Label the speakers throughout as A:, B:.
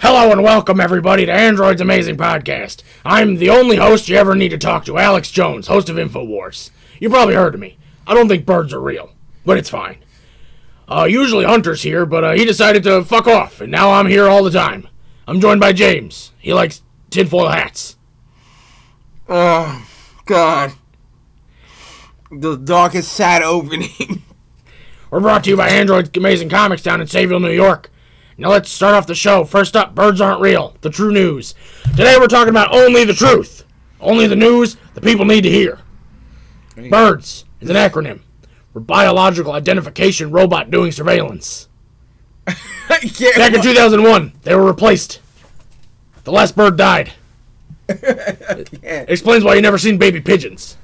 A: Hello and welcome everybody to Android's Amazing Podcast. I'm the only host you ever need to talk to, Alex Jones, host of InfoWars. You probably heard of me. I don't think birds are real, but it's fine. Uh, usually Hunter's here, but uh, he decided to fuck off, and now I'm here all the time. I'm joined by James. He likes tinfoil hats.
B: Oh, God. The darkest, sad opening.
A: We're brought to you by Android's Amazing Comics down in Sayville, New York. Now let's start off the show. First up, birds aren't real. The true news. Today we're talking about only the truth. Only the news the people need to hear. Birds is an acronym for biological identification robot doing surveillance.
B: I can't.
A: Back in 2001, they were replaced. The last bird died.
B: can't.
A: Explains why you never seen baby pigeons.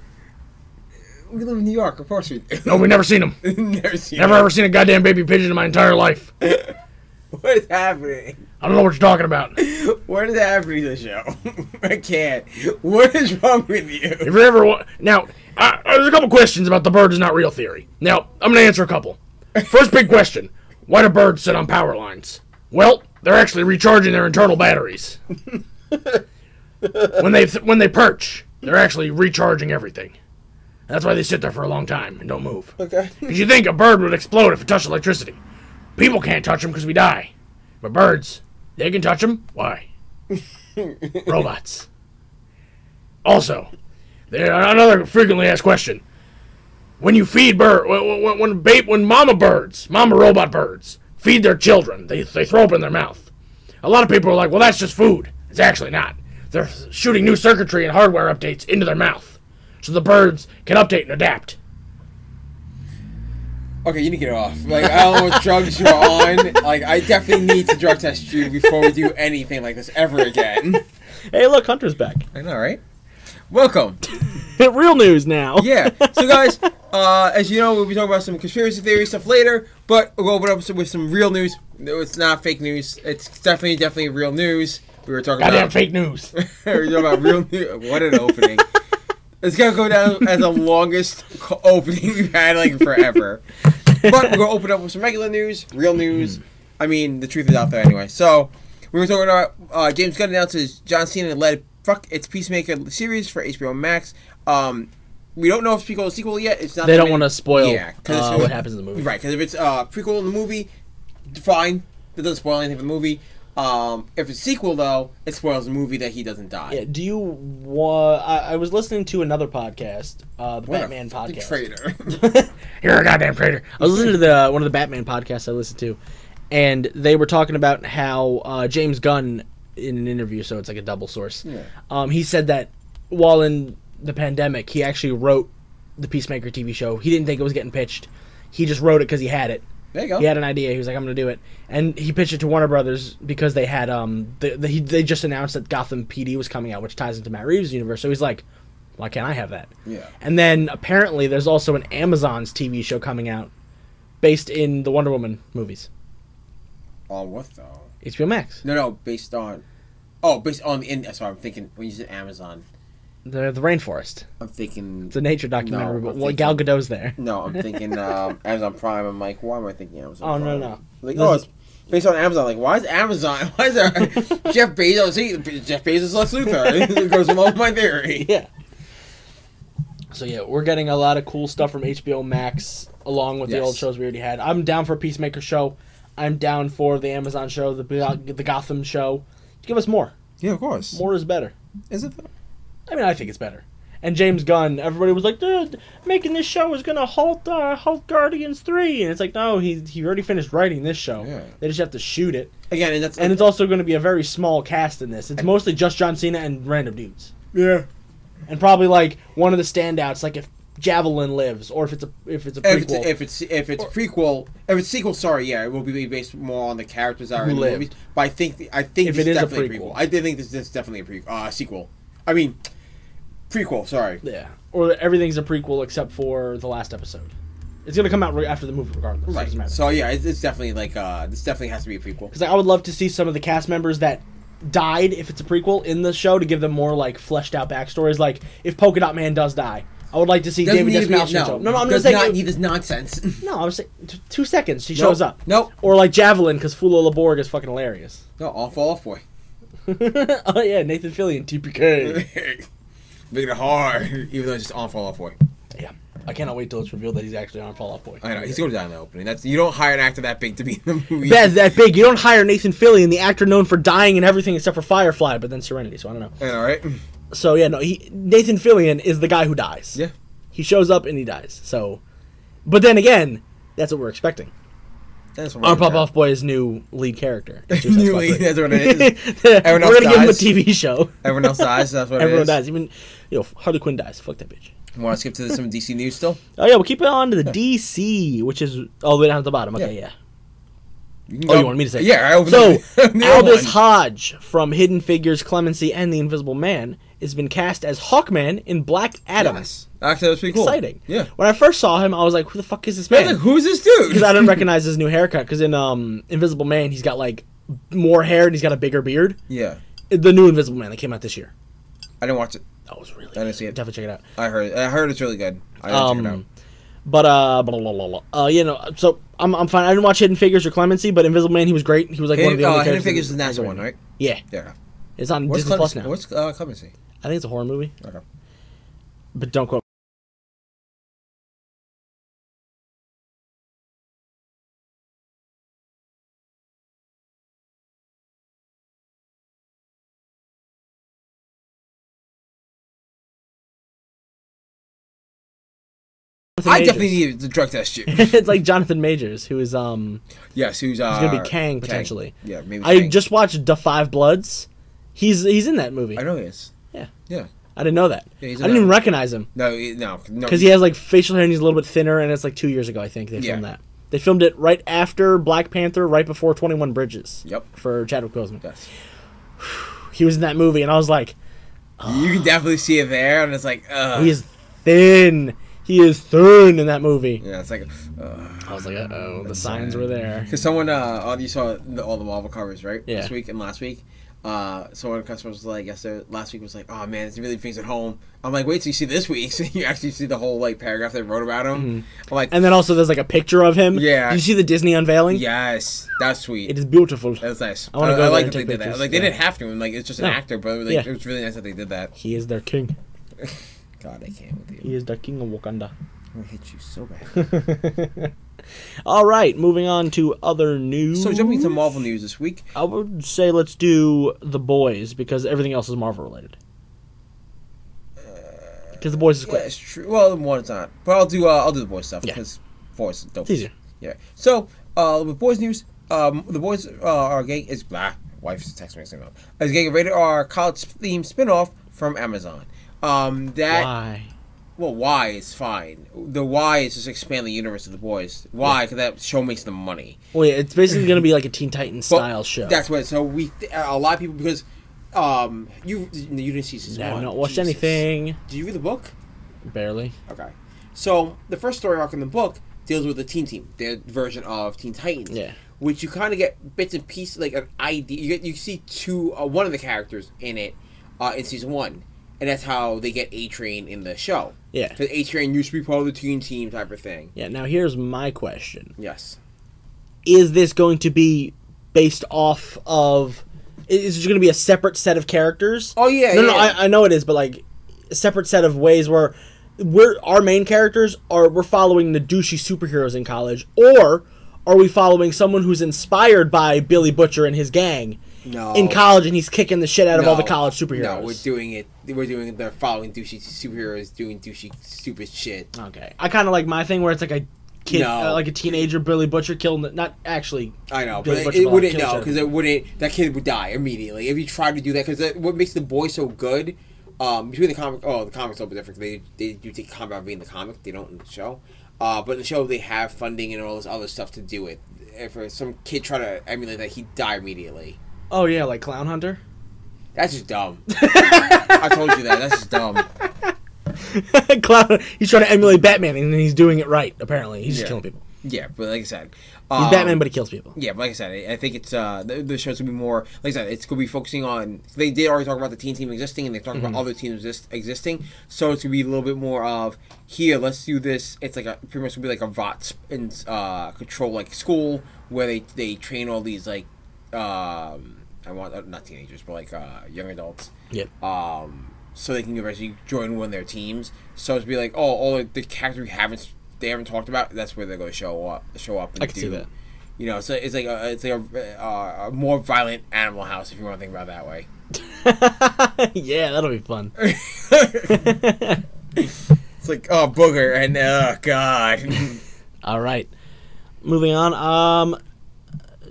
B: We live in New York, of course we do.
A: No, we never seen them.
B: Never seen
A: Never
B: it.
A: ever seen a goddamn baby pigeon in my entire life.
B: What is happening?
A: I don't know what you're talking about. If
B: What is happening to the show? I can't. What is wrong with you?
A: you ever wa- now, I, I- there's a couple questions about the bird is not real theory. Now, I'm gonna answer a couple. First big question: Why do birds sit on power lines? Well, they're actually recharging their internal batteries. when they when they perch, they're actually recharging everything. That's why they sit there for a long time and don't move.
B: Okay.
A: Because you think a bird would explode if it touched electricity. People can't touch them because we die. But birds, they can touch them. Why? Robots. Also, there another frequently asked question. When you feed bird, when when, when, ba- when mama birds, mama robot birds, feed their children, they, they throw up in their mouth. A lot of people are like, well, that's just food. It's actually not. They're shooting new circuitry and hardware updates into their mouth, so the birds can update and adapt.
B: Okay, you need to get off. Like, I don't know what drugs you're on. Like, I definitely need to drug test you before we do anything like this ever again.
C: Hey, look, Hunter's back.
B: I know, right? Welcome.
C: Real news now.
B: yeah. So guys, uh, as you know, we'll be talking about some conspiracy theory stuff later, but we'll open up with some real news. No, it's not fake news. It's definitely, definitely real news. We were talking
A: Goddamn
B: about
A: fake news.
B: we were talking about real news. What an opening! it's gonna go down as the longest co- opening we've had like forever. but we're gonna open up with some regular news, real news. I mean, the truth is out there anyway. So we were talking about uh, James Gunn announces John Cena led Fuck It's Peacemaker series for HBO Max. Um, we don't know if it's prequel or sequel yet. It's not.
C: They don't want to spoil
B: Yeah, 'cause
C: uh,
B: it's-
C: what happens in the movie.
B: Right, because if it's uh, prequel in the movie, fine. It doesn't spoil anything for the movie. Um, if it's sequel though, it spoils the movie that he doesn't die.
C: Yeah, do you want? I, I was listening to another podcast, uh, the
B: What a
C: Batman
B: fucking
C: podcast.
B: Traitor.
A: You're a goddamn Oh, traitor.
C: I was listening to the uh, one of the Batman podcasts I listened to, and they were talking about how uh, James Gunn in an interview, so it's like a double source.
B: Yeah.
C: Um, he said that while in the pandemic, he actually wrote the Peacemaker TV show. He didn't think it was getting pitched. He just wrote it because he had it.
B: There you go.
C: He had an idea. He was like, "I'm going to do it," and he pitched it to Warner Brothers because they had um they they, he- they just announced that Gotham PD was coming out, which ties into Matt Reeves' universe. So he's like, "Why can't I have that?"
B: Yeah.
C: And then apparently there's also an Amazon's TV show coming out based in the Wonder Woman movies,
B: On what though?
C: HBO Max.
B: No, no, based on. Oh, based on in. Sorry, I'm thinking when you said Amazon,
C: The the rainforest.
B: I'm thinking.
C: It's a nature documentary,
B: No,
C: but
B: I'm
C: well, Gal
B: thinking-
C: Gadot's there.
B: No, I'm thinking um, Amazon Prime. I'm like, why am I thinking Amazon?
C: Oh, no,
B: Prime?
C: no.
B: Like,
C: This
B: oh,
C: is-
B: it's based on Amazon. Like, why is Amazon? Why is there Jeff Bezos? He, Jeff Bezos Lex Luthor. it goes along with my theory.
C: Yeah. So yeah, we're getting a lot of cool stuff from HBO Max along with the
B: Yes.
C: old shows we already had. I'm down for a Peacemaker show. I'm down for the Amazon show, the Go- the Gotham show. Give us more.
B: Yeah, of course.
C: More is better.
B: Is it? Though?
C: I mean, I think it's better. And James Gunn, everybody was like, "Dude, making this show is gonna halt uh, halt Guardians 3. and it's like, no, he he already finished writing this show.
B: Yeah.
C: They just have to shoot it,
B: Again, and that's
C: and it's also going to be a very small cast in this. It's mostly just John Cena and random dudes.
B: yeah.
C: and probably like one of the standouts, like if Javelin lives, or if it's a if it's a
B: If it's,
C: prequel.
B: if it's if it's prequel, if it's sequel, sorry, yeah, it will be based more on the characters that are
C: Who
B: in the
C: lived.
B: movies. But I think I think
C: If
B: this
C: it
B: is
C: is a
B: definitely a prequel.
C: prequel.
B: I do think this is definitely a prequel. Uh, sequel. I mean, prequel. Sorry.
C: yeah, or everything's a prequel except for the last episode. It's gonna come out right after the movie, regardless. It
B: Right.
C: doesn't matter.
B: So yeah, it's, it's definitely like uh, this definitely has to be a prequel.
C: Because I would love to see some of the cast members that died, if it's a prequel, in the show to give them more like fleshed out backstories. Like if Polka Dot Man does die, I would like to see
B: Doesn't
C: David
B: need to be-
C: Desmalchin show
B: no,
C: up. No, no, I'm
B: does
C: just saying.
B: not
C: it-
B: need this nonsense.
C: no, I'm saying t- two seconds. She
B: Nope.
C: shows up.
B: Nope.
C: Or like Javelin because Fula Laborg is fucking hilarious.
B: no, off, off, boy.
C: oh yeah, Nathan Fillion, TPK.
B: Making it hard, even though it's just on fall off boy.
C: yeah, I cannot wait till it's revealed that he's actually on Fall Out Boy.
B: I know he's going to die in the opening. That's you don't hire an actor that big to be in the movie.
C: Bad, that big. You don't hire Nathan Fillion, the actor known for dying and everything except for Firefly, but then Serenity. So I don't know.
B: All right.
C: So yeah, no, he Nathan Fillion is the guy who dies.
B: Yeah.
C: he shows up and he dies. So, but then again, that's what we're expecting.
B: That's what
C: Our
B: I'm
C: Pop
B: gonna
C: Off Boy is new lead character.
B: do. New lead, that's what it is.
C: we're gonna
B: else
C: give him a
B: dies.
C: TV show.
B: Everyone else dies. That's what
C: Everyone
B: it is.
C: dies. Even you know Harley Quinn dies. Fuck that bitch.
B: Want to skip to some DC news still?
C: Oh yeah, we'll keep it on to the DC, which is all the way down at the bottom. Okay,
B: Yeah.
C: yeah.
B: You can
C: Oh,
B: go-
C: you wanted me to say?
B: Yeah, I opened
C: So,
B: the- the other
C: Aldous
B: one.
C: Hodge from Hidden Figures, Clemency, and The Invisible Man has been cast as Hawkman in Black Adam.
B: Yes. Actually, that's pretty cool.
C: Exciting.
B: Yeah.
C: When I first saw him, I was like, "Who the fuck is
B: I
C: this
B: was like,
C: man?"
B: who's this dude?
C: Because I didn't recognize his new haircut. Because in um, Invisible Man, he's got like more hair and he's got a bigger beard.
B: yeah,
C: The new Invisible Man that came out this year.
B: I didn't watch it.
C: That was really.
B: I didn't see it.
C: Definitely check it out.
B: I heard. I heard it's really good. I didn't check it out.
C: Um, but uh, blah, blah, blah, blah. uh, you know, so I'm, I'm fine. I didn't watch Hidden Figures or Clemency, but Invisible Man, he was great. He was like one of
B: Hidden,
C: the only
B: uh, Hidden
C: characters.
B: Figures is the
C: that was
B: NASA one,
C: great.
B: right?
C: Yeah,
B: Yeah.
C: it's on
B: What's
C: Disney Plus
B: Clemency-
C: now.
B: What's uh, Clemency?
C: I think it's a horror movie,
B: Okay.
C: but don't quote.
B: I
C: Majors.
B: definitely need to drug test you.
C: it's like Jonathan Majors, who is um,
B: yes, who's uh,
C: gonna be Kang, potentially.
B: Yeah, maybe.
C: I
B: Kang.
C: just watched Da Five Bloods. He's he's in that movie.
B: I know he is.
C: Yeah.
B: Yeah.
C: I didn't know that.
B: Yeah, he's
C: I
B: in
C: didn't
B: that.
C: even recognize him
B: No, he- no, no.
C: because he has like facial hair and he's a little bit thinner. And it's like two years ago, I think they filmed
B: Yeah.
C: that. They filmed it right after Black Panther, right before Twenty One Bridges.
B: Yep.
C: For Chadwick Boseman,
B: Yes.
C: he was in that movie, and I was like,
B: You can definitely see it there, and it's like, uh,
C: he is thin. He is thin in that movie.
B: yeah, it's like, uh,
C: I was like, uh oh, the signs were there.
B: Because someone, uh, all you saw the, all the Marvel covers, right?
C: Yeah.
B: This week and last week, uh, someone customers was like, yesterday, last week was like, oh man, this really brings it home. I'm like, wait till you see this week's, and you actually see the whole like paragraph they wrote about him. I'm like,
C: Mm-hmm. And then also there's like a picture of him.
B: Yeah.
C: Did you see the Disney unveiling?
B: yes, that's sweet.
C: It is beautiful.
B: that's nice.
C: I wanna
B: I
C: go there
B: like
C: and
B: that they
C: take
B: did that.
C: pictures,
B: Like
C: yeah.
B: they didn't have to. and, Like it's just an
C: No.
B: actor, but like,
C: Yeah.
B: it was really nice that they did that.
C: He is their king.
B: God, I can't with you.
C: He is the king of Wakanda.
B: I'm gonna hit you so bad.
C: All right, moving on to other news.
B: so jumping to Marvel news this week.
C: I would say let's do the boys because everything else is Marvel related. Because the boys is
B: Uh, Yeah,
C: quick.
B: it's true. Well, one's not. But I'll do. Uh, I'll do the boys stuff
C: Yeah.
B: because boys is dope.
C: It's easier.
B: Yeah. So uh, with boys news, um, the boys uh, are gay is blah. Wife's text messaging up. Is getting a rated R college themed spinoff from Amazon. Um, that
C: Why?
B: well, why is fine. The why is just expand the universe of the boys. Why? Because that show makes them money.
C: Well, yeah, it's basically going to be like a Teen Titans
B: But
C: style show.
B: That's what. So we a lot of people because um you you didn't see season
C: I have
B: one.
C: not watched
B: Jesus.
C: anything.
B: Did you read the book?
C: Barely.
B: Okay. So the first story arc in the book deals with the Teen Team, their version of Teen Titans.
C: Yeah.
B: Which you kind of get bits and pieces, like an idea. You get you see two, uh, one of the characters in it, uh, in season one, and that's how they get A Train in the show.
C: Yeah.
B: Because A Train used to be part of the Teen Team type of thing.
C: Yeah. Now here's my question:
B: Yes.
C: Is this going to be based off of? Is there going to be a separate set of characters?
B: Oh yeah.
C: no, no,
B: yeah.
C: I, I know it is, but like a separate set of ways where we're our main characters are we're following the douchey superheroes in college, or are we following someone who's inspired by Billy Butcher and his gang
B: No.
C: in college, and he's kicking the shit out of all the
B: No.
C: college superheroes?
B: No, we're doing it. We're doing it. They're following douchey superheroes doing douchey stupid shit.
C: okay, I kind of like my thing where it's like a kid,
B: No. Uh,
C: uh, like a teenager Billy Butcher killing not actually.
B: I know,
C: Billy
B: but
C: Butcher
B: it, it
C: Ball
B: wouldn't
C: kills
B: know
C: her.
B: because it wouldn't. That kid would die immediately if you tried to do that. Because what makes the boy so good, um, between the comic, oh, the comics are a bit different. 'cause They they do take combat being the comic. They don't in the show, uh, but in the show they have funding and all this other stuff to do it. If uh, some kid try to emulate that, he'd die immediately.
C: Oh yeah, like Clown Hunter.
B: That's just dumb. I told you that. That's just dumb.
C: Clown. He's trying to emulate Batman, and he's doing it right. Apparently, he's just
B: Yeah.
C: killing people.
B: Yeah, but like I said,
C: He's
B: um,
C: Batman, but he kills people.
B: Yeah, but like I said, I, I think it's uh the, the show's gonna be more like I said, it's gonna be focusing on they did already talk about the teen team existing and they talked about other teams exist, existing, so it's gonna be a little bit more of here, let's do this. It's like a pretty much gonna be like a VOTS and uh control like school where they they train all these like um I want uh, not teenagers but like uh young adults
C: Yep.
B: um, so they can eventually join one of their teams. So it's be like, oh, all the characters we haven't they haven't talked about, that's where they're going to show up, show up and
C: I can
B: do
C: see that.
B: You know, so it's like a, it's like a, uh, a more violent Animal House if you want to think about it that way.
C: yeah, that'll be fun.
B: It's like oh booger and oh god.
C: All right. Moving on. Um,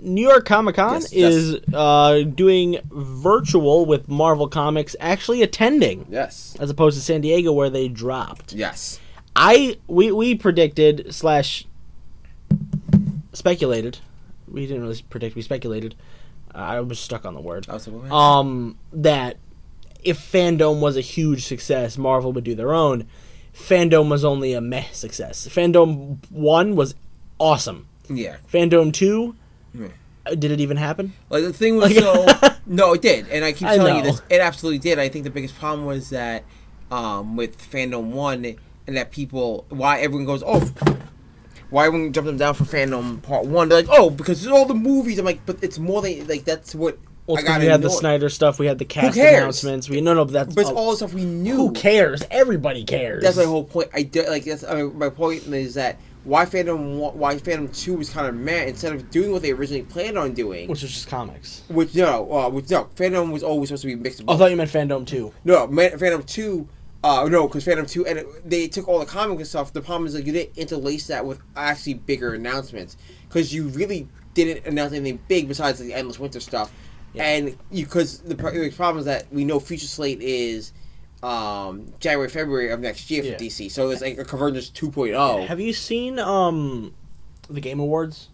C: New York Comic Con
B: Yes, yes.
C: is uh, doing virtual with Marvel Comics actually attending,
B: yes.
C: as opposed to San Diego where they dropped.
B: Yes.
C: I we we predicted slash speculated. We didn't really predict. We speculated. I was stuck on the word.
B: I was like, what?
C: Um, that if Fandom was a huge success, Marvel would do their own. Fandom was only a meh success. Fandom one was awesome.
B: yeah.
C: Fandom two, uh, did it even happen?
B: Like the thing was
C: Like-
B: so no, it did, and I keep
C: I
B: telling you
C: know.
B: this, it absolutely did. I think the biggest problem was that um, with fandom one, and that people why everyone goes oh, why everyone jumped them down for fandom part one? They're like oh because it's all the movies. I'm like but it's more than like that's what
C: Well,
B: I
C: it's 'cause
B: got.
C: we had the
B: annoyed.
C: Snyder stuff. We had the cast
B: cares?
C: announcements. We no no, but that's
B: but it's
C: oh,
B: all the stuff we knew.
C: who cares? Everybody cares.
B: That's my whole point. I do, like that's I mean, my point is that why fandom one- why fandom two was kind of mad instead of doing what they originally planned on doing.
C: which was just comics.
B: Which no, uh, which no, fandom was always supposed to be mixed.
C: I thought you meant Fandom too.
B: No, Man- Phantom Two. Uh, no, because Phantom Two and it- they took all the comic and stuff. The problem is like you didn't interlace that with actually bigger announcements because you really didn't announce anything big besides the Endless Winter stuff. And because the pro- the problem is that we know future slate is um, January February of next year for
C: Yeah.
B: DC, so it's like a Convergence oh, 2.0.
C: Have you seen um the Game Awards?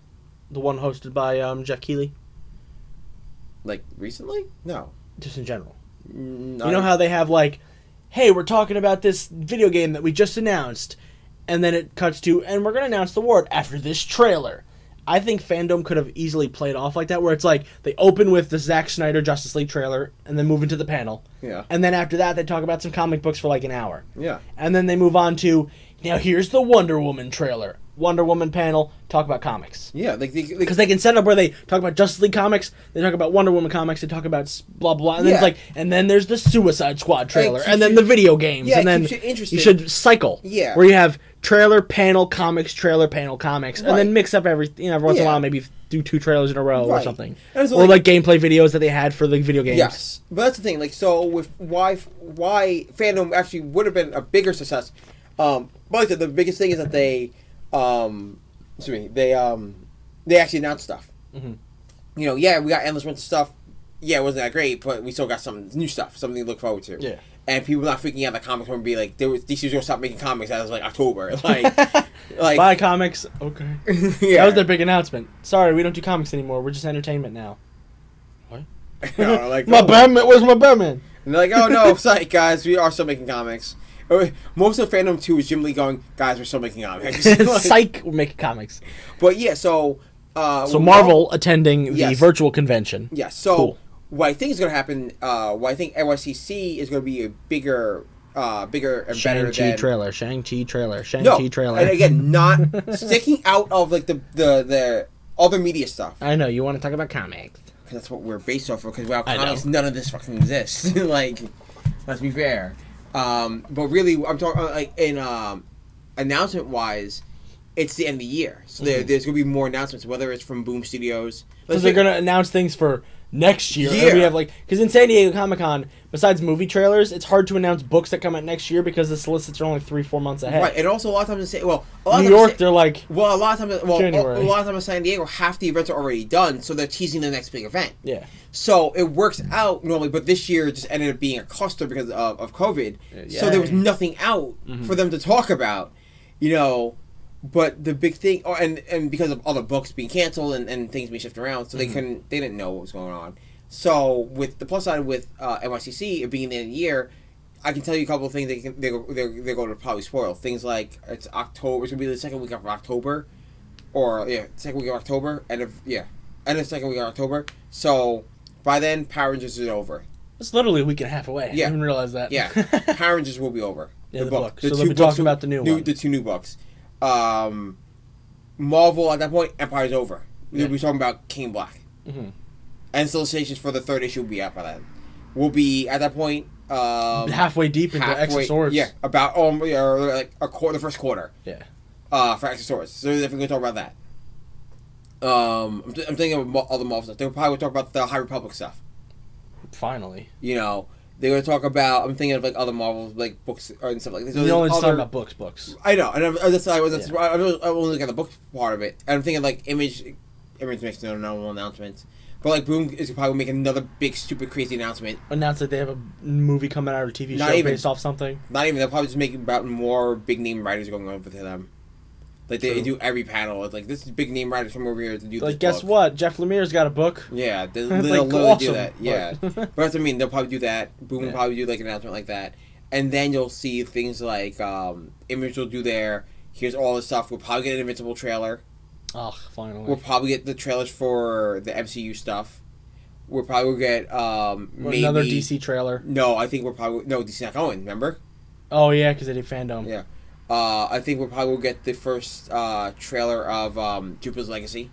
C: The one hosted by um, Jeff Keighley?
B: like recently? No.
C: Just in general.
B: Mm,
C: You know
B: I-
C: how they have like, hey, we're talking about this video game that we just announced, and then it cuts to, and we're gonna announce the award after this trailer. I think fandom could have easily played off like that, where it's like they open with the Zack Snyder Justice League trailer, and then move into the panel,
B: Yeah.
C: and then after that they talk about some comic books for like an hour,
B: Yeah.
C: and then they move on to now here's the Wonder Woman trailer, Wonder Woman panel, talk about comics
B: Yeah. Like they, like
C: because they can set up where they talk about Justice League comics, they talk about Wonder Woman comics, they talk about s- blah blah, and then it's
B: Yeah.
C: like, and then there's the Suicide Squad trailer,
B: keeps
C: and then
B: you-
C: the video games,
B: Yeah,
C: and
B: it
C: then
B: keeps you interested.
C: should cycle,
B: Yeah.
C: where you have trailer panel comics, trailer panel comics, and
B: Right.
C: then mix up every you know every once in a
B: Yeah.
C: while maybe do two trailers in a row or
B: Right.
C: something,
B: And so,
C: or like,
B: like-
C: gameplay videos that they had for the video games.
B: Yes, but that's the thing. Like, so with why why fandom actually would have been a bigger success. Um, but like I said, the biggest thing is that they, um, excuse me, they um, they actually announced stuff.
C: Mm-hmm.
B: You know, yeah, we got endless winter stuff. Yeah, it wasn't that great, but we still got some new stuff, something to look forward to.
C: Yeah.
B: And people not freaking out that comics were gonna be like, there was DC's gonna stop making comics as like October, like, like
C: Buy comics, okay.
B: yeah.
C: That was their big announcement. Sorry, we don't do comics anymore. We're just entertainment now.
B: You know, like,
C: My
B: oh.
C: Batman, where's my Batman?
B: And they're like, oh no, psych, guys, we are still making comics. Or, Most of Phantom 2 is Jim Lee going, guys, we're still making comics. Like,
C: Psych, we're making comics.
B: but yeah, so. Uh,
C: So
B: well,
C: Marvel attending the
B: Yes.
C: virtual convention.
B: Yeah, so
C: Cool.
B: what I think is going to happen, uh, what I think NYCC is going to be a bigger, uh, bigger and better
C: Shang-Chi
B: than.
C: trailer, Shang-Chi trailer, Shang-Chi
B: no,
C: trailer.
B: And again, not sticking out of like the, the, the other media stuff.
C: I know, you want to talk about comics.
B: 'Cause that's what we're based off of. Because without
C: I know.
B: comics, none of this fucking exists. like, let's be fair. Um, but really, I'm talking like in um, announcement wise, it's the end of the year, so
C: Mm-hmm.
B: there, there's gonna be more announcements. Whether it's from Boom Studios, Let's
C: Because they're
B: say-
C: going to announce things for next year. and we
B: Yeah.
C: have like, because in San Diego Comic-Con, besides movie trailers, it's hard to announce books that come out next year because the solicits are only three, four months ahead.
B: right, and also a lot of times they say, well, a lot
C: New
B: of times
C: York,
B: they-
C: they're like,
B: well, a lot of times, well,
C: January.
B: a lot of times in San Diego, half the events are already done, so they're teasing the next big event.
C: yeah.
B: So it works out normally, but this year it just ended up being a cluster because of, of COVID. So there was
C: Yeah.
B: nothing out for them to talk about, you know. But the big thing, oh, and and because of all the books being canceled and, and things being shifted around, so they couldn't, they didn't know what was going on. So with the plus side with uh, NYCC it being the end of the year, I can tell you a couple of things they can, they they're, they're going to probably spoil things like it's October. It's gonna be the second week of October. or yeah, second week of October, end of yeah, end of second week of October. So by then, Power Rangers is over.
C: It's literally a week and a half away.
B: Yeah.
C: I didn't realize that.
B: Yeah, Power Rangers will be over.
C: Yeah, the book. So they'll be talking about the new one.
B: The two new books. Um, Marvel at that point, Empire's over.
C: Yeah.
B: We'll be talking about King Black.
C: Mhm.
B: And solicitations for the third issue will be out by then. We'll be at that point. Um,
C: halfway deep into X
B: halfway,
C: of Swords.
B: yeah, about um, yeah, or like a quarter, the first quarter
C: Yeah.
B: uh, for X of Swords. So they're definitely gonna talk about that. Um, I'm, th- I'm thinking of mo- all the Marvel stuff. They're probably gonna talk about the High Republic stuff.
C: Finally.
B: You know, they're gonna talk about. I'm thinking of like other Marvel like books or, and stuff like this.
C: the only
B: other-
C: talking about books, books.
B: I know, and I'm, that's I was that's,
C: Yeah.
B: I was I was looking at the book part of it, and I'm thinking like image, image makes no normal announcements, but like Boom is probably gonna make another big stupid crazy announcement.
C: Announced that they have a movie coming out or TV
B: Not
C: show
B: even.
C: based off something.
B: Not even they'll probably just make about more big name writers going over to them, like they
C: True.
B: do every panel. It's like this is big name writers from over here to do.
C: Like,
B: this
C: guess
B: book.
C: what? Jeff Lemire's got a book.
B: Yeah, they,
C: It's,
B: they'll
C: like,
B: literally
C: awesome,
B: do that.
C: but-
B: Yeah, but that's what I mean. They'll probably do that. Boom
C: Yeah.
B: will probably do like an announcement like that, and then you'll see things like um, Image will do their here's all this stuff. We'll probably get an Invincible trailer.
C: Ugh, finally.
B: We'll probably get the trailers for the MCU stuff. We'll probably get um maybe
C: Another DC trailer.
B: No, I think we're probably no DC not going. Remember?
C: Oh, yeah, because they did Fandom.
B: Yeah. Uh, I think we'll probably get the first uh trailer of um Jupiter's Legacy.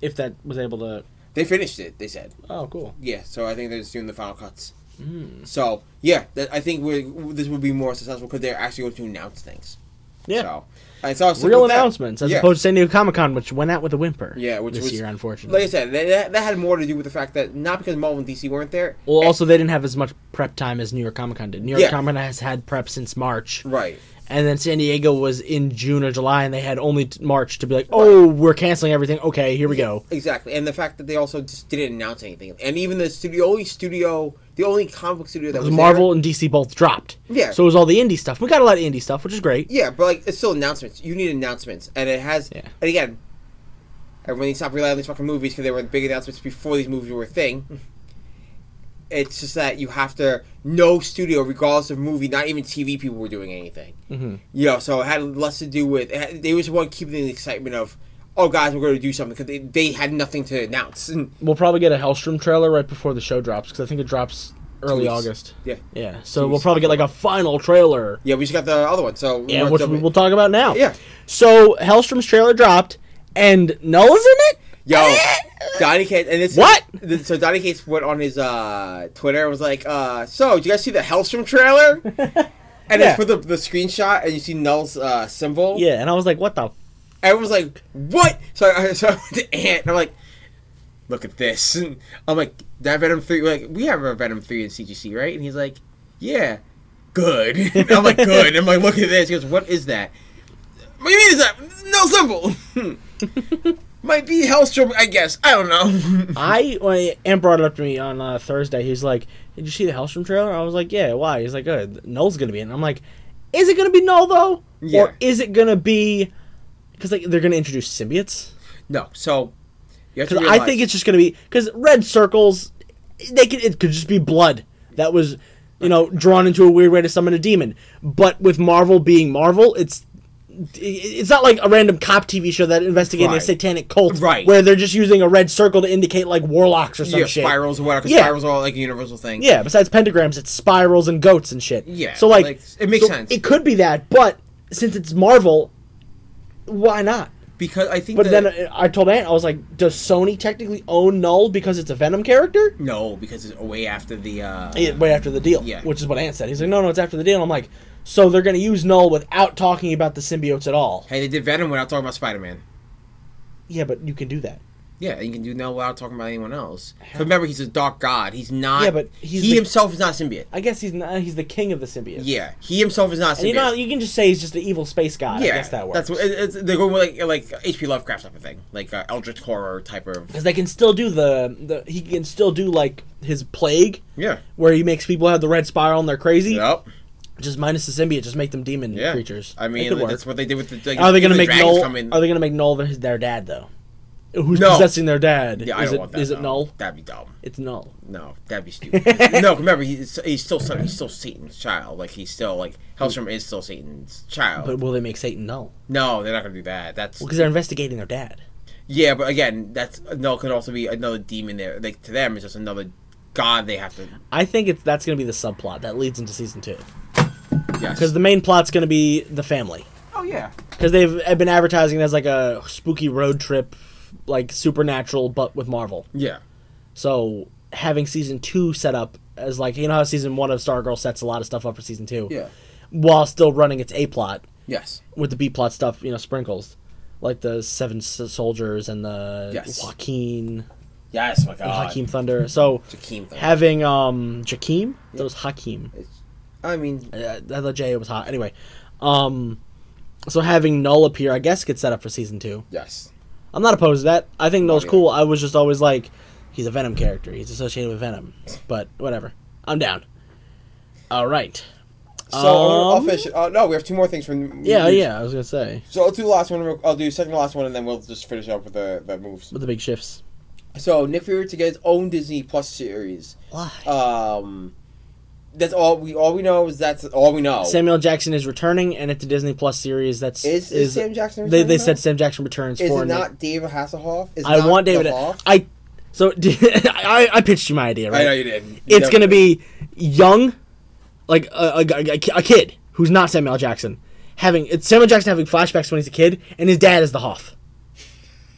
C: If that was able to.
B: They finished it. They said
C: Oh, cool.
B: yeah. So I think they're just doing the final cuts.
C: Mm.
B: So yeah, that, I think we this will be more successful because they're actually going to announce things.
C: Yeah.
B: So and so it's
C: Real
B: like that.
C: announcements, as
B: Yeah.
C: opposed to San Diego Comic Con, which went out with a whimper.
B: Yeah, which
C: this
B: was-
C: year, unfortunately.
B: Like I said, that- that, that had more to do with the fact that not because Marvel and DC weren't there.
C: well, also they didn't have as much prep time as New York Comic Con did. New York
B: eh. Yeah.
C: Comic Con has had prep since March,
B: Right.
C: and then San Diego was in June or July, and they had only t- March to be like, "Oh, we're canceling everything. Okay, here we go."
B: Exactly, and the fact that they also just didn't announce anything, and even the studio, only studio, the only comic book studio that was
C: Because Marvel and DC both dropped.
B: Yeah.
C: So it was all the indie stuff. We got a lot of indie stuff, which is great.
B: there- yeah, but like it's still announcements. You need announcements, and it has,
C: Yeah.
B: and again, everyone needs to stop relying on these fucking movies because they were the big announcements before these movies were a thing. It's just that you have to no studio, regardless of movie, not even TV people were doing anything.
C: Mhm.
B: You know, so it had less to do with it had, they just want to keep the excitement of, oh guys, we're going to do something because they, they had nothing to announce.
C: We'll probably get a Hellstrom trailer right before the show drops because I think it drops early
B: weeks.
C: August.
B: yeah.
C: Yeah. So
B: Two
C: we'll
B: weeks.
C: probably get like a final trailer.
B: Yeah, we just got the other one, so
C: Yeah,
B: we're-
C: which we- we'll talk about now.
B: Yeah.
C: So Hellstrom's trailer dropped, and Null is in it.
B: Yo, Donny Cates, and this
C: What?
B: th- so Donny Cates went on his uh, Twitter and was like, uh, "So, did you guys see the Hellstrom trailer?" And
C: Yeah.
B: it's for the, the screenshot, and you see Null's uh, symbol.
C: Yeah, and I was like, "What the? F-?
B: everyone's like, "What?" So I, so I went to Ant, and I'm like, "Look at this!" And I'm like, "That Venom three, like we have a Venom three in CGC, right?" And he's like, "Yeah, good." And I'm like, "Good." And I'm like, "Look at this." He goes, "What is that?" What do you mean is that no symbol? Might be Hellstrom, I guess. I don't know.
C: I when Ant brought it up to me on uh, Thursday. He's like, "Did you see the Hellstrom trailer?" I was like, "Yeah, why?" He's like, "Good. Null's gonna be in." it." I'm like, "Is it gonna be Null though,
B: Yeah.
C: or is it gonna be?" Because like they're gonna introduce symbiotes.
B: no, so you have to
C: Because I
B: realize-
C: think it's just gonna be because red circles, they could it could just be blood that was, you know, drawn into a weird way to summon a demon. But with Marvel being Marvel, it's it- it's not like a random cop TV show that investigating a
B: Right.
C: satanic cult,
B: Right.
C: Where they're just using a red circle to indicate like warlocks or some
B: yeah,
C: shit.
B: spirals or whatever. 'cause
C: Yeah.
B: Spirals are all like a universal thing.
C: Yeah, besides pentagrams, it's spirals and goats and shit.
B: Yeah,
C: So like,
B: like, it makes
C: so
B: sense.
C: It could be that, but since it's Marvel, why not?
B: because I think.
C: But
B: that,
C: then uh, I told Ant, I was like, does Sony technically own Null because it's a Venom character?
B: no, because it's way after the. Uh,
C: Yeah, way after the deal,
B: Yeah.
C: which is what Ant said. He's like, no, no, it's after the deal. I'm like, so they're going to use Null without talking about the symbiotes at all.
B: Hey, they did Venom without talking about Spider Man.
C: Yeah, but you can do that.
B: Yeah, you can do no without talking about anyone else. But remember, he's a dark god. He's not.
C: Yeah, but he's
B: he
C: the-
B: himself is not a symbiote.
C: I guess he's not, he's the king of the symbiotes.
B: Yeah, he himself is not a symbiote.
C: And you know, you can just say he's just the evil space god.
B: yeah,
C: I guess that works.
B: That's what it- it's, they're going with like like H.P. Lovecraft type of thing, like uh, Eldritch horror type of.
C: because they can still do the, the he can still do like his plague
B: Yeah.
C: where he makes people have the red spiral and they're crazy.
B: Yep.
C: Just minus the symbiote, just make them demon
B: Yeah.
C: creatures.
B: I
C: It
B: mean,
C: could
B: like,
C: work.
B: that's what they did with the. Like,
C: are they
B: the
C: gonna make
B: dragons
C: Null?
B: come in-
C: Are they gonna make Null their, their dad though? who's
B: No.
C: possessing their dad.
B: Yeah,
C: is
B: I don't
C: it,
B: want that.
C: is it
B: no.
C: null?
B: That'd be dumb.
C: It's null.
B: No, that'd be stupid. no, remember he's he's still son- he's still Satan's child. Like he's still like Hellstrom is still Satan's child.
C: But will they make Satan null?
B: no, they're not gonna do that. That's
C: Because they're investigating their dad.
B: yeah, but again, that's null could also be another demon there. Like to them, it's just another god they have to.
C: I think it's that's going to be the subplot that leads into season two.
B: Yes.
C: Because the main plot's going to be the family.
B: oh yeah.
C: Because they've been advertising it as like a spooky road trip, like supernatural, but with Marvel.
B: Yeah.
C: So having season two set up as like you know how season one of Stargirl sets a lot of stuff up for season two,
B: Yeah.
C: while still running its A plot
B: Yes.
C: with the B plot stuff, you know, sprinkles, like the Seven S- Soldiers and the
B: Yes. Uh,
C: Joaquin,
B: Yes. My
C: and
B: God.
C: Hakeem Thunder. So
B: Hakeem thing.
C: having um Jakeem, that was Hakeem.
B: It's- I mean,
C: Uh, the other J was hot. Anyway, um, so having Null appear, I guess, gets set up for season two.
B: yes.
C: I'm not opposed to that. I think Null's
B: Oh, yeah.
C: cool. I was just always like, he's a Venom character. He's associated with Venom. But whatever. I'm down. All right.
B: So I'll- I'll
C: Um,
B: finish. it. Uh, no, we have two more things from.
C: Yeah, yeah. I was gonna say
B: So I'll do the last one. real- I'll do second to last one, and then we'll just finish up with the, the moves.
C: with the big shifts.
B: So Nick Fury to get his own Disney Plus series.
C: Why?
B: Um, that's all we all we know is that's all we know.
C: Samuel Jackson is returning, and it's a Disney Plus series. That's
B: is, is, Sam Jackson?
C: they
B: returning
C: they
B: now?
C: said Sam Jackson returns
B: Is
C: for
B: it
C: Nick-
B: not David Hasselhoff? Is
C: I
B: not
C: want David.
B: the Hoff?
C: I so I I pitched you my idea, right?
B: I know you did. You definitely
C: it's gonna be young, like a, a, a, a kid who's not Samuel L. Jackson having it's Samuel Jackson having flashbacks when he's a kid, and his dad is the Hoff.
B: did.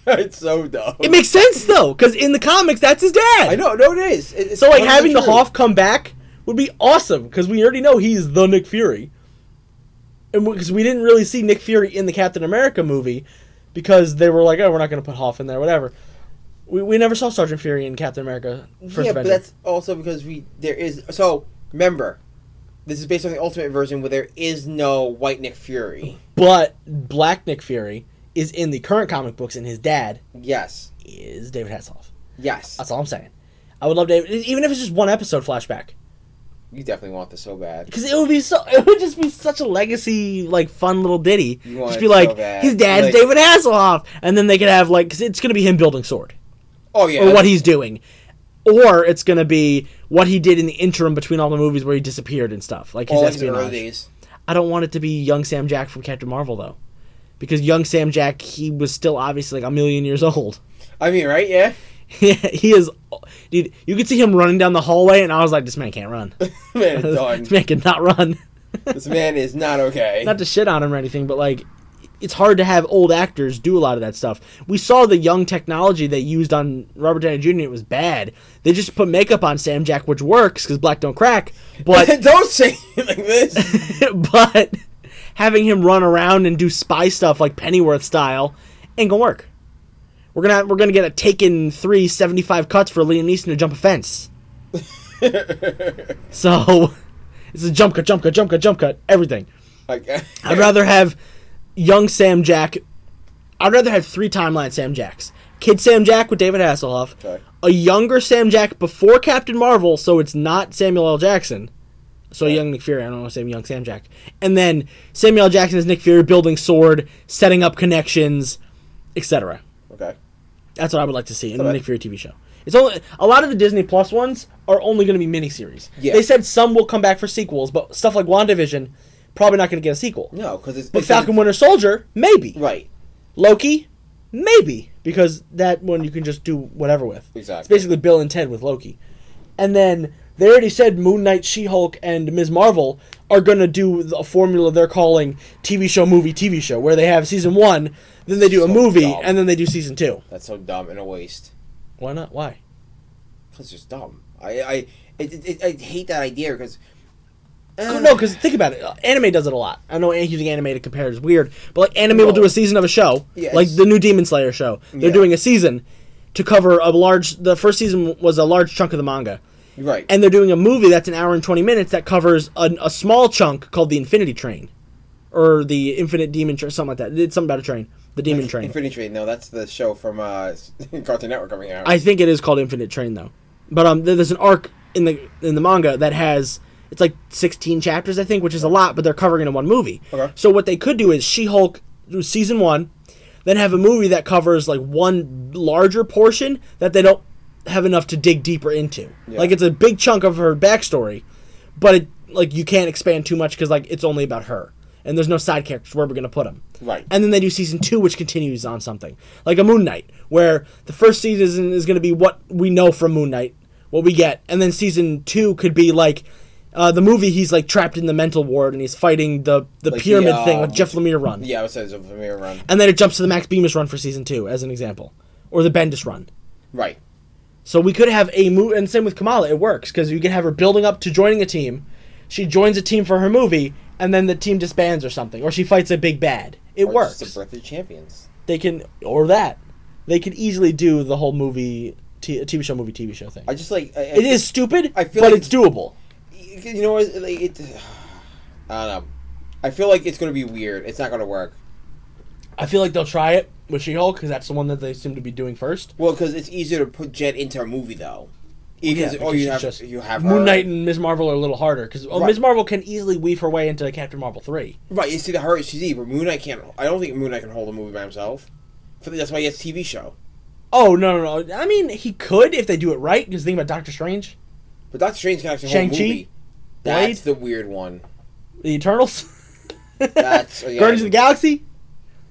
B: it's so dumb.
C: It makes sense though, because in the comics that's his dad.
B: I know. No, it is. It- it's
C: So like
B: 100%
C: having the
B: true.
C: Hoff come back would be awesome, because we already know he's the Nick Fury, and because we didn't really see Nick Fury in the Captain America movie, because they were like, oh, we're not gonna put Hoff in there, whatever. We, we never saw Sergeant Fury in Captain America. First
B: yeah, but
C: Avenger.
B: that's also because we there is so remember, this is based on the Ultimate version where there is no White Nick Fury.
C: But Black Nick Fury is in the current comic books, and his dad
B: Yes,
C: is David Hasselhoff.
B: yes,
C: That's all I'm saying. I would love David, even if it's just one episode flashback,
B: you definitely want this so bad.
C: because it would be so. It would just be such a legacy, like fun little ditty.
B: You want
C: Just
B: it
C: be
B: so
C: like,
B: bad.
C: his dad's
B: Like-
C: David Hasselhoff, and then they could have like, because it's gonna be him building sword
B: Oh yeah,
C: or what he's doing, or it's gonna be what he did in the interim between all the movies where he disappeared and stuff, like his
B: all his early
C: espionage.
B: days.
C: I don't want it to be young Sam Jack from Captain Marvel though, because young Sam Jack he was still obviously like a million years old.
B: I mean, right? Yeah,
C: he is, dude. You could see him running down the hallway, and I was like, this man can't run.
B: man, it's done.
C: this man cannot run.
B: this man is not okay.
C: Not to shit on him or anything, but like, it's hard to have old actors do a lot of that stuff. We saw the young technology they used on Robert Downey Jr. It was bad. They just put makeup on Sam Jack, which works because black don't crack. But
B: Don't say it like this.
C: but having him run around and do spy stuff like Pennyworth style ain't gonna work. We're gonna we're gonna get a taken three seventy five cuts for Liam Neeson to jump a fence. so it's a jump cut, jump cut, jump cut, jump cut, everything.
B: like,
C: I'd rather have young Sam Jack. I'd rather have three timeline Sam Jacks. Kid Sam Jack with David Hasselhoff,
B: Okay.
C: a younger Sam Jack before Captain Marvel, so it's not Samuel L. Jackson. So young Nick Fury. I don't want to say young Sam Jack. And then Samuel L. Jackson is Nick Fury building sword, setting up connections, etc.
B: okay.
C: That's what I would like to see in a
B: Okay.
C: Nick Fury TV show. It's only a lot of the Disney Plus ones are only going to be miniseries.
B: Yeah.
C: They said some will come back for sequels, but stuff like WandaVision probably not going to get a sequel.
B: No, because it's
C: But
B: because
C: Falcon Winter Soldier, maybe.
B: it's- Right.
C: Loki, maybe. Because that one you can just do whatever with. It's
B: Exactly.
C: basically Bill and Ted with Loki. And then they already said Moon Knight, She Hulk, and Ms. Marvel are going to do the- a formula they're calling TV show, movie, TV show, where they have season one, then they do a
B: So
C: movie,
B: dumb.
C: and then they do season two.
B: That's so dumb and a waste.
C: Why not? Why?
B: Because it's dumb. I I it, it, it, I hate that idea because.
C: No, because think about it. uh, Anime does it a lot. I know using anime to compare is weird, but like anime will do
B: Well,
C: a season of a show,
B: yes.
C: like the new Demon Slayer show. They're
B: Yeah.
C: doing a season to cover a large. The first season was a large chunk of the manga,
B: right.
C: and they're doing a movie that's an hour and twenty minutes that covers a, a small chunk called the Infinity Train, or the Infinite Demon Train, something like that. It's something about a train, the Demon Train.
B: Infinity Train. No, that's the show from uh, Cartoon Network coming out.
C: I think it is called Infinite Train though. But um, there- there's an arc in the in the manga that has it's like 16 chapters I think, which is a lot, but they're covering it in one movie.
B: Okay.
C: So what they could do is She-Hulk do season one, than have a movie that covers like one larger portion that they don't have enough to dig deeper into. Like it's a big chunk of her backstory, but it, like you can't expand too much because like it's only about her and there's no side characters where we're gonna put them.
B: Right.
C: And then they do season two, which continues on something like a Moon Knight, where the first season is gonna be what we know from Moon Knight, what we get, and then season two could be like. Uh, the movie, he's like trapped in the mental ward, and he's fighting the the
B: the,
C: pyramid thing with
B: um,
C: Jeff Lemire run,
B: Yeah, I would say it's a familiar run.
C: and then it jumps to the Max Bemis run for season two, as an example, or the Bendis run.
B: Right.
C: So we could have a move, and same with Kamala, it works because you can have her building up to joining a team. She joins a team for her movie, and then the team disbands or something, or she fights a big bad. It
B: Or
C: works.
B: just The Birth of Champions.
C: they can, or that, they could easily do the whole movie, t- TV show, movie, TV show thing.
B: I just like. I, I-
C: it is stupid,
B: I feel
C: but
B: like-
C: it's doable.
B: You know what? Like, it, I don't know. I feel like it's going to be weird. It's not going to work.
C: I feel like they'll try it with She-Hulk because that's the one that they seem to be doing first.
B: Well, because it's easier to put Jet into a movie though. Because, oh, you
C: it's
B: have
C: just-
B: you have uh, her.
C: Moon Knight and Ms. Marvel are a little harder because
B: Right.
C: Ms. Marvel can easily weave her way into Captain Marvel three.
B: Right, you see the her she's evil. Moon Knight can't. I don't think Moon Knight can hold a movie by himself. For the, that's why he has a TV show.
C: Oh no no no! I mean, he could if they do it right. Because think about Doctor Strange,
B: But Doctor Strange can actually hold a
C: Shang-Chi?
B: movie. That's the weird one.
C: the Eternals,
B: That's yeah,
C: Guardians of the Galaxy.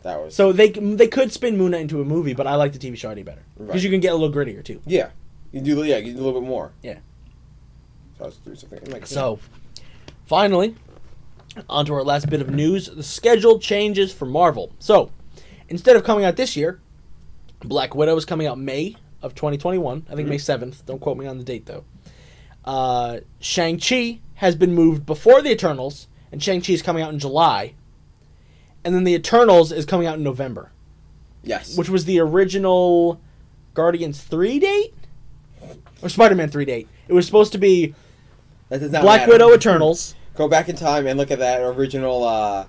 B: That was
C: So they they could spin Moon Knight into a movie, but I like the TV show idea better because
B: Right.
C: you can get a little grittier too.
B: yeah. You do yeah, you do a little bit more.
C: Yeah.
B: So I was doing something. I'm like,
C: So, finally, onto our last bit of news: the schedule changes for Marvel. So, instead of coming out this year, Black Widow is coming out May of 2021. I think May 7th. Don't quote me on the date though. Uh, Shang Chi has been moved before the Eternals, and Shang Chi is coming out in July. And then the Eternals is coming out in November,
B: yes.
C: which was the original Guardians three date or Spider Man three date. It was supposed to be
B: that does not
C: Black
B: matter.
C: Widow Eternals.
B: Go back in time and look at that original uh,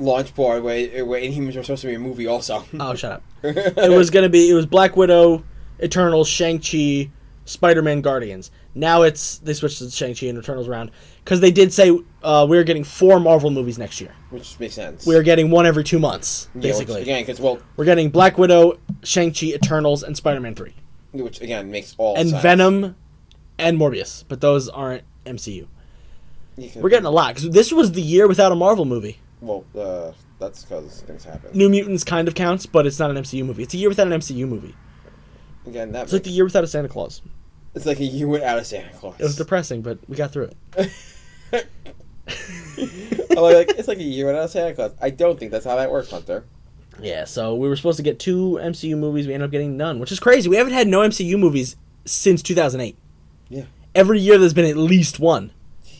B: launch board where, where Inhumans were supposed to be a movie also.
C: Oh, shut up.
B: it
C: it was gonna be it was Black Widow, Eternals, Shang Chi, Spider Man, Guardians. Now it's they switched to Shang Chi and Eternals around because they did say uh, we're getting four Marvel movies next year.
B: which makes sense.
C: We're getting one every two months,
B: Yeah, which,
C: basically.
B: again, because well,
C: we're getting Black Widow, Shang Chi, Eternals, and Spider Man three,
B: which again makes all
C: and
B: sense.
C: Venom, and Morbius. But those aren't MCU.
B: You can-
C: We're getting a lot because this was the year without a Marvel movie.
B: Well, uh, that's because things happen.
C: New Mutants kind of counts, but it's not an MCU movie. It's a year without an MCU movie.
B: Again, that
C: It's like the year without a Santa Claus.
B: it's like a you went out of Santa Claus.
C: It was depressing, but we got through it.
B: I'm like, it's like a you went out of Santa Claus. I don't think that's how that works, Hunter.
C: Yeah, so we were supposed to get two MCU movies. We ended up getting none, which is crazy. We haven't had no MCU movies since 2008.
B: Yeah.
C: Every year there's been at least one.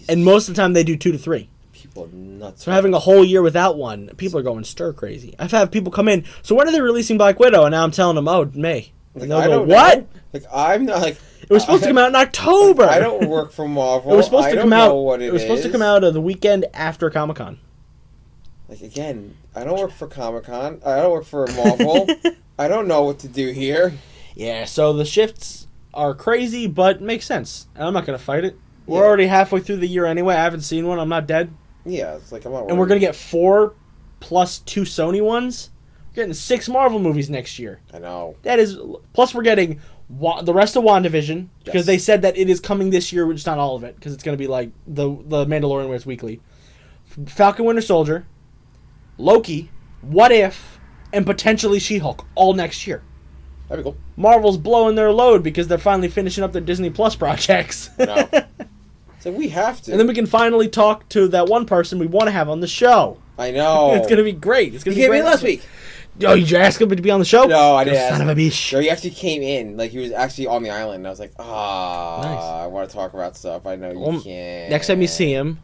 C: And most of the time they do two to three.
B: People are nuts.
C: So having a whole year without one, people are going stir crazy. I've had people come in, so when are they releasing Black Widow? And now I'm telling them, oh, May.
B: Like,
C: And they'll
B: I
C: go,
B: don't
C: what?
B: know. Like I'm not like
C: It was supposed to come out in October.
B: I don't work for Marvel.
C: It was supposed
B: I
C: to
B: don't
C: come out.
B: know What
C: it was supposed to come out of the weekend after Comic Con.
B: Like again, I don't work for Comic Con. I don't work for Marvel. I don't know what to do here.
C: Yeah, so the shifts are crazy, but makes sense. And I'm not gonna fight it. We're
B: Yeah.
C: already halfway through the year anyway. I haven't seen one. I'm not dead.
B: Yeah, it's like I'm not.
C: And we're gonna get four plus two Sony ones. We're getting six Marvel movies next year.
B: I know.
C: That is plus we're getting Wa- the rest of Wandavision because
B: Yes.
C: they said that it is coming this year, which is not all of it because it's gonna be like the the Mandalorian where it's weekly. F- Falcon Winter Soldier, Loki, What If, and potentially She Hulk all next year.
B: That'd be cool.
C: Marvel's blowing their load because they're finally finishing up their Disney Plus projects.
B: No.
C: and
B: So we have to.
C: then we can finally talk to that one person we want to have on the show.
B: I know.
C: It's gonna be great. It's
B: You
C: gonna be
B: came
C: great.
B: in last week.
C: Oh, did you ask him to be on the show?
B: No, I
C: You
B: didn't
C: Son
B: ask
C: of a
B: No,
C: bitch.
B: he actually came in. Like he was actually on the island. And I was like, ah,
C: Nice.
B: I want to talk about stuff. I know you
C: Well,
B: can't.
C: Next time you see him,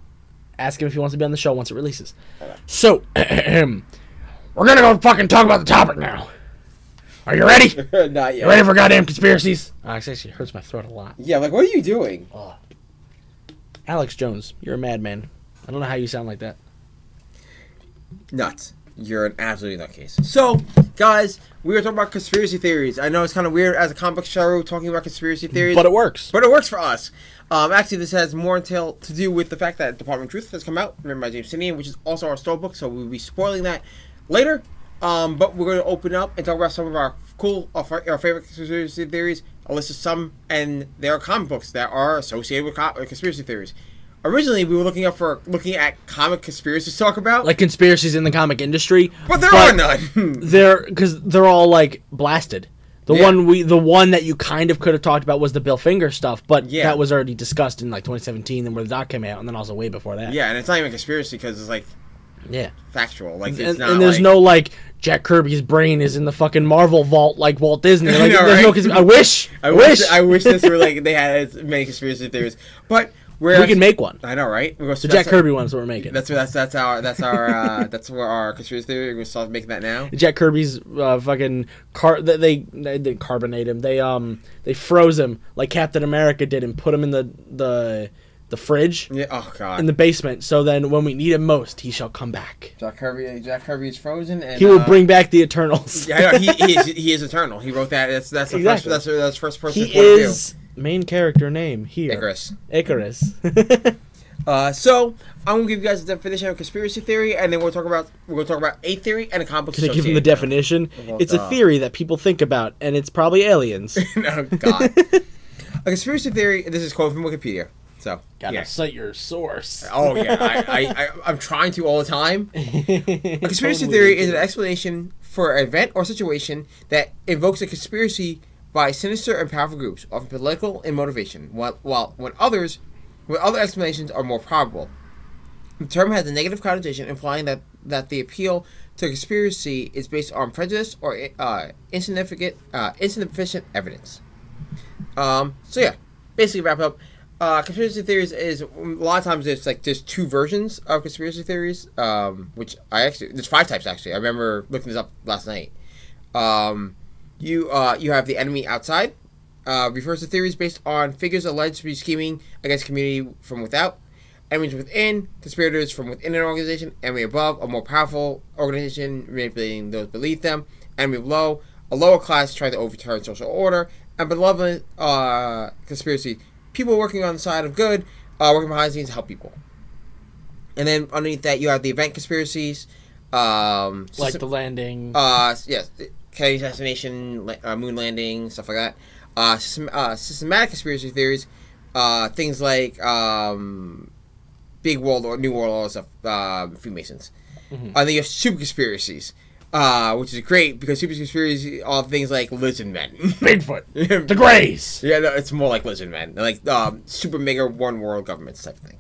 C: ask him if he wants to be on the show once it releases.
B: Okay.
A: So, we're gonna go fucking talk about the topic now. Are you ready? You
B: not yet.
A: ready for goddamn conspiracies?
C: Oh, it actually hurts my throat a lot.
B: yeah, like what are you doing?
C: Alex Jones, you're a madman. I don't know how you sound like that.
B: Nuts. You're an absolute nutcase. So, guys, we were talking about conspiracy theories. I know it's kind of weird as a comic book show talking about conspiracy theories,
C: But it works.
B: But it works for us. Um, actually, this has more entail to do with the fact that Department of Truth has come out, written by James Tinian, which is also our storybook, so we'll be spoiling that later. Um, but we're going to open up and talk about some of our cool, our, our favorite conspiracy theories. A list of some, and there are comic books that are associated with co- conspiracy theories. Originally, we were looking up for looking at comic conspiracies to talk about,
C: like conspiracies in the comic industry.
B: but there are none.
C: They're because they're all like blasted. The
B: Yeah.
C: one we, the one that you kind of could have talked about was the Bill Finger stuff, but
B: Yeah.
C: that was already discussed in like 2017, and where the doc came out, and then also way before that.
B: yeah, and it's not even a conspiracy because it's like
C: yeah.
B: factual. Like it's
C: And,
B: not.
C: and there's
B: like-
C: no like Jack Kirby's brain is in the fucking Marvel vault like Walt Disney. Like,
B: know,
C: there's no
B: right?
C: cons- I wish.
B: I wish.
C: wish.
B: I wish this were like they had as many conspiracy theories, but we're
C: we can make one.
B: I know, right? We're going
C: The Jack Kirby one's what we're making.
B: That's that's that's our that's our uh, that's where our conspiracy theory. We're gonna start making that now.
C: Jack Kirby's uh, fucking car they, they they didn't carbonate him. They um they froze him like Captain America did and put him in the the the fridge
B: Yeah. Oh God.
C: in the basement. So then when we need him most, he shall come back.
B: Jack Kirby. Jack Kirby is frozen, and
C: He will
B: uh,
C: bring back the Eternals.
B: Yeah, I know, he, he, is, he is eternal. He wrote that. That's that's the
C: Exactly.
B: first. That's that's first person.
C: he
B: point of view.
C: is main character name here.
B: Icarus.
C: Icarus.
B: Uh, so I'm gonna give you guys the definition of conspiracy theory, and then we'll talk about we're gonna talk about a theory and a complex.
C: Can I give him the definition?
B: Well,
C: It's
B: duh.
C: a theory that people think about, and it's probably aliens.
B: no Oh, God. a conspiracy theory. This is quote from Wikipedia. So yeah.
C: cite your source.
B: Oh yeah, I, I, I I'm trying to all the time. A conspiracy theory is an explanation for an event or situation that invokes a conspiracy by sinister and powerful groups, often political in motivation, while, while when others when other explanations are more probable. The term has a negative connotation, implying that, that the appeal to conspiracy is based on prejudice or uh, insignificant, uh, insufficient evidence. Um, so yeah, basically wrap up. Uh, conspiracy theories is a lot of times there's like there's two versions of conspiracy theories, um, which I actually there's five types actually. I remember looking this up last night. Um, you uh, you have the enemy outside. Uh, refers to theories based on figures alleged to be scheming against community from without. Enemies within, conspirators from within an organization, enemy above, a more powerful organization manipulating those beneath them, enemy below, a lower class trying to overturn social order, and beloved uh, conspiracy, people working on the side of good, uh, working behind the scenes to help people. And then underneath that, you have the event conspiracies, um,
C: like
B: system-
C: the landing.
B: uh, yes, the Kennedy assassination, la- uh, moon landing, stuff like that. Uh, system, uh, systematic conspiracy theories, uh, things like um, big world or new world order stuff, uh, Freemasons. And then you have super conspiracies, uh, which is great because super conspiracies are things like lizard men.
A: Bigfoot. the Greys.
B: Yeah, no, it's more like lizard men, like um, super mega one world governments type thing.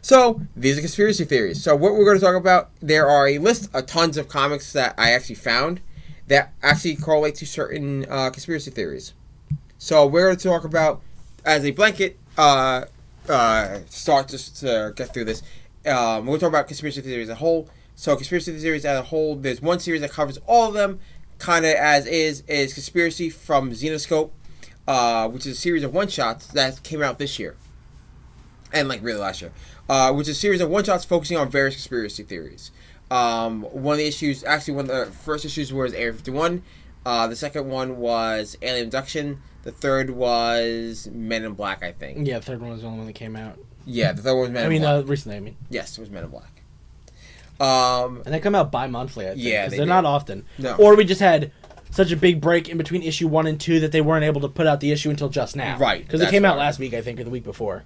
B: So these are conspiracy theories. So what we're going to talk about, there are a list of tons of comics that I actually found that actually correlate to certain uh, conspiracy theories. So we're going to talk about as a blanket uh, uh, start just to get through this. Um, we're going to talk about conspiracy theories as a whole. So conspiracy theories as a whole, there's one series that covers all of them, kind of as is is conspiracy from Xenoscope uh, which is a series of one shots that came out this year, and like really last year, uh, which is a series of one shots focusing on various conspiracy theories. Um, one of the issues, actually, one of the first issues was Area 51. Uh, the second one was Alien Abduction. The third was Men in Black, I think.
C: yeah, the third one was the only one that came out.
B: Yeah, the third one was Men
C: I
B: in
C: mean,
B: Black.
C: uh, recently. I mean,
B: yes, it was Men in Black. Um,
C: and they come out bi-monthly. I think,
B: Yeah,
C: because
B: they
C: they are
B: do.
C: not often.
B: No.
C: Or we just had such a big break in between issue one and two that they weren't able to put out the issue until just now.
B: Right,
C: Because it
B: that's
C: came out
B: right.
C: last week, I think, or the week before.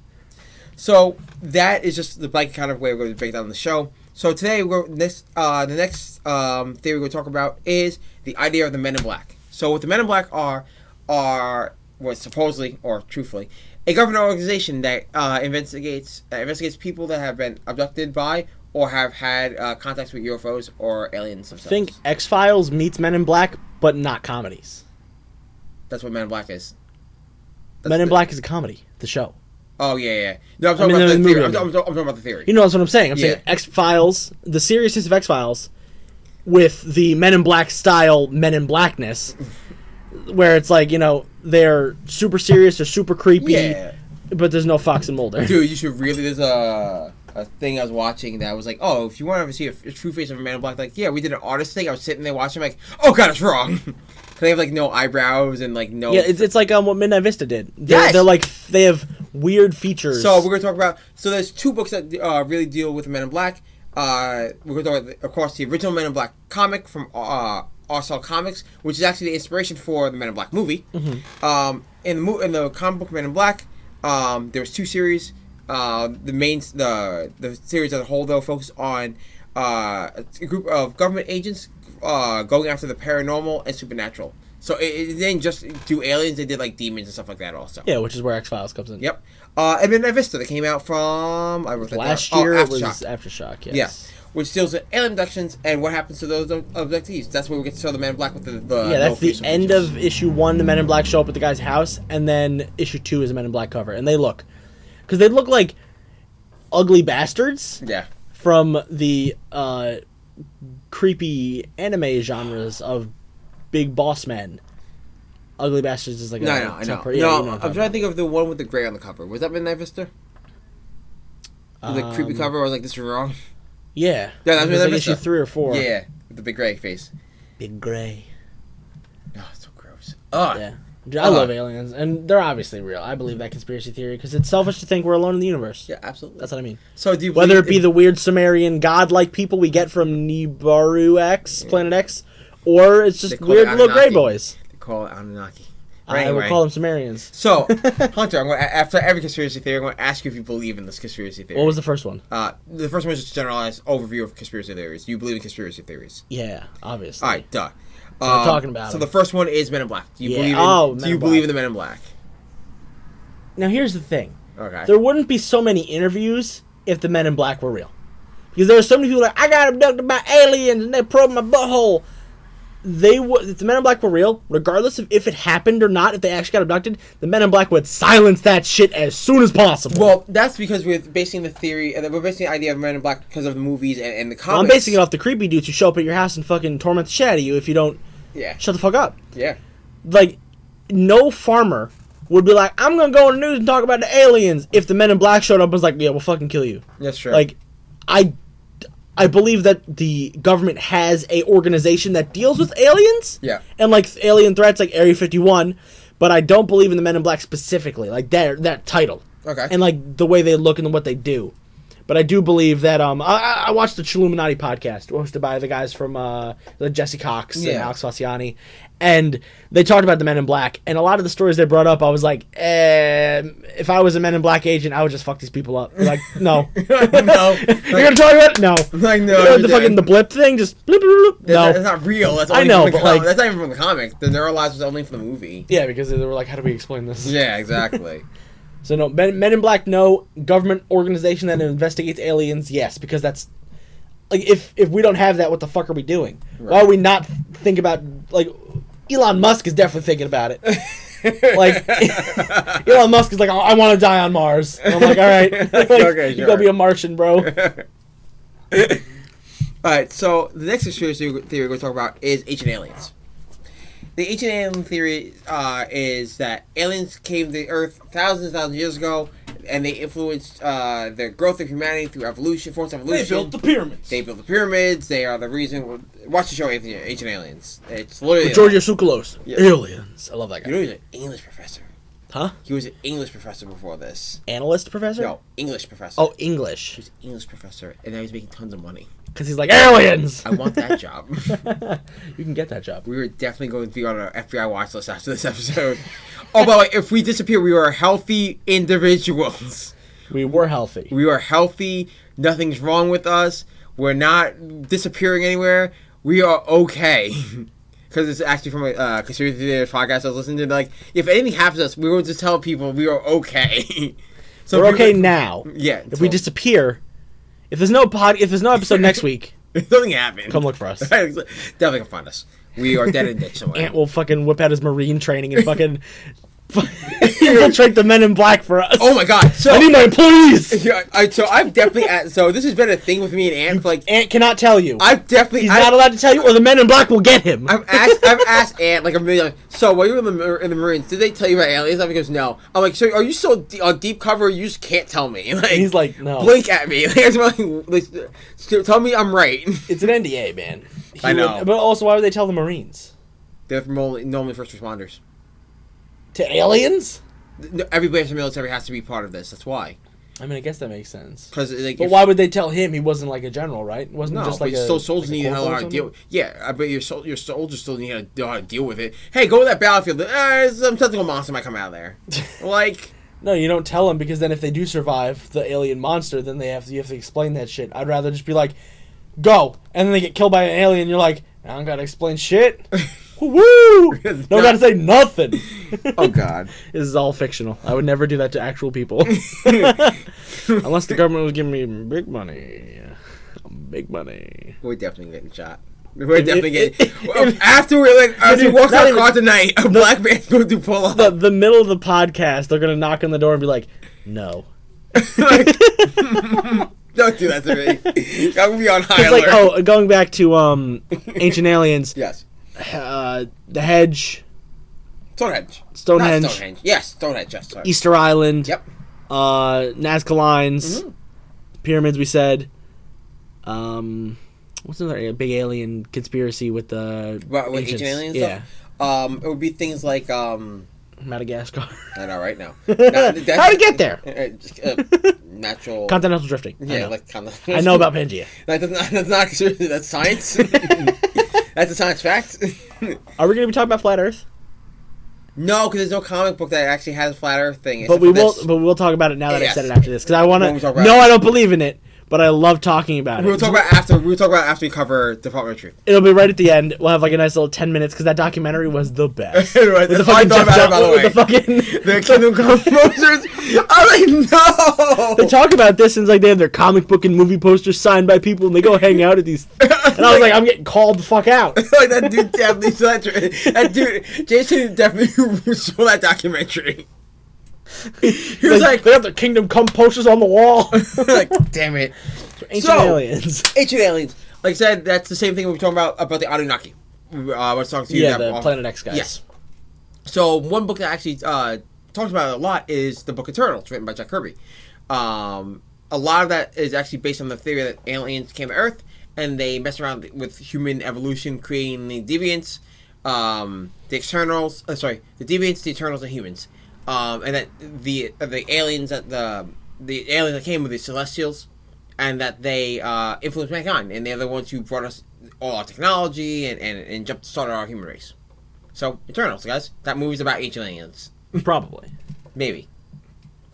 B: So that is just the blanket kind of way we're going to break down the show. So today, we're this uh, the next um, theory we're going to talk about is the idea of the Men in Black. So what the Men in Black are are was supposedly or truthfully a government organization that uh, investigates that investigates people that have been abducted by or have had uh, contacts with UFOs or aliens themselves.
C: Think X Files meets Men in Black, but not comedies.
B: that's what Men in Black is. That's
C: Men in
B: the-
C: Black is a comedy. The show.
B: Oh yeah, yeah. No, I'm talking
C: mean,
B: about
C: the
B: the theory.
C: movie, I
B: I'm,
C: mean.
B: I'm- I'm talking about the theory.
C: You know, that's what I'm saying. I'm
B: Yeah.
C: saying X Files, the seriousness of X Files, with the Men in Black style Men in Blackness, where it's like you know they're super serious, they're super creepy,
B: yeah.
C: but there's no Fox and Mulder.
B: Dude, you should really. There's a a thing I was watching that was like, oh, if you want to ever see a, a true face of a man in black, like, yeah, we did an artist thing. I was sitting there watching, like, oh god, it's wrong. 'Cause they have like no eyebrows and like no.
C: Yeah, it's, it's like um, what Midnight Vista did. They're,
B: Yes!
C: they're like they have weird features.
B: so we're gonna talk about. So there's two books that uh, really deal with Men in Black. Uh, we're going to talk about, of course, the original Men in Black comic from uh, RSL Comics, which is actually the inspiration for the Men in Black movie. Um, in the mo- in the comic book Men in Black, um, there was two series. Uh, the main the the series as a whole though focused on uh, a group of government agents uh, going after the paranormal and supernatural. So it, it didn't just do aliens; they did like demons and stuff like that also.
C: Yeah, which is where X Files comes in.
B: Yep. Uh, and Midnight Vista that came out from I wrote that
C: Last
B: down. Oh,
C: year it was
B: Aftershock.
C: Aftershock. Yes.
B: Yeah. Which deals with alien abductions and what happens to those ab- abductees. That's where we get to show the man in black with the. the
C: Yeah,
B: no
C: that's the
B: facial
C: end
B: features.
C: of issue one. The Men in Black show up at the guy's house, and then issue two is a Men in Black cover, and they look, because they look like ugly bastards
B: Yeah.
C: from the uh, creepy anime genres of big boss men. Ugly bastards is like
B: No,
C: a
B: no, I know.
C: temper- yeah, you
B: no,
C: what
B: I'm
C: talking
B: trying to think of the one with the gray on the cover. Was that Midnight Vista?
C: about.
B: the creepy
C: Um,
B: cover. I was like, this is wrong.
C: Yeah,
B: Yeah, that's
C: It
B: what
C: was
B: that
C: like
B: is,
C: issue
B: though.
C: three or four.
B: Yeah, with the big gray face.
C: big gray.
B: Oh, so gross. Ugh.
C: Yeah. Dude, I
B: Uh-huh.
C: love aliens, and they're obviously real. I believe that conspiracy theory because it's selfish to think we're alone in the universe.
B: Yeah, absolutely.
C: That's what I mean.
B: so do you
C: Whether
B: believe
C: it be
B: in-
C: the weird Sumerian god-like people we get from Nibiru X, Planet X, or it's
B: They
C: just
B: call it
C: weird little gray
B: Anunnaki.
C: boys.
B: they call it Anunnaki.
C: I
B: Anyway.
C: would call them Sumerians.
B: So, Hunter, I'm going to, after every conspiracy theory, I'm going to ask you if you believe in this conspiracy theory.
C: What was the first one?
B: Uh, the first one is just a generalized overview of conspiracy theories. Do you believe in conspiracy theories?
C: Yeah, obviously.
B: All right, duh.
C: we're
B: Um,
C: talking about
B: So
C: 'em.
B: the first one is Men in Black. Do you
C: Yeah,
B: believe in?
C: oh,
B: do
C: Men
B: you
C: in
B: believe
C: Black.
B: in the Men in Black?
C: Now here's the thing:
B: Okay.
C: there wouldn't be so many interviews if the Men in Black were real, because there are so many people like I got abducted by aliens and they probed my butthole. They would if the Men in Black were real, regardless of if it happened or not, if they actually got abducted, the Men in Black would silence that shit as soon as possible.
B: well, that's because we're basing the theory, and we're basing the idea of Men in Black because of the movies and, and the comics.
C: I'm basing it off the creepy dudes who show up at your house and fucking torment the shit out of you if you don't
B: Yeah,
C: shut the fuck up.
B: yeah.
C: Like, no farmer would be like, I'm gonna go on the news and talk about the aliens if the men in black showed up and was like, yeah, we'll fucking kill you.
B: That's true.
C: Like, I, I believe that the government has a organization that deals with aliens.
B: Yeah.
C: And like alien threats, like Area 51, but I don't believe in the men in black specifically, like that that title
B: okay.
C: and like the way they look and what they do. But I do believe that um I- I, I watched the Chilluminati podcast hosted by the guys from uh the Jesse Cox and
B: Yeah.
C: Alex Fasciani, and they talked about the Men in Black and a lot of the stories they brought up. I was like, eh, if I was a Men in Black agent, I would just fuck these people up. They're like, no,
B: no,
C: you're gonna talk about it? No,
B: Like, no,
C: You know, the
B: you're
C: fucking
B: dead.
C: the blip thing, just bloop, bloop, bloop.
B: that's,
C: no.
B: not, that's not real. That's
C: I
B: only
C: know,
B: from the
C: but,
B: com-
C: like-
B: that's not even from the comic. The neuralizer was only from the movie.
C: yeah, because they were like, how do we explain this?
B: Yeah, exactly.
C: So no, Men, Men in Black, no government organization that investigates aliens, yes, because that's like if if we don't have that, what the fuck are we doing? Why
B: Right.
C: are we not think about like Elon Musk is definitely thinking about it. Like Elon Musk is like, "Oh, I, want to die on Mars. And I'm like, all right, like,
B: Okay,
C: you go
B: sure.
C: be a Martian, bro.
B: All right, so the next conspiracy theory we're going to talk about is ancient aliens. The ancient alien theory uh, is that aliens came to Earth thousands and thousands of years ago, and they influenced uh, the growth of humanity through evolution, forced evolution.
C: pyramids.
B: They built the pyramids. They are the reason. Watch the show Ancient Ancient Aliens. It's literally
C: Georgia Tsoukalos,
B: Yeah.
C: aliens. I love that
B: You
C: guy.
B: know he's an English professor.
C: Huh?
B: He was an English professor before this.
C: Analyst professor?
B: No, English professor.
C: Oh, English,
B: He was an English professor, and now he's making tons of money.
C: because he's like aliens.
B: I want that job.
C: you can get that job.
B: We were definitely going to be on our FBI watch list after this episode. oh, by the way, if we disappear, we are healthy individuals.
C: We were healthy.
B: We are healthy. Nothing's wrong with us. We're not disappearing anywhere. We are okay. Because it's actually from a uh, conspiracy theory podcast I was listening to. Like, if anything happens to us, we will just tell people we are okay. so
C: We're
B: if we-
C: okay now.
B: Yeah.
C: If we disappear, if there's no pod, if there's no episode next week,
B: nothing happened.
C: come look for us.
B: definitely can find us. We are dead in ditch somewhere.
C: Ant will fucking whip out his marine training and fucking fu- infiltrate the men in black for us.
B: oh my god! So
C: I need my employees.
B: Yeah, I, so I've definitely at, so this has been a thing with me and Ant. for, Like
C: Ant cannot tell you.
B: I've definitely
C: He's
B: I,
C: not allowed to tell you, or the men in black will get him.
B: I've asked I've asked Ant like a million. Like, so while you were in the Mar- in the Marines, did they tell you about aliens? And he goes, no. I'm like, so are you still d- on deep cover? You just can't tell me. Like
C: He's like, no.
B: blink at me. Like, it's like, like, st- tell me I'm right.
C: It's an NDA, man. He
B: I know.
C: but also, why would they tell the Marines?
B: They're from only, normally first responders.
C: To aliens?
B: No, Every place in the military has to be part of this. That's why.
C: I mean, I guess that makes sense.
B: Because like,
C: But
B: if-
C: why would they tell him he wasn't like a general, right? Wasn't
B: No,
C: just like
B: but
C: a,
B: still, soldiers
C: like a
B: need to know
C: corporal or
B: how to
C: something?
B: deal. Yeah, I bet your sol- your soldiers still need to know how to deal with it. Hey, go to that battlefield. Uh, some tentacle monster might come out of there. like,
C: No, you don't tell them because then if they do survive the alien monster, then they have to, you have to explain that shit. I'd rather just be like, go, and then they get killed by an alien. You're like, I don't gotta explain shit. Woo!
B: It's
C: No
B: not-
C: gotta say nothing.
B: oh god,
C: This is all fictional. I would never do that to actual people, unless the government was giving me big money, big money.
B: we're definitely getting shot. We're definitely
C: it-
B: getting
C: it-
B: Well, after we like after we
C: dude,
B: walk
C: not
B: out
C: even-
B: car tonight. A black man's going to pull up.
C: The the middle of the podcast, they're gonna knock on the door and be like, no.
B: Like, don't do that to me. I'm gonna be on high
C: It's
B: alert.
C: like oh, going back to um, ancient aliens,
B: Yes,
C: uh, the hedge,
B: Stonehenge. Not
C: Stonehenge,
B: Stonehenge. Yes, Stonehenge. Yes, sorry.
C: Easter Island,
B: Yep.
C: uh, Nazca lines,
B: Mm-hmm.
C: pyramids. We said, um, what's another big alien conspiracy with the
B: But with ancient
C: ancients?
B: aliens,
C: Yeah,
B: stuff, um, it would be things like um.
C: Madagascar.
B: I know, right now. Now, that's-
C: How'd it get there?
B: Uh, just, uh, natural.
C: Continental drifting. I
B: Yeah,
C: know.
B: like kind of.
C: I know about Pangea.
B: that. That's not, that's not seriously, that's science. that's a science fact.
C: Are we going to be talking about flat Earth?
B: no, because there's no comic book that actually has a flat Earth thing.
C: But
B: except
C: we
B: for
C: will.
B: this.
C: But we'll talk about it now that I
B: Yes.
C: said it after this because I want
B: When we
C: to.
B: talk about
C: No,
B: it.
C: I don't believe in it, but I love talking about
B: We'll
C: it.
B: talk about after. We'll talk about after we cover Department of Truth.
C: It'll be right at the end. We'll have like a nice little ten minutes because that documentary was the best.
B: Right,
C: With the
B: that's all I
C: fucking
B: thought
C: Jeff
B: about it, by the
C: Johnson- with
B: way.
C: the fucking
B: The Kingdom Come posters. I'm like, no.
C: they talk about this and it's like they have their comic book and movie posters signed by people and they go hang out at these and I was like, I'm getting called the fuck out.
B: like that dude definitely saw that. That dude, Jason definitely saw that documentary. He was
C: like,
B: like,
C: they have their kingdom come posters on the wall.
B: like, damn it.
C: Ancient
B: So-
C: aliens.
B: Ancient aliens. Like I said, that's the same thing we were talking about about the Anunnaki. Uh, I was talking to you. that
C: Yeah, the
B: off-
C: Planet X guys.
B: Yes. So one book that actually uh, talks about it a lot is the book Eternals, written by Jack Kirby. Um, a lot of that is actually based on the theory that aliens came to Earth and they messed around with human evolution, creating the deviants, um, the externals. Uh, sorry, the deviants, the eternals, and humans. Um, and that the uh, the aliens that the the aliens that came with the Celestials, and that they uh, influenced mankind, and they're the ones who brought us all our technology and and, and jumped started our human race. So Eternals, guys. That movie's about ancient aliens.
C: Probably.
B: Maybe.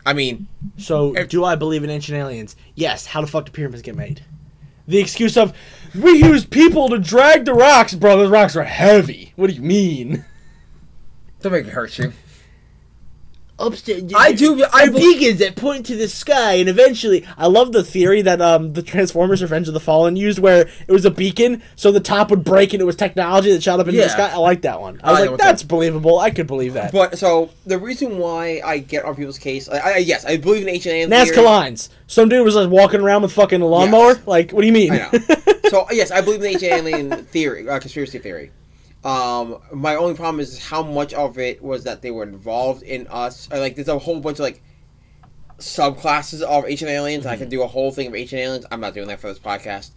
B: I mean,
C: So, do I believe in ancient aliens? Yes. How the fuck do pyramids get made? The excuse of, we used people to drag the rocks, bro. Those rocks are heavy. What do you mean?
B: don't make me hurt you.
C: Upstairs.
B: I do. I be-
C: beacons that point to the sky, and eventually, I love the theory that um the Transformers: Revenge of the Fallen used, where it was a beacon, so the top would break, and it was technology that shot up into the
B: Yeah.
C: sky. I like that one. I was
B: I like
C: like,
B: that one
C: that's believable. I could believe that.
B: But so the reason why I get on people's case, I, I yes, I believe in ancient aliens.
C: Nazca
B: theory.
C: lines. Some dude was like walking around with fucking a lawnmower.
B: Yes.
C: Like, what do you mean?
B: I know. so yes, I believe in ancient alien theory, uh, conspiracy theory. Um, my only problem is how much of it was that they were involved in us. Or, like, there's a whole bunch of like subclasses of ancient aliens. I could do a whole thing of ancient aliens. I'm not doing that for this podcast.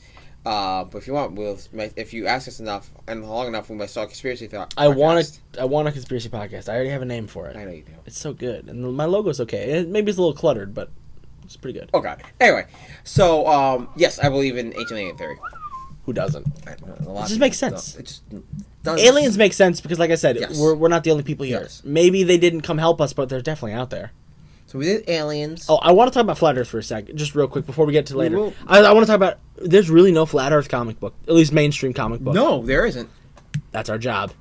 B: Uh, but if you want, we'll if you ask us enough and long enough, we might start a conspiracy theory.
C: I want a, I want a conspiracy podcast. I already have a name for
B: I
C: it.
B: know you do.
C: It's so good, and my logo's okay. It, maybe it's a little cluttered, but it's pretty good.
B: Oh god. Anyway, so um, yes, I believe in ancient alien theory.
C: Who doesn't?
B: I don't know, a lot
C: It just
B: of
C: makes
B: people
C: sense.
B: don't- It just doesn't.
C: Aliens make sense because, like I said,
B: Yes.
C: we're, we're not the only people here.
B: Yes.
C: Maybe they didn't come help us, but they're definitely out there.
B: So we did aliens.
C: Oh, I want to talk about flat Earth for a sec, just real quick before we get to later.
B: will.
C: I, I want to talk about there's really no flat Earth comic book, at least mainstream comic book.
B: no, there isn't.
C: that's our job.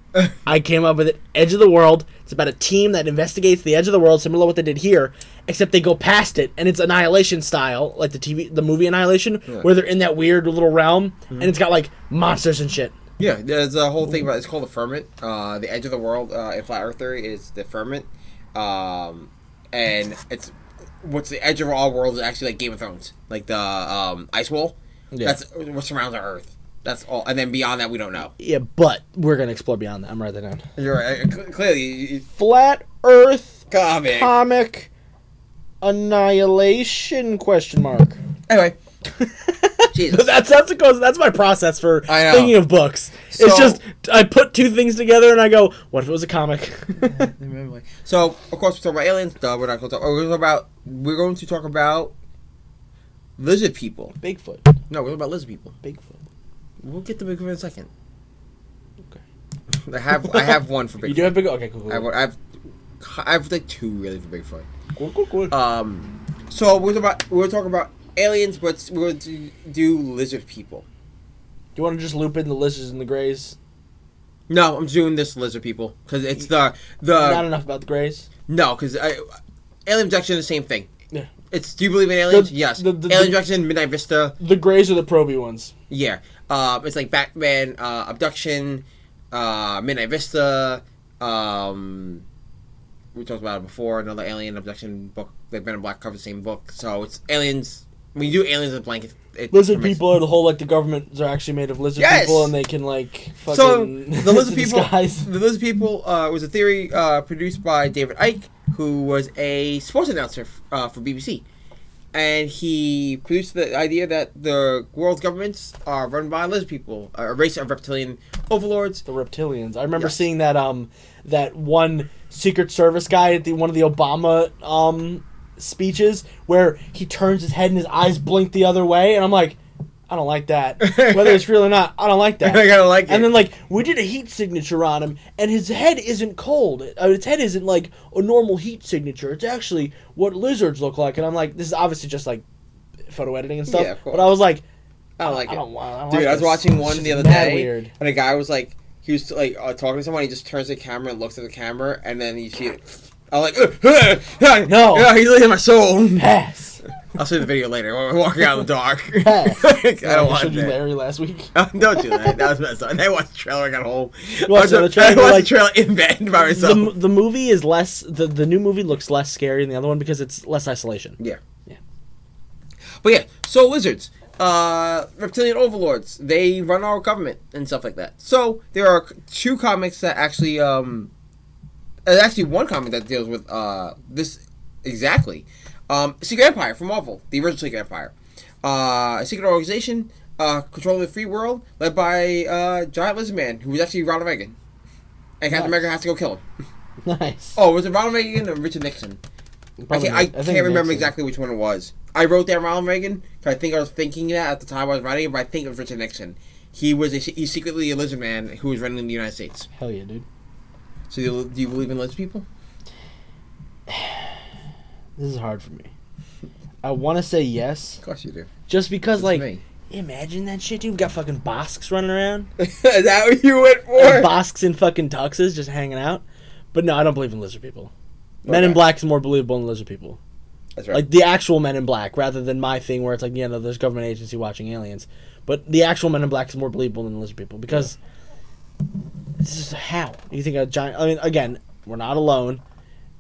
C: I came up with it. Edge of the World. It's about a team that investigates the edge of the world, similar to what they did here, except they go past it, and it's Annihilation style, like the TV, the movie Annihilation, where they're in that weird little realm,
B: Mm-hmm.
C: and it's got like monsters and shit.
B: Yeah, there's a whole thing about it's called the firmament. Uh, the edge of the world uh, in flat Earth theory is the firmament, um, and it's what's the edge of our world is actually like Game of Thrones, like the um, ice wall.
C: Yeah.
B: That's what surrounds our Earth. That's all, and then beyond that, we don't know.
C: Yeah, but we're gonna explore beyond that. I'm writing that down.
B: You're right. uh, cl- Clearly, you- you-
C: Flat Earth
B: comic.
C: comic annihilation question mark.
B: Anyway, Jesus.
C: That's that's the goes. That's my process for
B: I know.
C: thinking of books.
B: So-
C: it's just I put two things together and I go, what if it was a comic?
B: So, of course, we're talking about aliens. Duh, we're not going to talk. oh, We're going to talk about. We're going to talk about lizard people.
C: Bigfoot.
B: No, we're talking about lizard people.
C: Bigfoot.
B: We'll get to Bigfoot in a second.
C: Okay.
B: I have I have one for
C: You do
B: Bigfoot.
C: have Bigfoot. Okay, cool.
B: I have
C: Cool.
B: one- I have I have like two really for Bigfoot.
C: Cool. Cool. cool.
B: Um, so we're about we're talking about aliens, but we're going to do lizard people.
C: you want to just loop in the lizards and the grays?
B: No, I'm doing this lizard people because it's the
C: Not
B: the
C: enough about the grays.
B: no because aliens actually the same thing.
C: Yeah.
B: It's do you believe in aliens? yes.
C: the- the-
B: Alien
C: the-
B: abduction, Midnight Vista.
C: The grays are the proby ones.
B: Yeah. Um, it's like Batman uh, abduction, uh, Midnight Vista. Um, we talked about it before. Another alien abduction book. Like Men in Black cover the same book. So it's aliens. When you do aliens as a blanket, it
C: Lizard
B: permits-
C: people are the whole like the governments are actually made of lizard
B: Yes!
C: people and they can like fucking
B: So the lizard people,
C: disguise.
B: the lizard people uh, was a theory uh, produced by David Icke, who was a sports announcer f- uh, for BBC, and he produced the idea that the world's governments are run by lizard people, a race of reptilian overlords.
C: the reptilians. I remember
B: Yes.
C: seeing that um that one Secret Service guy at the one of the Obama um speeches where he turns his head and his eyes blink the other way, and I'm like, I don't like that. Whether it's real or not, I don't like that.
B: I gotta like it.
C: And then like we did a heat signature on him, and his head isn't cold. Uh, his head isn't like a normal heat signature. It's actually what lizards look like. And I'm like, this is obviously just like photo editing and stuff.
B: Yeah, of course.
C: but I was like,
B: I don't like
C: I
B: it.
C: don't want. I don't
B: Dude,
C: like
B: I was
C: this.
B: watching
C: It's
B: one
C: just
B: the other
C: mad
B: day,
C: Weird.
B: and a guy was like, he was like uh, talking to someone. He just turns to the camera and looks at the camera, and then you see it. I'm like,
C: No.
B: yeah, he's in my soul.
C: Pass.
B: I'll see the video later. We're walking out in the dark.
C: Hey.
B: I don't
C: showed
B: want
C: you
B: that.
C: Larry last week.
B: don't do that. That was messed up. I watched the trailer. I got home.
C: watched
B: I
C: the
B: watched
C: trailer,
B: I watched
C: like-
B: the trailer in bed by
C: The,
B: myself.
C: m- the movie is less the, the new movie looks less scary than the other one because it's less isolation.
B: yeah.
C: Yeah.
B: But yeah, so lizards, uh, reptilian overlords, they run our government and stuff like that. So there are two comics that actually, um, uh, actually one comic that deals with uh this exactly, um, Secret Empire from Marvel, the original Secret Empire, uh, a secret organization uh controlling the free world led by uh giant lizard man who was actually Ronald Reagan, and Captain
C: Nice.
B: America has to go kill him.
C: Nice.
B: Oh, was it Ronald Reagan or Richard Nixon? I
C: Probably
B: can't,
C: not.
B: I,
C: think
B: can't remember
C: Nixon.
B: exactly which one it was. I wrote down Ronald Reagan 'cause I think I was thinking that at the time I was writing it, but I think it was Richard Nixon. He was a, he's secretly a lizard man who was running the United States.
C: Hell yeah, dude.
B: So do you, do you believe in lizard people?
C: This is hard for me. I want to say yes,
B: Of course you do.
C: just because
B: It's
C: like
B: me.
C: imagine that shit, dude. We got fucking Bosks running around,
B: Is that what you went
C: and
B: for?
C: Bosks in fucking tuxes just hanging out. But no, I don't believe in lizard people. Men in
B: Okay.
C: Black is more believable than lizard people.
B: That's right.
C: Like the actual Men in Black, rather than my thing where it's like, yeah, no, there's government agency watching aliens. But the actual Men in Black is more believable than lizard people because this is how you think a giant. I mean, again, we're not alone.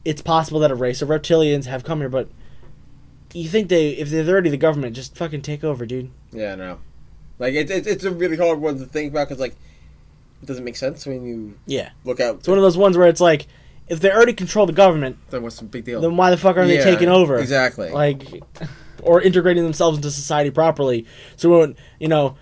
C: It's possible that a race of reptilians have come here, but you think they, if they're already the government, just fucking take over, dude.
B: yeah, no. Like it, it, it's a really hard one to think about because like it doesn't make sense when you
C: Yeah,
B: look out.
C: it's one of those ones where it's like, if they already control the government,
B: Then what's the big deal?
C: then why the fuck aren't
B: Yeah,
C: they taking over?
B: Exactly.
C: like or integrating themselves into society properly so when you know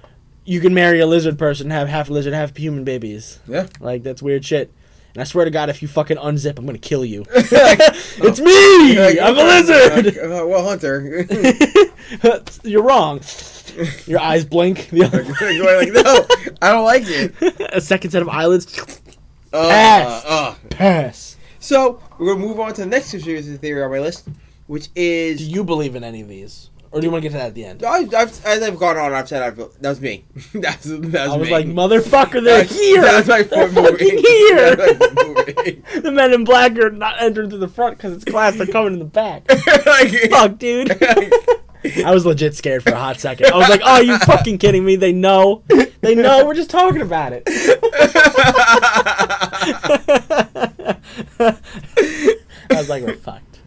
C: you can marry a lizard person and have half lizard half human babies
B: yeah.
C: like that's weird shit and i swear to god if you fucking unzip i'm gonna kill you it's me
B: Like,
C: i'm
B: like,
C: a
B: uh, well, Hunter.
C: lizard you're wrong your eyes blink the other
B: Going like, no, I don't like you.
C: a second set of eyelids
B: Uh,
C: Pass.
B: uh.
C: pass
B: So we're gonna move on to the next conspiracy theory on my list, which
C: do
B: is
C: you believe in any of these or do you want to get to that at the end
B: I've, I've, as I've gone on, I've said I've, that was me. that was, that was
C: I was
B: me.
C: like, motherfucker, they're
B: That-
C: here.
B: That was my
C: they're
B: foot moving.
C: fucking here.
B: That was my foot moving.
C: the men in black are not entering through the front because it's class. They're coming in the back.
B: Like,
C: Fuck, dude. I was legit scared for a hot second. I was like, "Oh, you fucking kidding me? They know, they know. We're just talking about it." I was like, "We're fucked."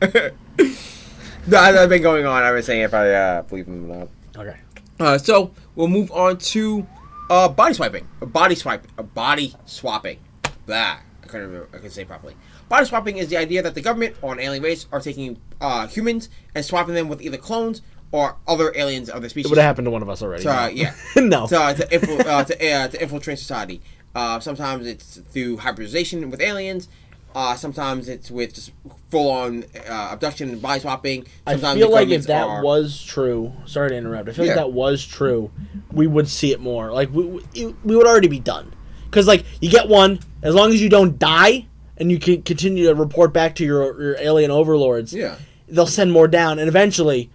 B: no, I've been going on. I've been saying if I uh, believe him or not.
C: Okay.
B: Uh, so we'll move on to uh, body swiping, a body swipe, a body swapping. Blah. I couldn't remember. I couldn't say it properly. Body swapping is the idea that the government or an alien race are taking uh, humans and swapping them with either clones or other aliens of the
C: It
B: species.
C: would have happened to one of us already.
B: To, uh, yeah.
C: no.
B: to, uh, to, infil- uh, to, uh, to infiltrate society. Uh, sometimes it's through hybridization with aliens. Uh, sometimes it's with just full on uh, abduction and body swapping.
C: I
B: Sometimes
C: feel
B: the
C: like
B: governments
C: if that
B: are-
C: was true, sorry to interrupt. I feel
B: Yeah.
C: like that was true, we would see it more. Like we we, it- we would already be done. Cuz like you get one as long as you don't die and you can continue to report back to your your alien overlords.
B: Yeah.
C: They'll send more down and eventually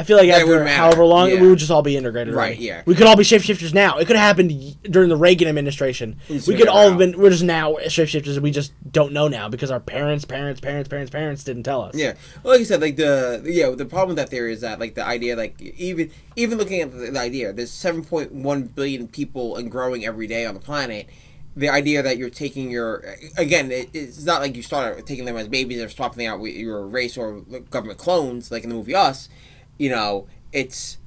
C: I feel like
B: Yeah, it
C: after
B: wouldn't matter.
C: however long
B: Yeah.
C: we would just all be integrated.
B: Right,
C: already.
B: yeah.
C: We could all be shapeshifters now. It could have happened y- during the Reagan administration.
B: It's
C: we
B: figured
C: could all have
B: out.
C: been we're just now shapeshifters and we just don't know now because our parents, parents, parents, parents, parents didn't tell us.
B: Yeah, well, like you said, like the yeah, the problem with that theory is that like the idea, like even even looking at the, the idea, there's 7.1 billion people and growing every day on the planet. The idea that you're taking your again, it, it's not like you started taking them as babies or swapping them out with your race or government clones, like in the movie Us. You know, it's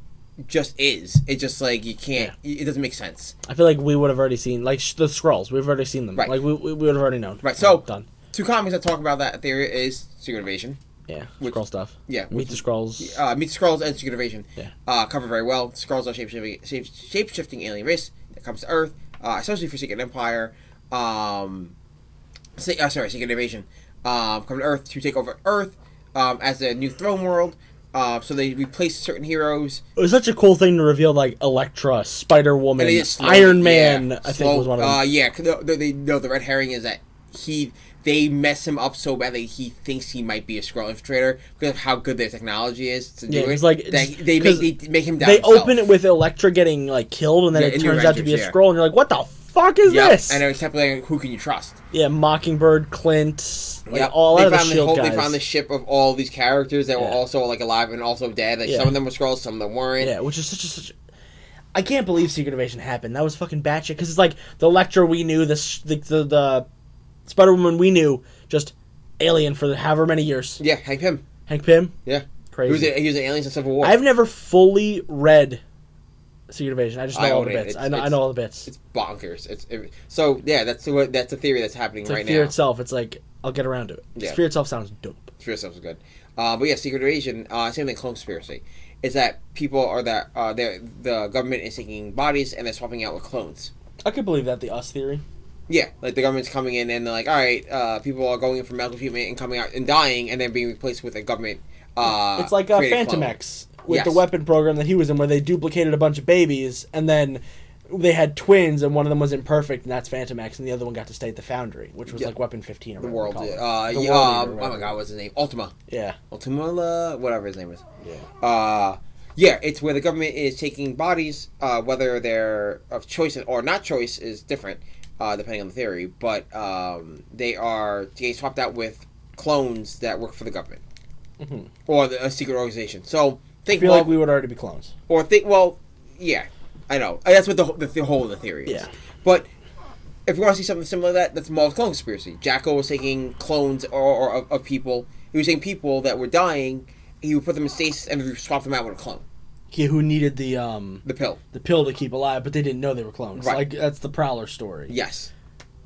B: just is. It's just like you can't. It doesn't make sense.
C: I feel like we would have already seen like sh- the scrolls. We've already seen them.
B: Right.
C: Like we, we would have already known.
B: Right, so-
C: done.
B: Two comics that talk about that theory is Secret Invasion.
C: Yeah.
B: Which-
C: scroll stuff.
B: yeah,
C: Meet
B: which-
C: the scrolls.
B: uh, meets Skrulls and Secret Invasion.
C: Yeah.
B: Uh, cover very well. Skrulls are shape-shifting, shape- shape-shifting alien race that comes to Earth, uh, especially for Secret Empire. Um, se- uh, sorry, Secret Invasion. Um, come to Earth to take over Earth um, as the new throne world. Uh, so they replace certain heroes.
C: it was such a cool thing to reveal like Electra, Spider Woman,
B: And they just slowly-
C: Iron Man.
B: yeah,
C: I think
B: slow-
C: was one of them.
B: Uh, yeah, 'cause no, they, they- no, the red herring is that he they mess him up so badly he thinks he might be a Skrull infiltrator because of how good their technology is to do
C: Yeah,
B: it.
C: he's like-
B: that they make
C: 'cause
B: they make him down.
C: they
B: himself.
C: open it with Electra getting like killed, and then
B: Yeah,
C: it
B: in New
C: turns out to be a
B: Avengers, yeah.
C: scroll, and you're like, what the fuck is
B: Yep,
C: this?
B: And it was kept like, who can you trust?
C: yeah, Mockingbird, Clint, like
B: Yeah,
C: all
B: they
C: out of the
B: found
C: shield
B: whole,
C: guys.
B: They found the ship of all these characters that were
C: Yeah.
B: also like alive and also dead. Like
C: Yeah.
B: some of them were scrolls, some of them weren't.
C: Yeah, which is such a such. A, I can't believe Secret Invasion happened. That was fucking batshit. Because it's like the Electra we knew, the sh- the the, the Spider Woman we knew, just alien for the however many years.
B: Yeah, Hank Pym.
C: Hank Pym,
B: Yeah, he was,
C: crazy.
B: a, he was an alien in Civil War.
C: I've never fully read Secret Invasion. I just know
B: I
C: all
B: own
C: the
B: it.
C: bits.
B: It's-
C: I know I
B: it's-
C: know all the bits. It's
B: it's bonkers. It's it, so yeah. That's the what that's the theory that's happening
C: like
B: right
C: Fear
B: now.
C: itself. It's like I'll get around to it.
B: Yeah.
C: Fear itself sounds dope.
B: Fear itself is good. Uh, but yeah, Secret Invasion. Uh, same thing. Clone conspiracy is that people are that uh, they're- the government is taking bodies and they're swapping out with clones.
C: I could believe that the Us theory.
B: Yeah, like the government's coming in and they're like, all right, uh, people are going in for medical treatment and coming out and dying and then being replaced with a government. Uh,
C: it's like uh,
B: created
C: Phantom
B: clone.
C: X with the
B: Yes.
C: weapon program that he was in, where they duplicated a bunch of babies, and then they had twins, and one of them was imperfect, and that's Phantom X, and the other one got to stay at the Foundry, which was
B: Yeah.
C: like Weapon Fifteen or
B: The
C: whatever
B: world.
C: they call
B: Uh,
C: it.
B: yeah,
C: The World
B: um,
C: Eater,
B: oh my
C: whatever.
B: god, what's his name? Ultima.
C: Yeah,
B: Ultima, whatever his name is.
C: yeah.
B: Uh, yeah, it's where the government is taking bodies, uh, whether they're of choice or not choice is different, uh, depending on the theory, but um, they are getting swapped out with clones that work for the government
C: Mhm.
B: or the, a secret organization. So
C: I
B: think
C: feel
B: well,
C: like we would already be clones.
B: or think well, yeah, I know Uh, that's what the, whole- the, the whole of the theory is.
C: Yeah.
B: But if you want to see something similar to that, that's Marvel's clone conspiracy. Jacko was taking clones or, or of, of people. He was taking people that were dying. He would put them in stasis and would swap them out with a clone,
C: He who needed the um
B: the pill.
C: the pill to keep alive, but they didn't know they were clones.
B: Right.
C: Like that's the Prowler story.
B: Yes.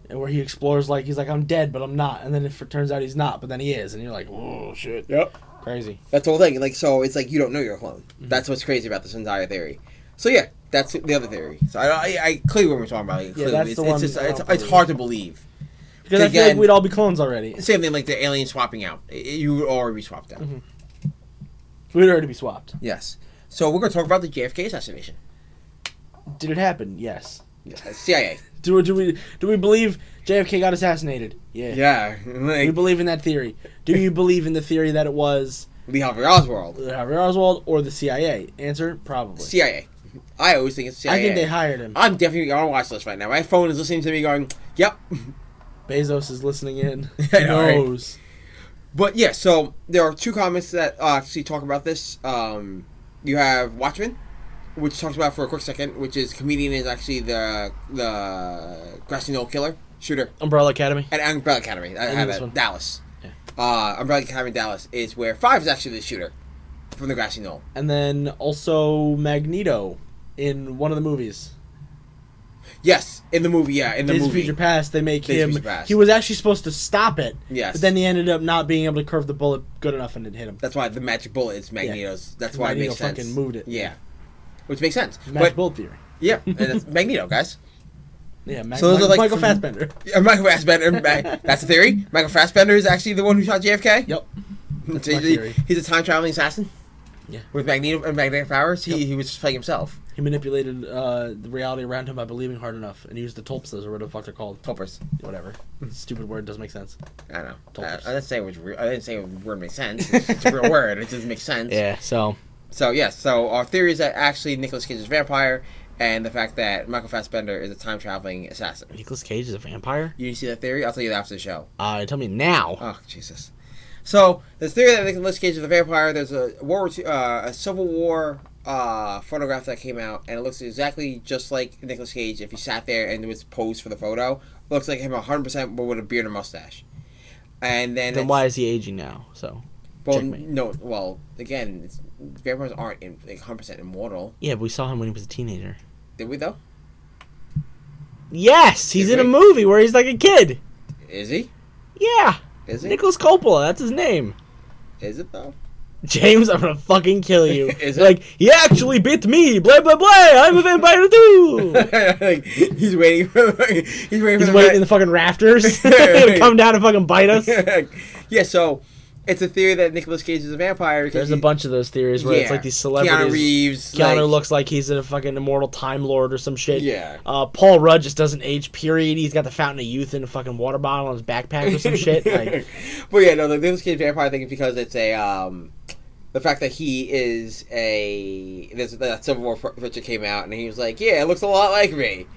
C: and where he explores like he's like I'm dead, but I'm not, and then it f- turns out he's not, but then he is, and you're like, oh shit,
B: Yep.
C: crazy.
B: That's the whole thing. Like so, it's like you don't know you're a clone.
C: Mm-hmm.
B: That's what's crazy about this entire theory. So yeah, that's the other theory. So I, I, I clearly what we're talking about. Clearly,
C: that's
B: it's,
C: the
B: it's
C: one
B: just-
C: I
B: it's,
C: don't
B: it's
C: believe.
B: hard to believe.
C: Because I feel like
B: Again-
C: we'd all be clones already.
B: Same thing like the alien swapping out. I- You would already be swapped
C: Mm-hmm.
B: out.
C: We'd already be swapped.
B: Yes. So we're gonna talk about the JFK assassination.
C: Did it happen? Yes.
B: Uh, CIA.
C: Do do we do we believe JFK got assassinated? Yeah.
B: Yeah.
C: Do we
B: Like
C: believe in that theory? Do you believe in the theory that it was
B: Lee Harvey Oswald.
C: Harvey Oswald or the CIA? Answer probably.
B: CIA. I always think it's CIA.
C: I think they hired him.
B: I'm definitely on a watch list right now. My phone is listening to me going, "Yep."
C: Bezos is listening in.
B: I know, right?
C: knows.
B: But yeah, so there are two comments that uh, actually talk about this. Um, you have Watchmen, which talks about for a quick second, which is comedian is actually the the grassy knoll killer shooter
C: Umbrella Academy.
B: at Umbrella Academy. I
C: knew
B: have
C: this
B: that.
C: one.
B: Dallas.
C: Yeah.
B: Uh, Umbrella Academy Dallas is where Five is actually the shooter from the grassy knoll.
C: And then also Magneto in one of the movies.
B: Yes, in the movie. Yeah, in the
C: Days of
B: movie.
C: Future Past, they make
B: Days of
C: him.
B: Future Past.
C: He was actually supposed to stop it.
B: Yes.
C: But then he ended up not being able to curve the bullet good enough and it hit him.
B: That's why the magic bullet is Magneto's. That's why
C: Magneto
B: it makes sense.
C: fucking moved it.
B: Yeah, which makes sense.
C: Magic
B: but
C: bullet theory.
B: yeah, and that's Magneto, guys.
C: Yeah, Mac-
B: So those
C: Michael,
B: are like
C: Michael
B: from-
C: Fassbender.
B: Yeah, Michael Fassbender. Ma- that's the theory. Michael Fassbender is actually the one who shot JFK.
C: Yep.
B: That's
C: my
B: he-
C: theory.
B: he's a time traveling assassin.
C: Yeah.
B: With magnetic and magnetic powers, he, he was just playing himself.
C: He manipulated uh, the reality around him by believing hard enough, and he used the tulpses or whatever the fuck they're called.
B: Tulpers.
C: Whatever. Stupid word doesn't make sense.
B: I don't know. I, I
C: Tulpers.
B: didn't say it was real. I didn't say it was word makes sense. It's a real word. It doesn't make sense.
C: Yeah. So
B: So yes. So our theory is that actually Nicolas Cage is a vampire, and the fact that Michael Fassbender is a time traveling assassin.
C: Nicolas Cage is a vampire.
B: You see that theory? I'll tell you that after the show.
C: Uh, tell me now.
B: Oh Jesus! So this theory that Nicolas Cage is a vampire. There's a war, War II- uh, a Civil War uh, photograph that came out, and it looks exactly just like Nicolas Cage if he sat there and was posed for the photo. Looks like him 100, percent but with a beard and mustache. And then,
C: then
B: it's-
C: why is he aging now? So
B: Well,
C: checkmate.
B: no. Well, again, it's, vampires aren't in, like 100 percent immortal.
C: yeah, but we saw him when he was a teenager.
B: Did we though?
C: Yes, he's
B: Did
C: in a
B: we?
C: movie where he's like a kid.
B: Is he?
C: Yeah,
B: Is he?
C: Nicholas Coppola. That's his name.
B: Is it though?
C: James, I'm gonna fucking kill you.
B: Is it?
C: like he actually bit me. Blah blah blah. I'm a vampire too.
B: like, he's waiting for. he's waiting for.
C: He's
B: the
C: waiting in the fucking rafters. He'll come down and fucking bite us.
B: yeah, so it's a theory that Nicolas Cage is a vampire. Because
C: There's a
B: he-
C: bunch of those theories where it's
B: yeah.
C: like these
B: Keanu
C: celebrities.
B: Reeves.
C: Keanu
B: like-
C: looks like he's a fucking immortal time lord or some shit.
B: Yeah.
C: Uh, Paul Rudd just doesn't age. Period. He's got the fountain of youth in a fucking water bottle in his backpack or some shit. Like,
B: but yeah, no, the Nicolas Cage vampire thing is because it's a um, the fact that he is a there's that Civil War picture came out and he was like, yeah, it looks a lot like me,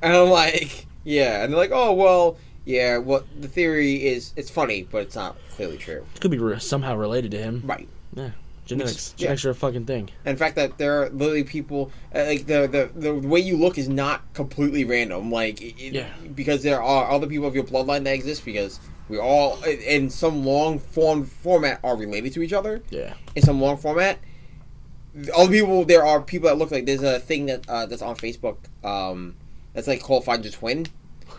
B: and I'm like, yeah, and they're like, oh well, yeah, well the theory is it's funny, but it's not clearly true,
C: could be re- somehow related to him.
B: right?
C: Genetics.
B: yeah.
C: Genetics are a fucking thing.
B: And the fact that there are literally people uh, like the, the the way you look is not completely random, like it, it-
C: Yeah.
B: because there are other people of your bloodline that exist because we all in- in some long form format are related to each other
C: Yeah.
B: in some long format. Other people, there are people that look like there's a thing that uh, that's on Facebook um, that's like called Find Your Twin,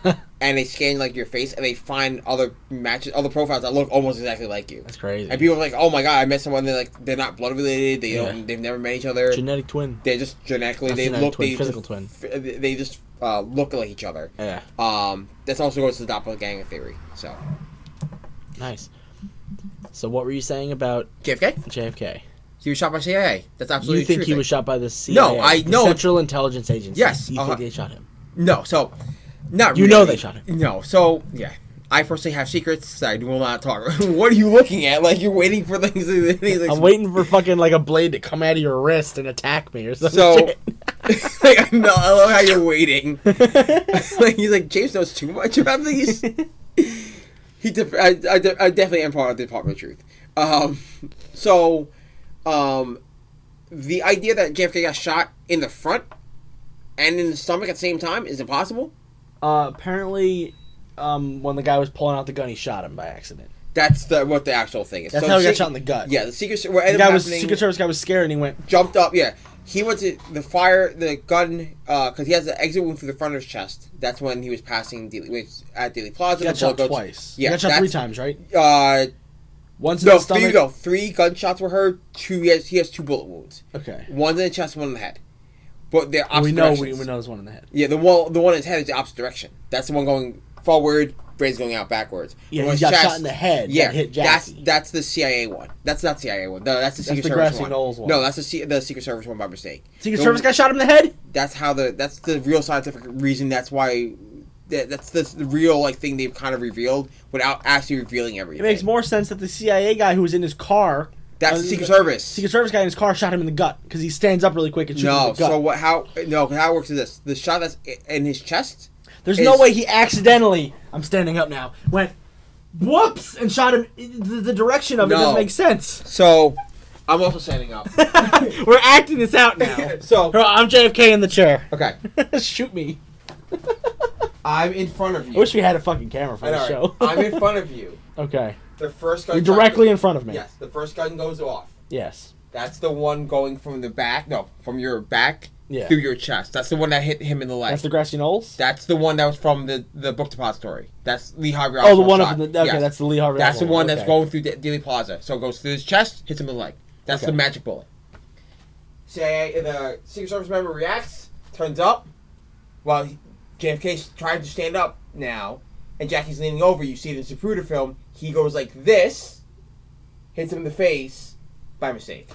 B: and they scan like your face and they find other matches, other profiles that look almost exactly like you.
C: That's crazy.
B: And people are like, "Oh my god, I met someone." They're like, they're not blood related. They
C: Yeah.
B: don't. They've never met each other.
C: Genetic twin.
B: they're just genetically.
C: Not
B: they
C: genetic
B: look.
C: twin,
B: they
C: physical twin.
B: just, twin. They just uh, look like each other.
C: Yeah.
B: Um, that's also goes to the doppelganger theory. So
C: Nice. So what were you saying about
B: JFK,
C: JFK?
B: he was shot by CIA. That's absolutely.
C: you think
B: true
C: he
B: thing.
C: was shot by the CIA?
B: I
C: the
B: know-
C: Central Intelligence Agency.
B: Yes,
C: You
B: uh-huh.
C: think they shot him?
B: No, so not
C: You
B: really.
C: know they shot him.
B: No, so yeah. I personally have secrets that I will not talk. what are you looking at? Like you're waiting for things. things like,
C: I'm waiting for fucking like a blade to come out of your wrist and attack me or something.
B: So, like, I know. I love how you're waiting. like he's like James knows too much about these. he, def- I, I, de- I definitely am part of the Department of Truth. Um, so, um, the idea that JFK got shot in the front and in the stomach at the same time is impossible.
C: uh, apparently, um, when the guy was pulling out the gun, he shot him by accident.
B: That's the what the actual thing is.
C: That's
B: So
C: how he got
B: Sha-
C: shot in the gut.
B: Yeah, the secret. What ended
C: The
B: up
C: guy was
B: happening-
C: Secret Service guy was scared and he went.
B: jumped up. Yeah, he went to the fire, the gun, because he has an exit wound through the front of his chest. That's when he was passing Dealey, was at Daily Plaza.
C: He got
B: The bullet
C: shot
B: goes-
C: twice.
B: yeah,
C: he got shot three
B: that's-
C: times, right?
B: Uh,
C: Once in
B: no,
C: the stomach.
B: three. No, three gunshots were heard. Two. He has, he has two bullet wounds.
C: Okay.
B: One in the chest, one in the head. But they're opposite
C: we know. We,
B: directions.
C: we know there's one in the head.
B: Yeah, the one the one in his head is the opposite direction. That's the one going forward. Bray's going out backwards.
C: Yeah,
B: The one
C: he
B: in
C: got
B: his
C: shot
B: chest-
C: in the head.
B: yeah,
C: that hit
B: that's
C: Jackie.
B: that's the CIA one. That's not CIA one. No, that's the Secret
C: the
B: Service
C: Grassy
B: one.
C: Knolls one.
B: No, that's the, C- the Secret Service one by mistake.
C: Secret
B: The-
C: Service guy shot him in the head.
B: that's how the that's the real scientific reason that's why that, that's the, the real like thing they've kind of revealed without actually revealing
C: It
B: everything.
C: makes more sense that the CIA guy who was in his car,
B: that's
C: uh,
B: the Secret Service.
C: Secret Service guy in his car, shot him in the gut because he stands up really quick and shoots him
B: no,
C: in the gut.
B: so what? How? No, how it works is this: the shot that's i- in his chest.
C: There's no
B: is-
C: way he accidentally. I'm standing up now. Went, whoops, and shot him. The, the direction of it
B: No.
C: doesn't make sense.
B: So, I'm also standing up.
C: We're acting this out now.
B: so,
C: Bro, I'm JFK in the chair.
B: okay,
C: Shoot me.
B: I'm in front of you.
C: I wish we had a fucking camera for
B: All
C: this
B: right,
C: show.
B: I'm in front of you.
C: okay.
B: The first gun.
C: You're
B: shot
C: directly
B: goes-
C: in front of me.
B: Yes, the first gun goes off.
C: Yes.
B: That's the one going from the back. No, from your back
C: Yeah.
B: through your chest. That's the one that hit him in the leg.
C: That's the grassy knolls.
B: That's the one that was from the, the book depository. That's Lee Harvey.
C: Oh, the
B: Oswald
C: one
B: shot.
C: up in the. Okay,
B: Yes.
C: that's the Lee Harvey.
B: That's the
C: Oswald
B: one that's
C: Okay.
B: going through De- Dealey Plaza. So it goes through his chest, hits him in the leg. That's the
C: Okay.
B: magic bullet. uh, Say the Secret Service member reacts, turns up. Well, he- JFK's trying to stand up now, and Jackie's leaning over. You see it in the Zapruder film. He goes like this, hits him in the face by mistake.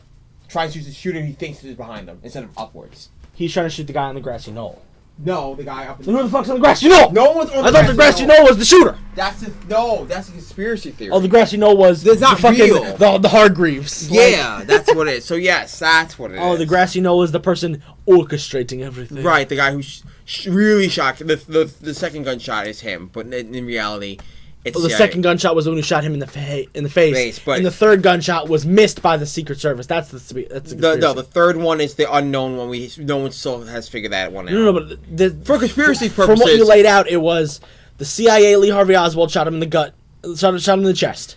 B: Tries to use the shooter he thinks is behind him instead of upwards.
C: He's trying to shoot the guy on the grassy knoll.
B: No, the guy up in
C: Then who the fuck's on the grassy knoll?
B: No one's on
C: I thought the grassy knoll was the shooter.
B: That's a, no, that's a conspiracy theory.
C: Oh, the grassy knoll was
B: That's
C: the
B: not
C: fucking
B: real.
C: the the Hargreaves.
B: yeah, that's what it is. So yes, that's what it is.
C: Oh, the grassy knoll was the person orchestrating everything.
B: Right, the guy who sh- sh- really shot the, the the second gunshot is him, but in, in reality, it's
C: Well, the
B: CIA.
C: second gunshot was the one who shot him in the fa- in the face,
B: Face, but-
C: and the third gunshot was missed by the Secret Service. That's the spe- that's the,
B: The, no, the
C: conspiracy.
B: third one is the unknown one. We no one still has figured that one out.
C: no, no, no, but the,
B: For conspiracy
C: from what you
B: purposes-
C: laid out, it was the CIA. Lee Harvey Oswald shot him in the gut, shot, shot him in the chest.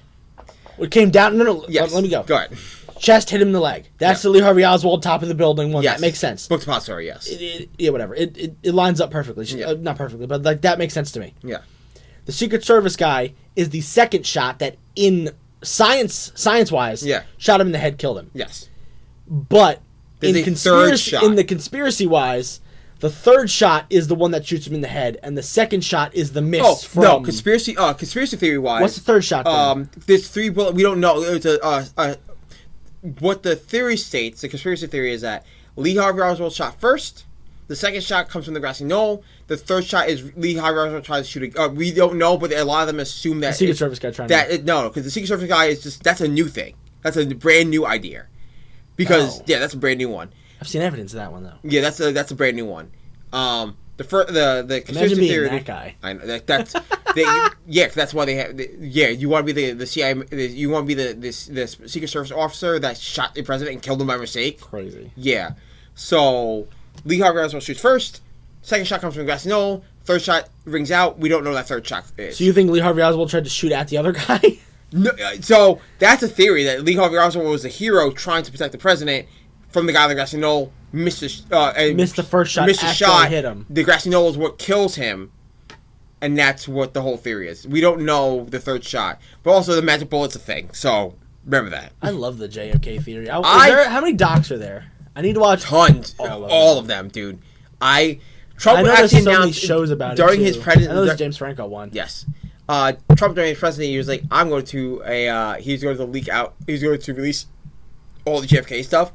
C: It came down. No, no,
B: Yes.
C: let, let me go.
B: Go ahead.
C: Chest hit him in the leg. That's the Lee Harvey Oswald top of the building one.
B: Yes,
C: That makes sense.
B: Book depository. Yes.
C: It- it- yeah, whatever. It, it, it lines up perfectly. Sh-
B: Yeah.
C: uh, not perfectly, but like that makes sense to me.
B: yeah.
C: The Secret Service guy is the second shot that in science science wise
B: Yeah.
C: shot him in the head, killed him.
B: Yes.
C: But
B: There's a
C: in
B: third
C: conspiracy
B: shot.
C: in the conspiracy wise, the third shot is the one that shoots him in the head, and the second shot is the miss
B: Oh
C: from
B: no, conspiracy. Uh, conspiracy theory wise.
C: What's the third shot then?
B: Um, there's three bullet. We don't know. It's a, uh, uh, what the theory states, the conspiracy theory is that Lee Harvey Oswald shot first. The second shot comes from the grassy knoll. The third shot is Lee Harvey Oswald tries to shoot. A, uh, we don't know, but a lot of them assume that
C: the Secret
B: it-
C: Service guy trying
B: That
C: to
B: it, no, because the Secret Service guy is just that's a new thing. That's a brand new idea. Because
C: Oh.
B: yeah, that's a brand new one.
C: I've seen evidence of that one though.
B: Yeah, that's a that's a brand new one. Um, the fir- the the conspiracy
C: Imagine being
B: theory.
C: that guy.
B: I know that, that's they, yeah. 'cause That's why they have. They, yeah, you want to be the the CIA. The, you want to be the this this Secret Service officer that shot the president and killed him by mistake.
C: Crazy.
B: Yeah. So Lee Harvey Oswald shoots first. Second shot comes from Grassy Knoll. Third shot rings out. We don't know that third shot is.
C: Do you think Lee Harvey Oswald tried to shoot at the other guy?
B: No, uh, so that's a theory that Lee Harvey Oswald was a hero trying to protect the president from the guy on the grassy knoll. Missed the sh- uh, and
C: Missed the first shot
B: Missed the
C: after I
B: shot.
C: hit him.
B: The grassy knoll is what kills him, and that's what the whole theory is. We don't know the third shot, but also the magic bullet's a thing. So remember that.
C: I love the JFK theory. I, is
B: I-
C: there- how many docs are there? I need to watch
B: Tons,
C: All
B: all,
C: of
B: of,
C: them.
B: them, dude. I Trump
C: I know there's
B: actually
C: so many
B: announced
C: shows about it
B: during
C: too.
B: his
C: I know
B: presidency.
C: there's James Franco one.
B: Yes. Uh, Trump during his presidency, he was like, "I'm going to a uh, he's going to leak out, he's going to release all the JFK stuff,"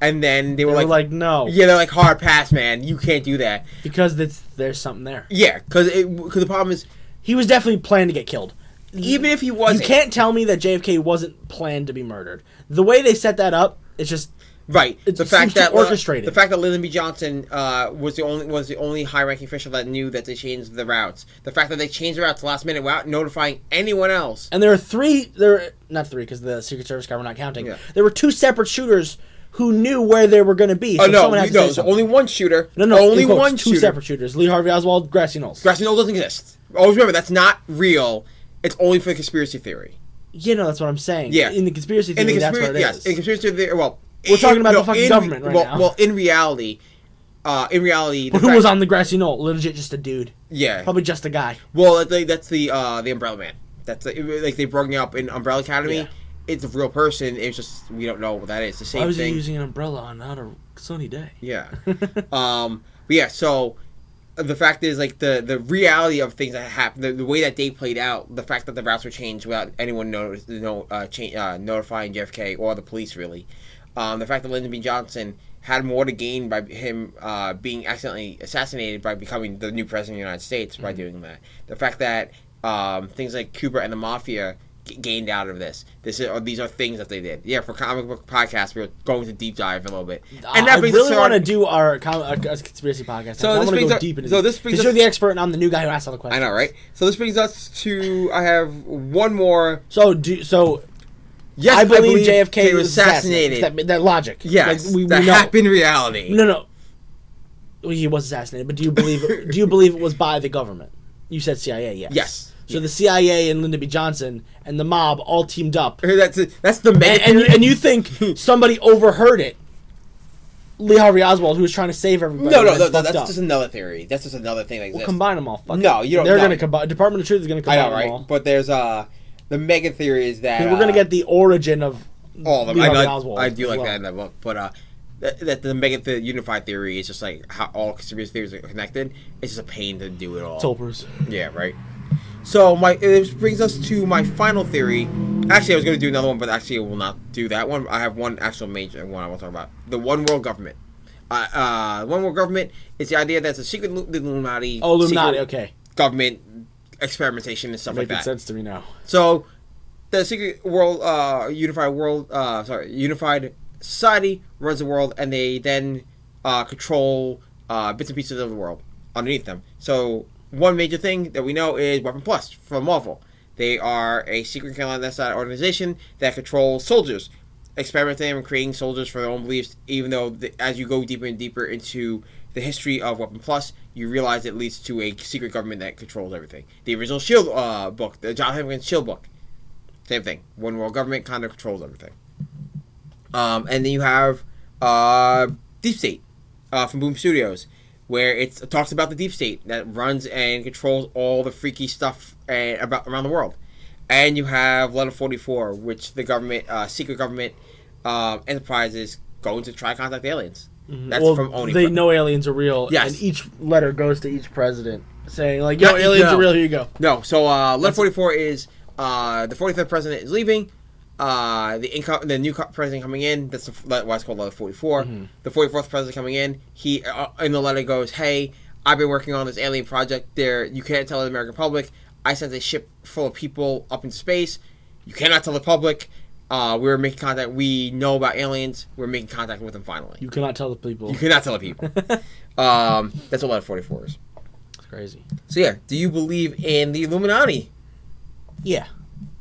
B: and then they were,
C: they were
B: like,
C: like, "Oh." no,
B: "Yeah, they're like hard pass, man. You can't do that."
C: because it's, there's something there.
B: Yeah, because because the problem is
C: He was definitely planned to get killed.
B: even if he wasn't
C: You can't tell me that JFK wasn't planned to be murdered. The way they set that up, it's just
B: right,
C: it
B: the
C: seems
B: fact
C: too
B: that
C: orchestrated.
B: the fact that Lyndon B. Johnson uh, was the only was the only high ranking official that knew that they changed the routes, the fact that they changed the routes last minute without notifying anyone else.
C: and there are three. There are, not three because the Secret Service guy we're not counting.
B: Yeah.
C: There were two separate shooters who knew where they were going to be. So
B: Oh no,
C: someone
B: no,
C: had to say
B: there's
C: something.
B: only one shooter.
C: no, no,
B: only
C: in quotes,
B: one
C: two
B: shooter.
C: separate shooters: Lee Harvey Oswald, Grassy Knowles.
B: Grassy Knoll doesn't exist. Always remember that's not real. It's only for conspiracy theory.
C: you know that's what I'm saying.
B: Yeah.
C: in the conspiracy theory,
B: In the
C: that's where
B: conspiracy,
C: it is.
B: yes, in conspiracy theory. Well,
C: We're talking about the fucking
B: in-
C: government right
B: well,
C: now.
B: Well, in reality, uh, in reality,
C: But who was on the grassy knoll? Legit, just a dude.
B: Yeah.
C: Probably just a guy.
B: Well, that- they, that's the uh, the Umbrella Man. That's the, it- like they brought me up in Umbrella Academy.
C: Yeah.
B: It's a real person. It's just we don't know what that is. The
C: Why
B: same
C: was he
B: thing.
C: using an umbrella on not a sunny day?
B: Yeah. um. But yeah. So uh, the fact is, like the the reality of things that happened, the, the way that day played out, the fact that the routes were changed without anyone notice, no uh, cha- uh, notifying JFK or the police really, um, the fact that Lyndon B. Johnson had more to gain by him uh, being accidentally assassinated by becoming the new president of the United States by
C: Mm-hmm.
B: doing that, the fact that um, things like Cuba and the mafia. g- Gained out of this. This is, or these are things that they did. Yeah, for comic book podcast, we're going to deep dive a little bit.
C: I
B: brings us
C: really
B: to our-
C: want to do our, com- our, our conspiracy podcast.
B: So
C: So I
B: this
C: want to
B: brings
C: go
B: up-
C: deep into
B: so
C: this.
B: this brings
C: because you're
B: us-
C: the expert and I'm the new guy who asked all the questions.
B: I know, right? So this brings us to I have one more.
C: So do so.
B: Yes,
C: I, believe JFK was assassinated.
B: assassinated.
C: That, that logic.
B: yes,
C: Like, we, we
B: that
C: know.
B: happened in reality.
C: No, no. Well, he was assassinated, but do you believe? do you believe it was by the government? You said CIA. Yes.
B: Yes.
C: So the CIA and Lyndon B. Johnson and the mob all teamed up
B: That's it. That's the main.
C: and, and, you, and you think somebody overheard it. Lee Harvey Oswald, who was trying to save everybody.
B: no, no,
C: and
B: no, no.
C: fucked
B: That's
C: up.
B: just another theory. That's just another thing that
C: We'll
B: exists.
C: combine them all. Fuck
B: No,
C: it.
B: you don't-
C: They're
B: no.
C: gonna combine. Department of Truth is gonna
B: I
C: combine
B: know,
C: them all.
B: right? But there's uh the mega theory is that
C: 'Cause we're gonna
B: uh,
C: get the origin of
B: all of them.
C: Lee
B: I,
C: Harvey
B: like-
C: Oswald
B: I do
C: as
B: like
C: well.
B: that in that book, but uh that, that the make it the unified theory is just like how all conspiracy theories are connected. It's just a pain to do it all.
C: Tulpers.
B: Yeah, right. So my this brings us to my final theory. Actually, I was going to do another one, but actually, I will not do that one. I have one actual major one I want to talk about: the one world government. Uh, uh, one world government is the idea that it's a secret Lu- the Illuminati,
C: Oh, Illuminati.
B: secret
C: Okay,
B: government experimentation and stuff
C: making
B: like that.
C: sense to me now.
B: So, the secret world, uh, unified world, uh, sorry, unified society runs the world, and they then uh, control uh, bits and pieces of the world underneath them. So, one major thing that we know is Weapon Plus from Marvel. They are a secret Carolina side organization that controls soldiers, experimenting and creating soldiers for their own beliefs. Even though, the, as you go deeper and deeper into the history of Weapon Plus, you realize it leads to a secret government that controls everything. The original Shield uh, book, the John Henry Shield E book, same thing. One world government kind of controls everything. Um, and then you have uh, Deep State uh, from Boom Studios, where it's, it talks about the Deep State that runs and controls all the freaky stuff uh, about around the world. And you have Letter 44, which the government, uh, secret government uh, enterprises going to try to contact aliens. That's
C: Mm-hmm. well,
B: from Oni.
C: they know aliens are real.
B: Yes.
C: and each letter goes to each president saying like, "Yo,
B: Not-
C: aliens
B: no.
C: are real. Here you go."
B: No, so uh, letter forty four is uh, the forty fifth president is leaving. Uh, the income, the new co- president coming in. That's the, f- le- why it's called letter forty The forty fourth president coming in. He uh, in the letter goes, "Hey, I've been working on this alien project. There, you can't tell the American public. I sent a ship full of people up into space. You cannot tell the public. Uh, we're making contact. We know about aliens. We're making contact with them finally.
C: You cannot tell the people.
B: You cannot tell the people. um, that's what letter forty four is.
C: It's crazy.
B: So yeah, do you believe in the Illuminati?
C: Yeah,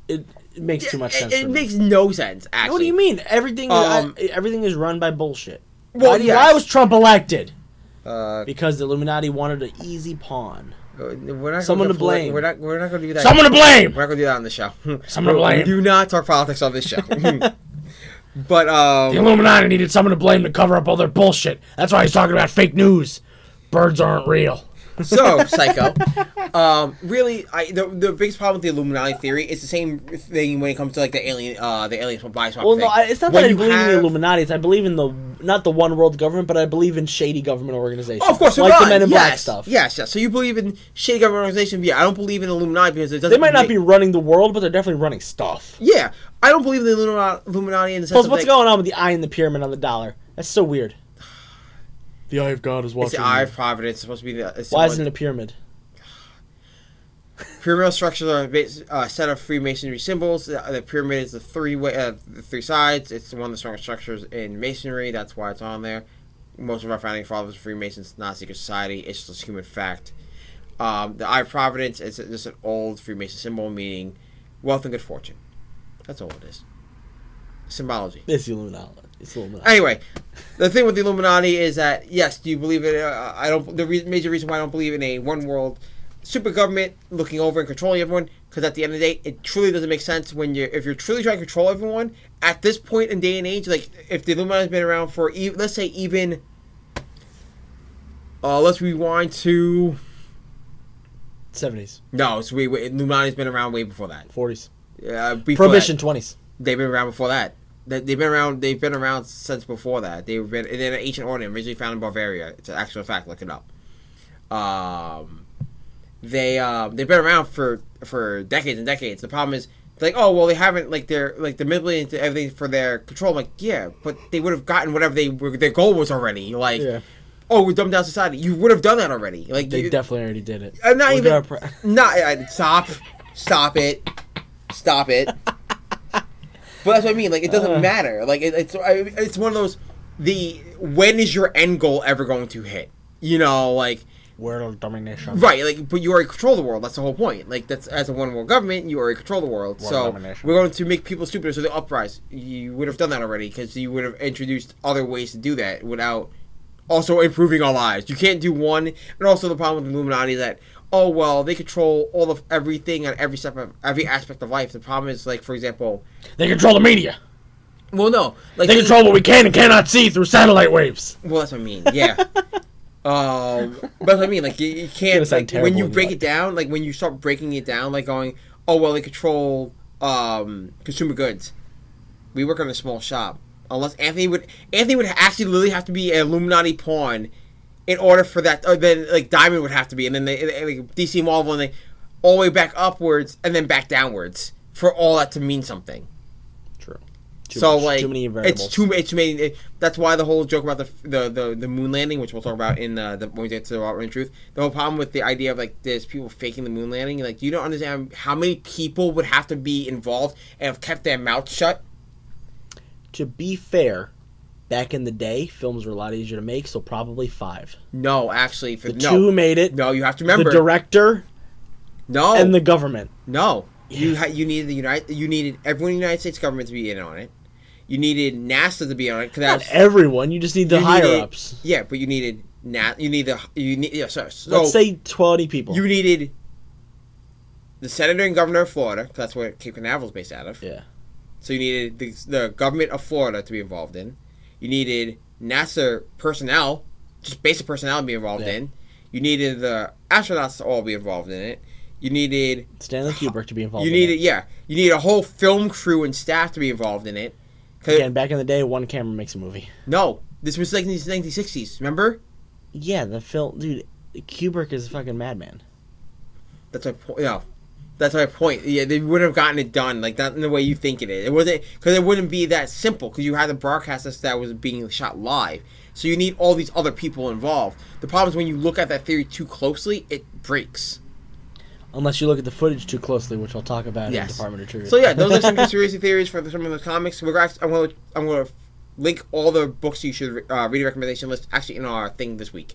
C: it, it makes too much
B: it,
C: sense.
B: It
C: for me.
B: makes no sense. Actually,
C: What do you mean? Everything
B: Um,
C: is, I, everything is run by bullshit.
B: Well,
C: why,
B: yes.
C: why was Trump elected?
B: Uh,
C: Because the Illuminati wanted an easy pawn.
B: we're not
C: Someone
B: gonna
C: to
B: poli-
C: blame.
B: We're not. We're not going to do that.
A: Someone to blame.
B: We're not going to do that on the show.
A: Someone to blame.
B: Do not talk politics on this show. but um,
A: The Illuminati needed someone to blame to cover up all their bullshit. That's why he's talking about fake news. Birds aren't real.
B: So, Psycho. Um, really, I the, the biggest problem with the Illuminati theory is the same thing when it comes to like the alien, uh, the alien from Black Swamp.
C: Well,
B: thing.
C: no, I, it's not
B: When
C: that I
B: you
C: believe in the
B: have-
C: Illuminati. It's I believe in the not the one world government, but I believe in shady government organizations.
B: Oh, of course,
C: like the
B: Iran.
C: Men in Black
B: Yes,
C: stuff.
B: Yes, yes. So you believe in shady government organization? Yeah, I don't believe in Illuminati because it doesn't.
C: they might not
B: make-
C: be running the world, but they're definitely running stuff.
B: Yeah, I don't believe in the Illumina- Illuminati in the sense
C: Plus,
B: of
C: what's
B: like,
C: going on with the eye in the pyramid on the dollar? That's so weird. The eye of God is
B: It's the eye of providence. It's supposed to be the. It's
C: Why
B: the
C: isn't it a pyramid?
B: pyramidal structures are a bas- uh, set of Freemasonry symbols. The, the pyramid is the three way, uh, the three sides. It's one of the strongest structures in Masonry. That's why it's on there. Most of our founding fathers were Freemasons, not a secret society. It's just a human fact. Um, the Eye of Providence is just an old Freemason symbol meaning wealth and good fortune. That's all it is. Symbology.
C: It's the Illuminati. It's the Illuminati.
B: Anyway, the thing with the Illuminati is that yes, do you believe in? Uh, I don't. The re- major reason why I don't believe in a one world super government looking over and controlling everyone because at the end of the day, it truly doesn't make sense when you're if you're truly trying to control everyone at this point in day and age. Like if the Illuminati's been around for e- let's say even uh, let's rewind to
C: Seventies,
B: no, it's way, way Illuminati's been around way before that.
C: forties,
B: Uh, before that.
C: prohibition, twenties.
B: They've been around before that. They- They've been around. They've been around since before that. They've been. They're an ancient order originally found in Bavaria. It's an actual fact. Look it up. Um, they um, they've been around for for decades and decades. The problem is they're like, oh well, they haven't like they're like they're manipulating to everything for their control. I'm like, yeah, but they would have gotten whatever they were, their goal was already. Like,
C: Yeah.
B: oh, we dumbed down society. You would have done that already. Like,
C: They
B: you,
C: definitely already did it.
B: I'm not
C: Look at
B: even.
C: our pre-
B: not I, stop, stop it, stop it. but that's what I mean. Like it doesn't
C: Uh.
B: matter. Like it, it's I, it's one of those. The when is your end goal ever going to hit? You know, like
C: world domination.
B: right, like but you already control the world. That's the whole point. Like that's as a one world government, you already control the world.
C: World
B: so
C: domination.
B: we're going to make people stupider so they uprise. You would have done that already because you would have introduced other ways to do that without also improving our lives. You can't do one. And also the problem with the Illuminati is that oh well they control all of everything on every step of every aspect of life. The problem is like for example,
A: They control the media.
B: well no, like
A: They control what we can and cannot see through satellite waves.
B: Well, that's what I mean. Yeah. um, but that's what I mean. Like you, you
C: gonna
B: can't
C: sound
B: like,
C: terrible
B: when you
C: in
B: break
C: that.
B: it down. Like when you start breaking it down, like going, oh well, they control um, consumer goods. We work on a small shop. unless Anthony would Anthony would actually literally have to be an Illuminati pawn in order for that. Or then like Diamond would have to be, and then they, they- like, DC Marvel and they all the way back upwards and then back downwards for all that to mean something.
C: True. Too
B: so
C: much-
B: like
C: too many variables.
B: it's too it's too many. It, that's why the whole joke about the the the, the moon landing, which we'll talk about in uh, the when we get to the Robert Truth, the whole problem with the idea of like there's people faking the moon landing. Like you don't understand how many people would have to be involved and have kept their mouth shut.
C: to be fair, back in the day, films were a lot easier to make, so probably five.
B: No, actually, for
C: The
B: no,
C: two who made it.
B: no, you have to remember
C: The director
B: no
C: and the government.
B: No, you ha- you needed the United you needed everyone in the United States government to be in on it. You needed NASA to be on it because that
C: Not
B: was
C: everyone. You just need the
B: you
C: higher
B: needed-
C: ups.
B: Yeah, but you needed Na- You need the you need yeah. Sorry, so
C: Let's say twenty people.
B: you needed the senator and governor of Florida 'cause that's where Cape Canaveral's based out of.
C: yeah.
B: So you needed the, the government of Florida to be involved in. You needed NASA personnel, just basic personnel to be involved
C: Yeah.
B: in. You needed the astronauts to all be involved in it. You needed
C: Stanley Kubrick to be involved.
B: you
C: in
B: need it,
C: it.
B: yeah. You need a whole film crew and staff to be involved in it. 'Cause-
C: Again, back in the day, one camera makes a movie.
B: no, this was like in the 1960s. Remember?
C: Yeah, the film, dude. Kubrick is a fucking madman.
B: That's my point. No, that's my point. Yeah, they would have gotten it done like not in the way you think it is. It wasn't because it wouldn't be that simple because you had the broadcasters that was being shot live. So you need all these other people involved. The problem is when you look at that theory too closely, it breaks.
C: Unless you look at the footage too closely, which I'll talk about in
B: Yes.
C: Department of Trigger.
B: So yeah, those are some conspiracy theories for some of the comics. We're actually, I'm gonna I'm gonna link all the books you should uh, read recommendation list actually in our thing this week.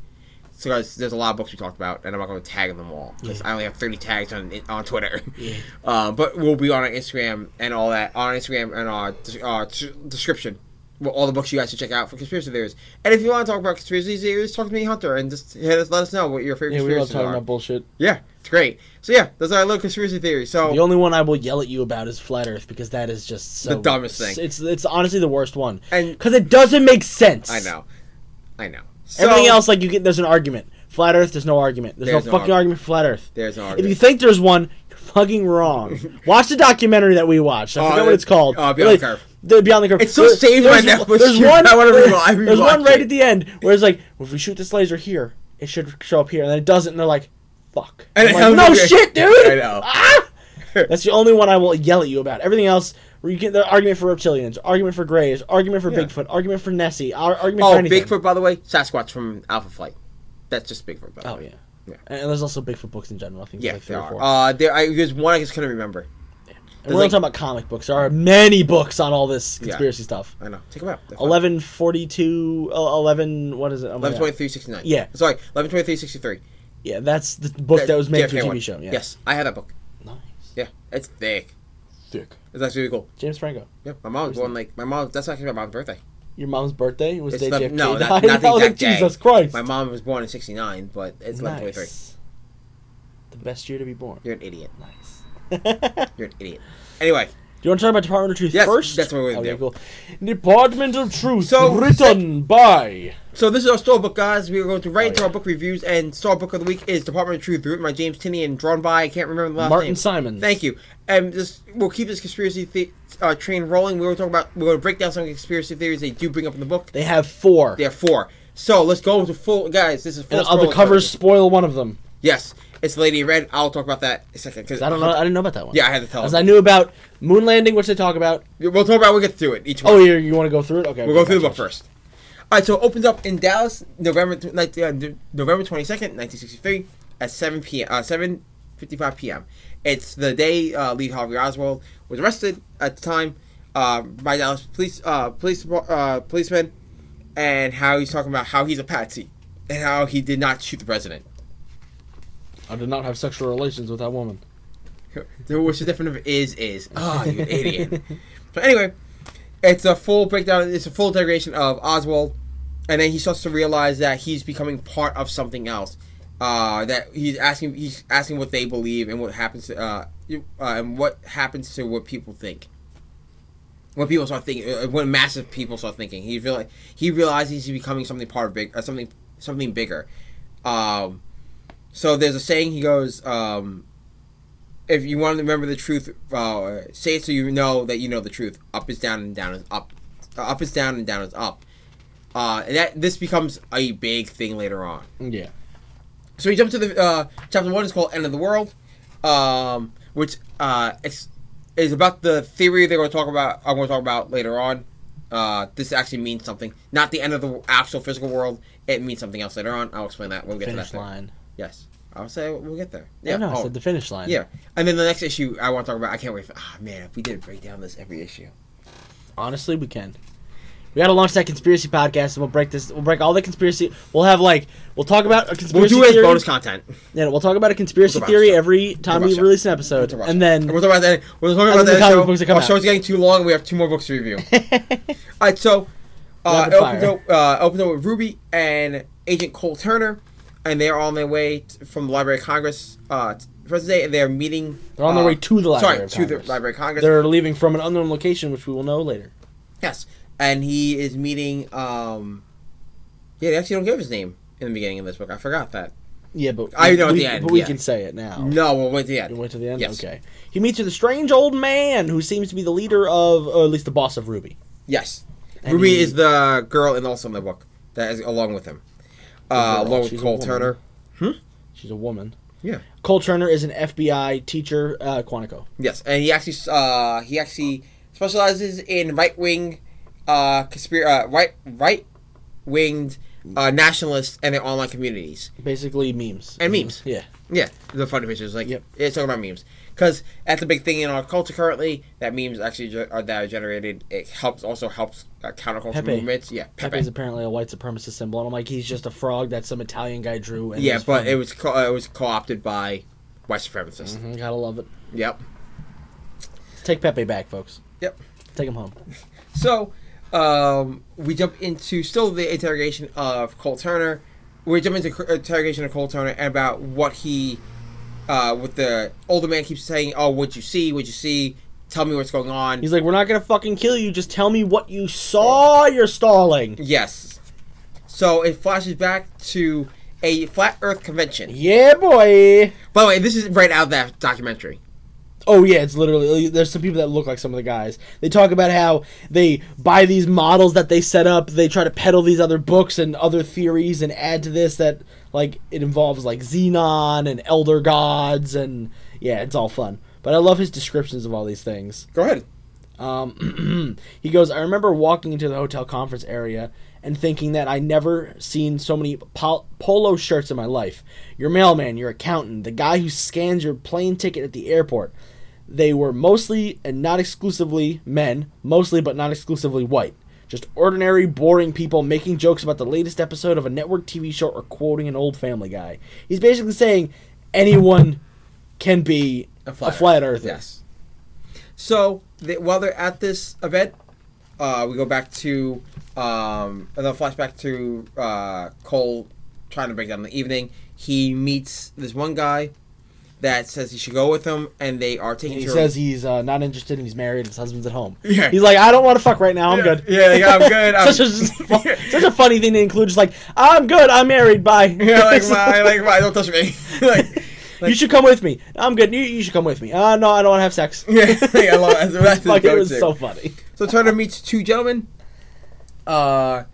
B: So guys, there's a lot of books we talked about, and I'm not gonna tag them all because I only have 30 tags on on Twitter.
C: Yeah.
B: Uh, but we'll be on our Instagram and all that on our Instagram and our, des- our des- description. Well, all the books you guys should check out for conspiracy theories. And if you want to talk about conspiracy theories, talk to me, Hunter, and just hit us, let us know what your favorite
C: yeah, we were all
B: conspiracies
C: talking
B: are.
C: about bullshit.
B: yeah, it's great. So yeah, those are our little conspiracy theories. So
C: The only one I will yell at you about is flat Earth because that is just so
B: Oh. The dumbest thing.
C: It's it's honestly the worst one
B: and
C: because it doesn't make sense.
B: I know. I know. So,
C: Everything else, like you get, there's an argument. Flat Earth, there's no argument. There's,
B: There's
C: no,
B: no
C: fucking argument for flat Earth.
B: There's an
C: If you
B: argument.
C: think there's one, you're fucking wrong. Watch the documentary that we watched. I
B: Oh,
C: forget what it's called.
B: oh, Beyond the
C: Like,
B: Curve.
C: the Beyond the Curve.
B: It's so saved by Netflix.
C: There's
B: Dude,
C: one.
B: I wanna
C: there-
B: rewatch-
C: there's one
B: rewatch
C: right
B: it.
C: at the end where it's like, well, if we shoot this laser here, it should show up here, and then it doesn't. And they're like, fuck.
B: And
C: I'm
B: it-
C: like,
B: I'm
C: no
B: like-
C: shit, dude.
B: I know.
C: Ah! That's the only one I will yell at you about. Everything else. Where you get the argument for reptilians, argument for greys, argument for
B: Yeah.
C: Bigfoot, argument for Nessie, ar- argument
B: oh,
C: for anything.
B: Bigfoot, by the way, Sasquatch from Alpha Flight. That's just Bigfoot. By the
C: Oh
B: way.
C: yeah.
B: Yeah.
C: And and there's also Bigfoot books in general. I think
B: yeah,
C: there's like three
B: there
C: or four.
B: are. Uh, there, I, there's one I just couldn't remember.
C: and we're not
B: like-
C: talking about comic books. There are many books on all this conspiracy stuff.
B: I know. Take him out. They're fine.
C: Eleven forty-two. uh, Eleven. What is it? Oh my
B: Eleven
C: God.
B: twenty three sixty nine.
C: Yeah.
B: Sorry, eleven twenty three sixty three.
C: Yeah, that's the book that was made for TV show. Yeah.
B: Yes, I had that book.
C: Nice.
B: Yeah, it's thick.
C: Thick.
B: It's actually really cool.
C: James Franco.
B: Yeah, my mom was
C: Where's
B: born like my mom. That's actually my mom's birthday.
C: Your mom's birthday was
B: It's
C: the
B: the-
C: day JFK
B: no, not-
C: died.
B: not the
C: I was like,
B: exact day.
C: Jesus Christ.
B: My mom was born in sixty nine, but it's eleven twenty three.
C: nice. The best year to be born.
B: You're an idiot.
C: Nice. Do
B: You're an idiot. Anyway,
C: you want to talk about Department of Truth
B: Yes,
C: first?
B: that's what we're gonna
C: okay,
B: do.
C: Cool. Department of Truth,
B: So-
C: written by.
B: So this is our storybook, guys. We are going to right
C: Oh,
B: into
C: yeah.
B: our book reviews, and storybook of the week is Department of Truth, written by James Tinney and drawn by I can't remember the last
C: Martin
B: name.
C: Simons.
B: Thank you. And this we'll keep this conspiracy the- uh, train rolling. We were talking about we're going to break down some conspiracy theories they do bring up in the book.
C: They have four.
B: There are four. So let's go into full, guys. This is full.
C: And uh, the
B: spoiler
C: covers
B: coverage.
C: spoil one of them.
B: Yes, it's Lady in Red. I'll talk about that in a second because
C: I don't know. I didn't know about that one.
B: Yeah, I had to tell.
C: Because
B: him.
C: I knew about moon landing, which they talk about.
B: We'll talk about. it. We'll get through it each.
C: Oh, you you want to go through it? Okay,
B: We'll go through the
C: gotcha.
B: book first. All right, so it opens up in Dallas, November tw- like, uh, d- November twenty second, nineteen sixty three, at seven p.m. Uh, seven fifty five p.m. It's the day uh, Lee Harvey Oswald was arrested at the time uh, by Dallas police uh, police uh, policemen, and how he's talking about how he's a patsy and how he did not shoot the president.
C: I did not have sexual relations with that woman.
B: What's the definition of is is? Ah, you idiot. so anyway, it's a full breakdown. It's a full degradation of Oswald, and then he starts to realize that he's becoming part of something else. Uh, that he's asking, he's asking what they believe and what happens to, uh, you- uh, and what happens to what people think. When people start thinking, uh, when massive people start thinking, he reali he realizes he's becoming something part of big, uh, something something bigger. Um, so there's a saying he goes, um, if you want to remember the truth, uh, say it so you know that you know the truth. Up is down and down is up. Uh, up is down and down is up. Uh, and that this becomes a big thing later on.
C: Yeah.
B: So we jump to the uh, chapter one. It's called "End of the World," um, which uh, it's is about the theory they're going to talk about. I'm going to talk about later on. Uh, this actually means something. Not the end of the actual physical world. It means something else later on. I'll explain that. We'll get
C: Finish
B: to that. later.
C: line.
B: Yes, I'll say we'll get there.
C: Yeah.
B: Yeah.
C: No, no, I
B: oh,
C: said the finish line.
B: yeah. And then the next issue I want to talk about. I can't wait. For, ah man, if we did break down this every issue.
C: Honestly, we can. We gotta launch that conspiracy podcast, and we'll break this. We'll break all the conspiracy. We'll have like we'll talk about a
B: We'll
C: conspiracy
B: do it as
C: theory.
B: bonus content.
C: Yeah, we'll talk about a conspiracy
B: We'll do it
C: theory
B: about
C: every time
B: about
C: we
B: show.
C: release an
B: We'll
C: episode,
B: talk about
C: and
B: show.
C: then
B: we'll talk about that. We'll talk
C: then
B: about
C: the
B: that.
C: comic
B: show.
C: books that come
B: Our
C: out.
B: show's getting too long. We have two more books to review. All right, so uh,
C: Rapid
B: it opens
C: fire.
B: up, uh, opens up with Ruby and Agent Cole Turner, and they're on their way t- from the Library of Congress uh, t- President Day, and they're meeting.
C: they're on their
B: uh,
C: way to the library.
B: Sorry,
C: of
B: to the
C: Congress.
B: Library of Congress.
C: They're leaving from an unknown location, which we will know later.
B: yes, and he is meeting. Um, yeah, they actually don't give his name in the beginning of this book. I forgot that.
C: Yeah, but
B: I know at
C: we,
B: the end,
C: But we
B: yeah.
C: can say it now.
B: No, we'll wait till the
C: Oh. You
B: end.
C: went to the end.
B: Yes.
C: Okay. He meets with a strange old man who seems to be the leader of, or at least the boss of Ruby.
B: Yes,
C: And
B: Ruby
C: he-
B: is the girl and also in the book that is along with him, uh,
C: girl,
B: along with
C: she's a
B: Cole
C: woman.
B: Turner.
C: She's a woman.
B: Yeah.
C: Cole Turner is an FBI teacher, uh, at Quantico.
B: Yes, and he actually uh, he actually specializes in right wing, uh, conspir- uh right right winged uh, nationalists and their online communities.
C: Basically, memes
B: And memes.
C: Yeah.
B: Yeah, the funny pictures like
C: Yep.
B: it's talking about memes because that's a big thing in our culture currently. That memes actually ge- are that are generated. It helps also helps uh, counterculture
C: Pepe.
B: movements. Yeah, Pepe.
C: Pepe's apparently a white supremacist symbol, and I'm like, he's just a frog that some Italian guy drew. And
B: yeah,
C: was
B: but
C: funny.
B: it was co- uh, it was co opted by white supremacists.
C: Mhm, gotta love it.
B: Yep.
C: Let's take Pepe back, folks.
B: Yep.
C: Take him home.
B: So, um, we jump into still the interrogation of Cole Turner. We jump into cr- interrogation of Cole Turner and about what he, uh, what the older man keeps saying. Oh, what'd you see? What'd you see? Tell me what's going on.
C: He's like, we're not gonna fucking kill you. Just tell me what you saw. You're stalling.
B: yes. So it flashes back to a flat Earth convention.
C: Yeah, boy.
B: By the way, this is right out of that documentary.
C: Oh yeah, it's literally there's some people that look like some of the guys. They talk about how they buy these models that they set up. They try to peddle these other books and other theories and add to this that like it involves like Xenon and Elder Gods and yeah, it's all fun. But I love his descriptions of all these things.
B: Go ahead.
C: Um, he goes, I remember walking into the hotel conference area and thinking that I never seen so many pol- polo shirts in my life. Your mailman, your accountant, the guy who scans your plane ticket at the airport. They were mostly and not exclusively men, mostly but not exclusively white. Just ordinary, boring people making jokes about the latest episode of a network TV show or quoting an old family guy. He's basically saying anyone can be a flat, earther.
B: Yes. So th while they're at this event, uh, we go back to um, another flashback to uh, Cole trying to break down the evening. He meets this one guy that says he should go with him, and they are taking.
C: He
B: to-
C: says he's uh, not interested and he's married. His husband's at home.
B: Yeah.
C: He's like, I don't want to fuck right now. I'm
B: Yeah,
C: good.
B: yeah, yeah, I'm good. I'm-
C: such, a, such a funny thing to include. Just like, I'm good. I'm married. Bye.
B: yeah, like my, like my, don't touch me. like,
C: you should come with me. I'm good. You, you should come with me. Uh, no, I don't want to have sex.
B: yeah, like, I love it. That's his
C: Fuck, it was
B: go-to.
C: so funny.
B: So Turner meets two gentlemen. Uh,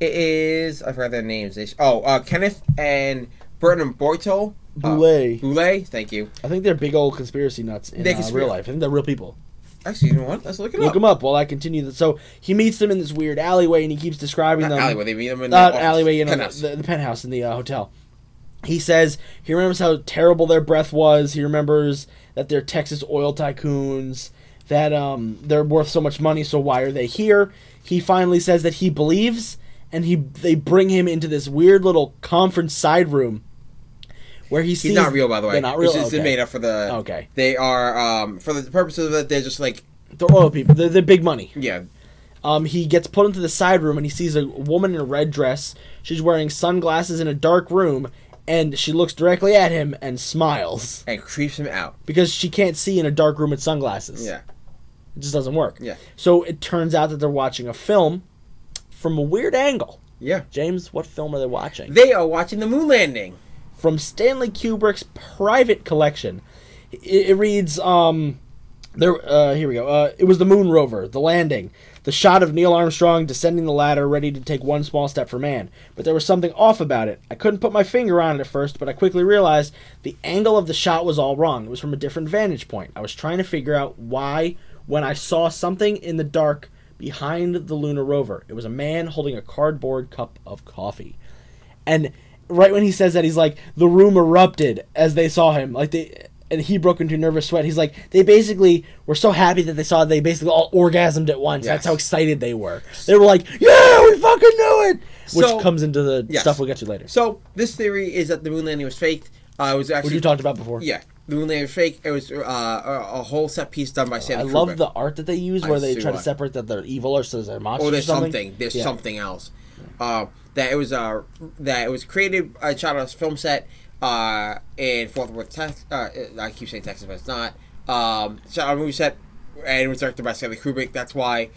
B: it is I forgot their names. They sh- Oh, uh, Kenneth and Burnham Boytol.
C: Boulay.
B: Boulay, thank you.
C: I think they're big old conspiracy nuts in
B: They
C: uh,
B: conspira-
C: real life. I think they're real people.
B: Actually, you know what? Let's look it
C: Look
B: up.
C: them up while I continue. That. So he meets them in this weird alleyway and he keeps describing
B: Not
C: them.
B: alleyway. They meet them in the
C: uh,
B: office.
C: alleyway, you know,
B: Penthouse.
C: the, the penthouse in the uh, hotel. He says he remembers how terrible their breath was. He remembers that they're Texas oil tycoons, that um, they're worth so much money, so why are they here? He finally says that he believes, and he they bring him into this weird little conference side room where he sees
B: He's not real, by the way.
C: They're not real.
B: This is
C: okay.
B: made up for the.
C: Okay.
B: They are um for the purposes of it. They're just like
C: They're oil people. They're, they're big money.
B: yeah.
C: Um, he gets put into the side room and he sees a woman in a red dress. She's wearing sunglasses in a dark room, and she looks directly at him and smiles
B: And creeps him out.
C: because she can't see in a dark room with sunglasses.
B: Yeah.
C: it just doesn't work.
B: Yeah.
C: So it turns out that they're watching a film from a weird angle.
B: Yeah.
C: James, what film are they watching?
B: They are watching the moon landing.
C: from Stanley Kubrick's private collection. It, it reads, um, there. Uh, here we go. Uh, it was the moon rover, the landing, The shot of Neil Armstrong descending the ladder, ready to take one small step for man. But there was something off about it. I couldn't put my finger on it at first, but I quickly realized the angle of the shot was all wrong. It was from a different vantage point. I was trying to figure out why, when I saw something in the dark behind the lunar rover, it was a man holding a cardboard cup of coffee. And right when he says that, he's like, the room erupted as they saw him. Like they, and he broke into a nervous sweat. He's like, they basically were so happy that they saw. it, They basically all orgasmed at once. That's
B: Yes.
C: how excited they were. They were like, yeah, we fucking knew it. Which
B: So-
C: comes into the
B: Yes.
C: stuff we'll get to later.
B: So this theory is that the moon landing was faked. Uh, it was actually
C: Which you talked about before.
B: Yeah, the moon landing was fake. It was uh, a, a whole set piece done by
C: I
B: Stanley
C: love
B: Kubrick.
C: the art that they use where they
B: see
C: try to
B: why.
C: separate that they're evil or so they're monsters
B: or there's
C: or something.
B: something. There's
C: Yeah.
B: something else. Uh, that it was uh, that it was created. I shot on a film set uh, in Fort Worth, Texas. Uh, I keep saying Texas, but it's not. Um, shot on a movie set and it was directed by Stanley Kubrick. That's why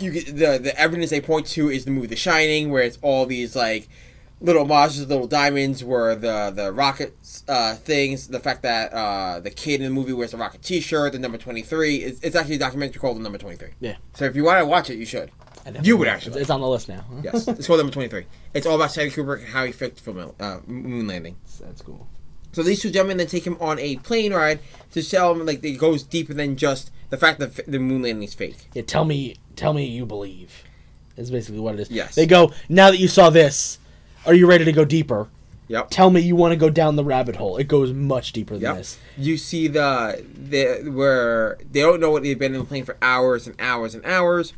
B: you get the the evidence they point to is the movie The Shining, where it's all these like little homages, little diamonds, where the the rockets uh, things, the fact that uh, the kid in the movie wears a rocket T-shirt, the number twenty three. It's, it's actually a documentary called The Number Twenty Three.
C: Yeah.
B: So if you want to watch it, you should.
C: I never
B: You would
C: knew.
B: actually.
C: It's on the list now. Huh?
B: Yes, it's called number 23. It's all about Stanley Kubrick and how he faked the film, uh, moon landing.
C: That's cool.
B: So these two gentlemen then take him on a plane ride to tell him like it goes deeper than just the fact that f- the moon landing is fake.
C: Yeah, tell me, tell me you believe. Is basically what it is.
B: Yes.
C: They go now that you saw this. Are you ready to go deeper?
B: Yep.
C: Tell me you want to go down the rabbit hole. It goes much deeper than
B: Yep.
C: this.
B: You see the the where they don't know what they've been in the plane for hours and hours and hours,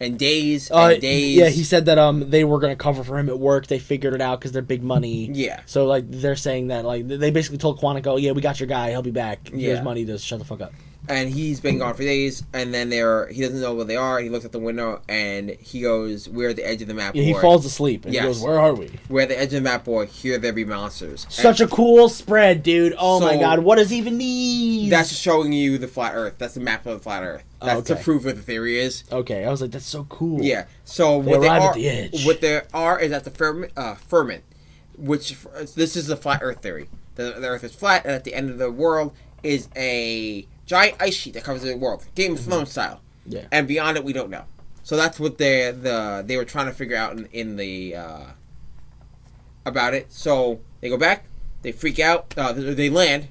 B: and days and
C: Uh,
B: days.
C: Yeah, he said that um they were gonna cover for him at work. They figured it out because they're big money.
B: Yeah.
C: So like they're saying that like they basically told Quantico, yeah, we got your guy. He'll be back. Here's
B: Yeah.
C: money. Just shut the fuck up.
B: and he's been gone for days. And then they're he doesn't know where they are. He looks out the window and he goes, "We're at the edge of the map."
C: Yeah, he
B: board.
C: falls asleep and
B: Yes.
C: he goes, where are we?
B: We're at the edge of the map, boy. Here there be monsters. And-
C: Such a cool spread, dude. Oh my
B: So-
C: god, what is even these?
B: That's showing you the flat Earth. That's the map of the flat Earth.
C: Oh,
B: That's
C: okay.
B: to prove what the theory is.
C: okay. I was like, that's so cool.
B: Yeah. So what they
C: arrive at
B: are,
C: the edge.
B: what they are, is at the firm, uh, firmament, which f- this is the flat Earth theory. The, the Earth is flat, and at the end of the world is a giant ice sheet that covers the world, Game of Thrones style.
C: Mm-hmm. Yeah.
B: And beyond it, we don't know. So that's what they the they were trying to figure out in, in the uh, about it. So they go back, they freak out, uh, they, they land.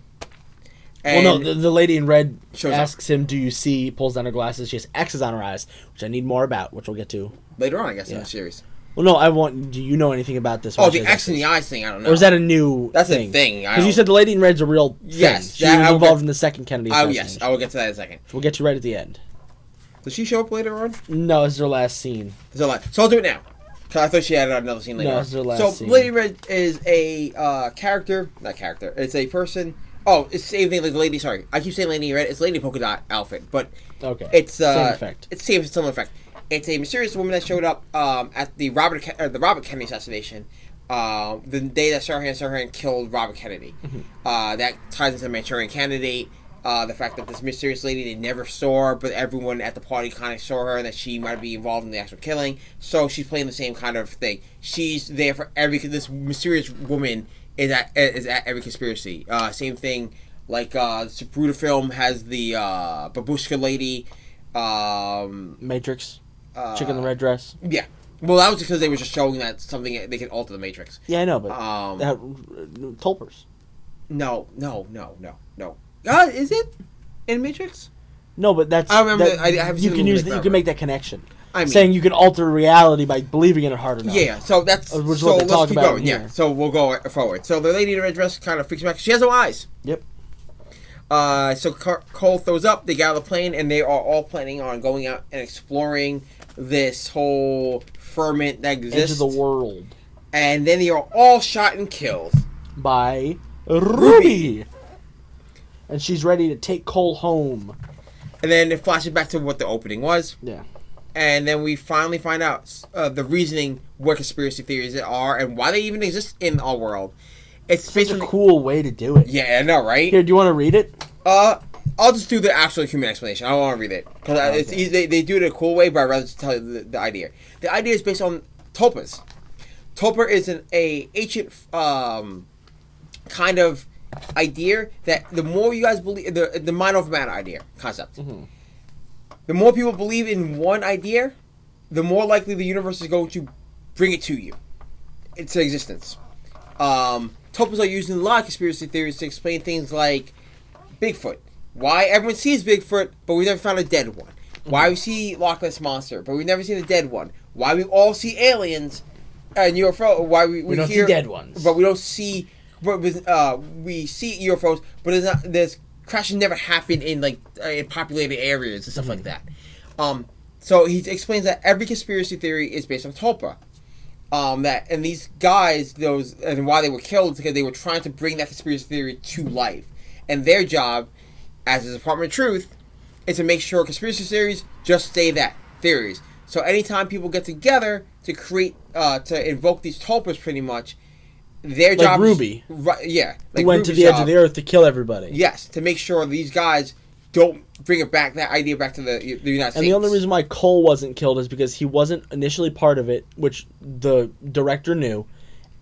B: And
C: well, no, the, the lady in red
B: Shows up.
C: asks him, "Do you see?" Pulls down her glasses. She has X's on her eyes, which I need more about, which we'll get to.
B: later on, I guess, in
C: Yeah.
B: the series.
C: Well, no, I want. Do you know anything about this?
B: Oh,
C: Which
B: the
C: is
B: X in the
C: X's?
B: eyes thing. I don't know.
C: Or is that a new?
B: That's a
C: thing?
B: thing, I
C: Because you
B: don't-
C: said the lady in red's a real. Thing.
B: Yes,
C: she
B: that
C: was
B: I will
C: involved
B: get-
C: in the second Kennedy.
B: Oh yes,
C: assassination,
B: I will get to that in a second.
C: which we'll get you right at the end.
B: Does she show up later on?
C: No, this is her last scene.
B: There's a lot. So I'll do it now. 'Cause I thought she had another scene later.
C: No,
B: on.
C: it's her last
B: so
C: scene.
B: Lady Red is a uh, character, not character. It's a person. Oh, it's the same thing like the lady. Sorry, I keep saying Lady Red. It's Lady Polka Dot outfit, but
C: Okay,
B: it's uh,
C: same effect.
B: It's same similar effect. It's a mysterious woman that showed up um, at the Robert Ke- uh, the Robert Kennedy assassination. Uh, the day that Sirhan Sirhan killed Robert Kennedy.
C: Mm-hmm.
B: Uh, that ties into Manchurian Candidate. Uh, the fact that this mysterious lady they never saw, but everyone at the party kind of saw her, and that she might be involved in the actual killing. So she's playing the same kind of thing. She's there for every. This mysterious woman is at is at every conspiracy. Uh, same thing like uh the Zapruder film has the uh babushka lady um
C: Matrix,
B: uh,
C: chick in the red dress.
B: yeah well that was because they were just showing that something they can alter the matrix
C: Yeah, I know, but
B: um
C: that Tolpers.
B: no no no no no uh, is it in matrix
C: No, but that's.
B: I remember
C: that-
B: that- I- I haven't
C: you
B: seen the
C: can
B: movie
C: use
B: like
C: that. You
B: that, right?
C: can make that connection.
B: i mean
C: saying you can alter reality by believing in it hard enough.
B: yeah, yeah, so that's
C: Uh,
B: so
C: which is what they
B: let's
C: talk
B: keep
C: about
B: going. Yeah,
C: here.
B: so we'll go forward. So the lady in the red dress kind of freaks me out. She has no eyes.
C: Yep.
B: Uh, so Car- Cole throws up. They get out of the plane, and they are all planning on going out and exploring this whole ferment that
C: Edge
B: exists.
C: of the world
B: and then they are all shot and killed.
C: by Ruby. And she's ready to take Cole home.
B: And then it flashes back to what the opening was,
C: Yeah.
B: and then we finally find out uh, the reasoning what conspiracy theories are and why they even exist in our world. It's
C: It's a
B: basically
C: cool way to do it.
B: yeah, I know, right?
C: Here, do you want to read it?
B: Uh, I'll just do the actual human explanation. I don't want to read it because it's
C: Okay.
B: easy. They, they do it a cool way, but I'd rather just tell you the, the idea. The idea is based on tulpas. Tulpa is an a ancient um, kind of idea that the more you guys believe the the mind over matter idea concept. The more people believe in one idea, the more likely the universe is going to bring it to you, its existence. Um, topos are used in a lot of conspiracy theories to explain things like Bigfoot. Why everyone sees Bigfoot, but we've never found a dead one. Why we see Loch Ness monster, but we've never seen a dead one. Why we all see aliens and UFO. Why we, we,
A: We don't see
B: hear,
A: dead ones.
B: but we don't see. But with, uh, we see UFOs, but it's not. There's crashes never happen in like uh, in populated areas
A: Mm.
B: and stuff like that. Um, so he explains that every conspiracy theory is based on Tulpa. Um, that and these guys, those and why they were killed is because they were trying to bring that conspiracy theory to life, and their job, as his Department of Truth, is to make sure conspiracy theories just stay that theories. So anytime people get together to create uh, to invoke these tulpas, pretty much, their
C: Like
B: job
C: Ruby.
B: is, right, yeah, like
C: went to
B: Ruby's
C: the edge of
B: job-
C: the earth to kill everybody.
B: Yes, to make sure these guys don't bring it back that idea back to the, the United States.
C: And the only reason why Cole wasn't killed is because he wasn't initially part of it, which the director knew,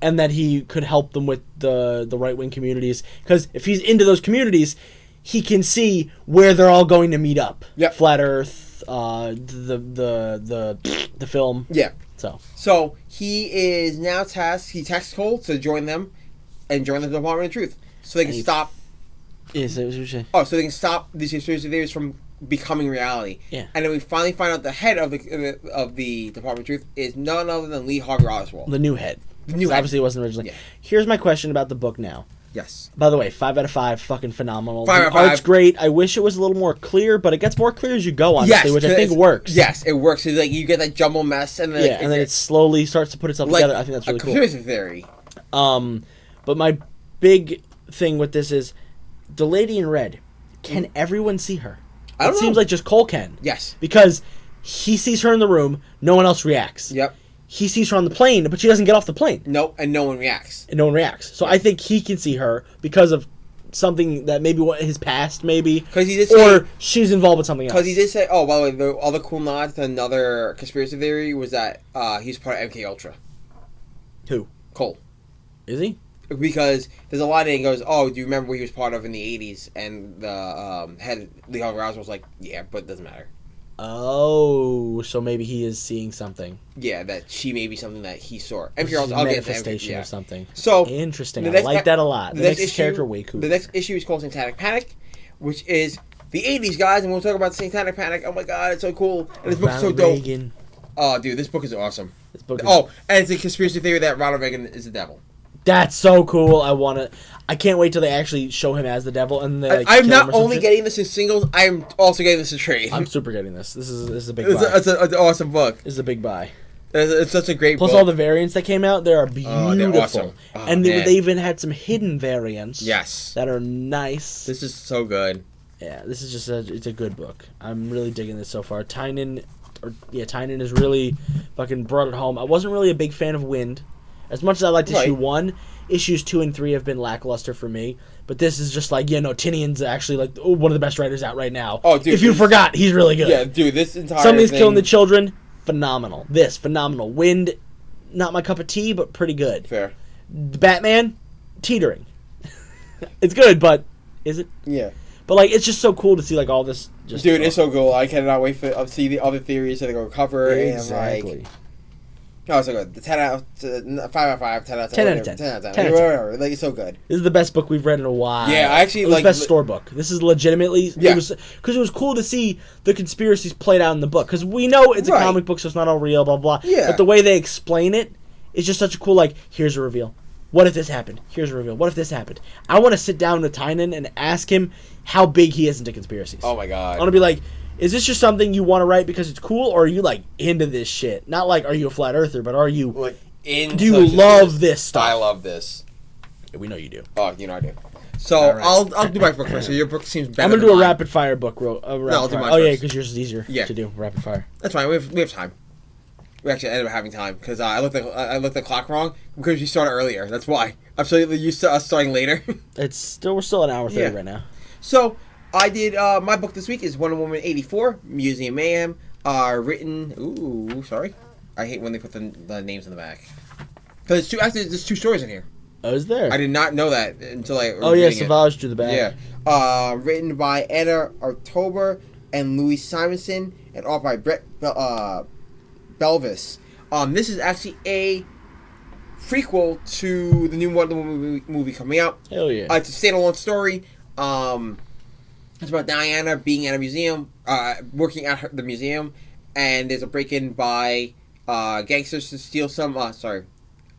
C: and that he could help them with the the right wing communities. Because if he's into those communities, he can see where they're all going to meet up.
B: Yep.
C: Flat Earth, uh, the the the the film.
B: yeah.
C: So
B: So he is now tasked. He tasked Cole to join them, and join the Department of Truth, so they can
C: And he-
B: stop.
C: yeah, so it was- it was-
B: Oh, so they can stop these conspiracy theories from becoming reality.
C: Yeah.
B: And then we finally find out the head of the of the Department of Truth is none other than Lee Harvey Oswald.
C: the new head.
B: The new
C: So
B: head.
C: Obviously, it wasn't originally.
B: Yeah.
C: Here's my question about the book now.
B: yes.
C: By the way, five out of five, fucking phenomenal.
B: Five
C: the
B: out of five.
C: Art's great. I wish it was a little more clear, but it gets more clear as you go on,
B: Yes,
C: which I
B: 'cause
C: think
B: it's-
C: works.
B: Yes, it works. It's like you get that jumble mess, and then
C: yeah, and then it slowly starts to put itself together. I think that's
B: a
C: really
B: conspiracy theory.
C: cool. Um, but my big thing with this is the lady in red. Can everyone see her?
B: I don't
C: it seems
B: know.
C: like just Cole can.
B: Yes.
C: Because he sees her in the room, no one else reacts.
B: Yep.
C: He sees her on the plane, but she doesn't get off the plane.
B: No, and no one reacts.
C: and no one reacts. So I think he can see her because of something that maybe what his past, maybe,
B: 'Cause he did
C: or
B: say-
C: she's involved with something else.
B: Because he did say, oh, by the way, the other cool nod to another conspiracy theory was that uh, he's part of MK Ultra.
C: Who
B: Cole.
C: is he?
B: Because there's a line that he goes, oh, do you remember what he was part of in the 80s? And the um, head, Lee Harvey Oswald, was like, yeah, but it doesn't matter.
C: Oh, so maybe he is seeing something,
B: Yeah, that she may be something that he saw.
C: This
B: MK
C: is
B: Ultra,
C: a
B: I'll get to MK,
C: manifestation
B: yeah.
C: of something.
B: So,
C: Interesting.
B: the
C: I
B: next
C: like
B: ca-
C: that a lot. The, next,
B: issue-
C: character way cool.
B: The next issue is called Satanic Panic, which is the 80s, guys, and we'll talk about Satanic Panic. Oh my god, it's so cool. And this book's so
C: Ronald
B: dope.
C: Reagan.
B: Oh, dude, this book is awesome.
C: This book is-
B: Oh, and it's a conspiracy theory that Ronald Reagan is the devil.
C: that's so cool. I want to. I can't wait till they actually show him as the devil and they. Like,
B: I, am
C: kill him or
B: not
C: some
B: only
C: shit.
B: getting this in singles, I'm also getting this in trade.
C: I'm super getting this. This is this is a big
B: it's,
C: buy.
B: a, it's, a, it's an awesome book.
C: this is a big buy.
B: It's, it's such a great
C: Plus
B: book.
C: all the variants that came out, they are beautiful.
B: uh, they're awesome. Oh,
C: and they,
B: man.
C: they even had some hidden variants.
B: yes.
C: That are nice.
B: This is so good.
C: yeah, this is just a it's a good book. I'm really digging this so far. Tynan or yeah, Tynan has really fucking brought it home. I wasn't really a big fan of Wind. As much as I liked issue
B: Right.
C: one, issues two and three have been lackluster for me. But this is just like, yeah, no, Tinian's actually like oh, one of the best writers out right now.
B: Oh, dude,
C: If you
B: this-
C: forgot, he's really good.
B: Yeah, dude, this entire
C: Something's
B: thing,
C: killing the children. Phenomenal. This phenomenal. Wind, not my cup of tea, but pretty good.
B: Fair.
C: The Batman, teetering. it's good, but is it?
B: Yeah.
C: But like, it's just so cool to see like all this. Just
B: Dude, it's so cool. I cannot wait for to see the other theories that they're going to cover. and,
C: exactly.
B: like, oh, it's so good. The 10 out, uh, 5 out of 5, 10 out of 10.
C: 10 out of
B: whatever,
C: 10.
B: 10 out of 10.
C: 10 out of 10.
B: whatever, Like, it's so good.
C: This is the best book we've read in a while.
B: Yeah, I actually
C: It was
B: like-
C: best store book. This is legitimately
B: Yeah.
C: it was because it was cool to see the conspiracies played out in the book because we know it's
B: Right.
C: a comic book, so it's not all real, blah blah.
B: Yeah.
C: But the way they explain it is just such a cool like. Here's a reveal. What if this happened? Here's a reveal. What if this happened? I want to sit down with Tynan and ask him how big he is into conspiracies.
B: Oh, my God.
C: I want to be like, is this just something you want to write because it's cool, or are you like into this shit? Not like, are you a flat earther, but are you?
B: like, in
C: do you
B: such a-
C: love this stuff?
B: I love this.
C: We know you do.
B: Oh, you know I do. So
C: All right.
B: I'll I'll do my book first. So your book seems better.
C: I'm gonna
B: than
C: do a
B: mine.
C: rapid fire book. Ro- a rapid
B: I'll do
C: fire.
B: mine
C: Oh yeah,
B: first.
C: because yours is easier
B: Yeah.
C: to do rapid fire.
B: That's fine. We have we have time. We actually ended up having time because uh, I looked at, I I looked at the clock wrong because you started earlier. That's why I'm so used to us starting later.
C: It's still we're still an hour thirty
B: Yeah.
C: right now.
B: so I did uh, my book this week is Wonder Woman eighty four Museum Mayhem. Uh, written. Ooh, sorry. I hate when they put the, the names in the back. Because two actually there's two stories in here.
C: I was Oh, there.
B: I did not know that until I.
C: oh yeah,
B: reading it.
C: Savage drew the bag.
B: Yeah. Uh, written by Anna October and Louis Simonson, and all by Brett Bel- uh, Belvis. Um, this is actually a prequel to the new Wonder Woman movie, movie coming out.
C: Hell yeah.
B: Uh, it's a standalone story. Um, it's about Diana being at a museum, uh, working at her, the museum, and there's a break in by uh, gangsters to steal some, uh, sorry,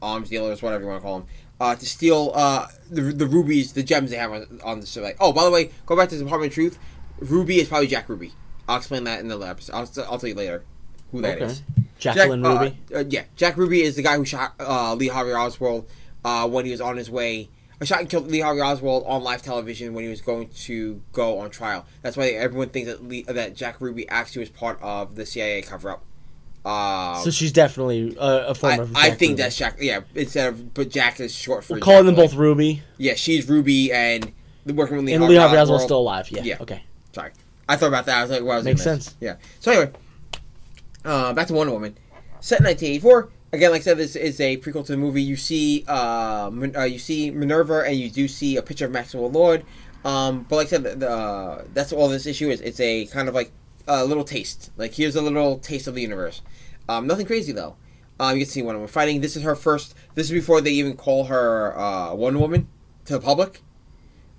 B: arms dealers, whatever you want to call them, uh, to steal uh, the, the rubies, the gems they have on, on the survey. Oh, by the way, go back to the Department of Truth. Ruby is probably Jack Ruby. I'll explain that in the episode. I'll, I'll tell you later who that is.
C: Okay. Jacqueline
B: Jack, uh,
C: Ruby.
B: Uh, yeah, Jack Ruby is the guy who shot uh, Lee Harvey Oswald uh, when he was on his way. uh, shot and killed Lee Harvey Oswald on live television when he was going to go on trial. That's why everyone thinks that Lee, that Jack Ruby actually was part of the CIA cover up. Um,
C: so she's definitely uh, a form
B: I,
C: of.
B: I
C: Jack
B: think
C: Ruby.
B: that's Jack. Yeah, instead of but Jack is short for.
C: We're calling them
B: Jack,
C: both Ruby,
B: like- Yeah, she's Ruby and the working with Lee
C: and
B: Harvey
C: Lee Harvey Oswald's
B: Oswald.
C: still alive. Yeah.
B: Yeah.
C: Okay.
B: Sorry, I thought about that. I was like, "Wow, I was
C: Makes
B: gonna miss.
C: sense.
B: Yeah. So anyway, uh, back to Wonder Woman, set in 1984. Again, like I said, this is a prequel to the movie. You see, uh, Min- uh, you see Minerva, and you do see a picture of Maxwell Lord. Um, but like I said, the, the, uh, that's all this issue is. It's a kind of like a little taste. Like here's a little taste of the universe. Um, nothing crazy though. Um, you can see Wonder Woman fighting. This is her first. This is before they even call her uh, Wonder Woman to the public.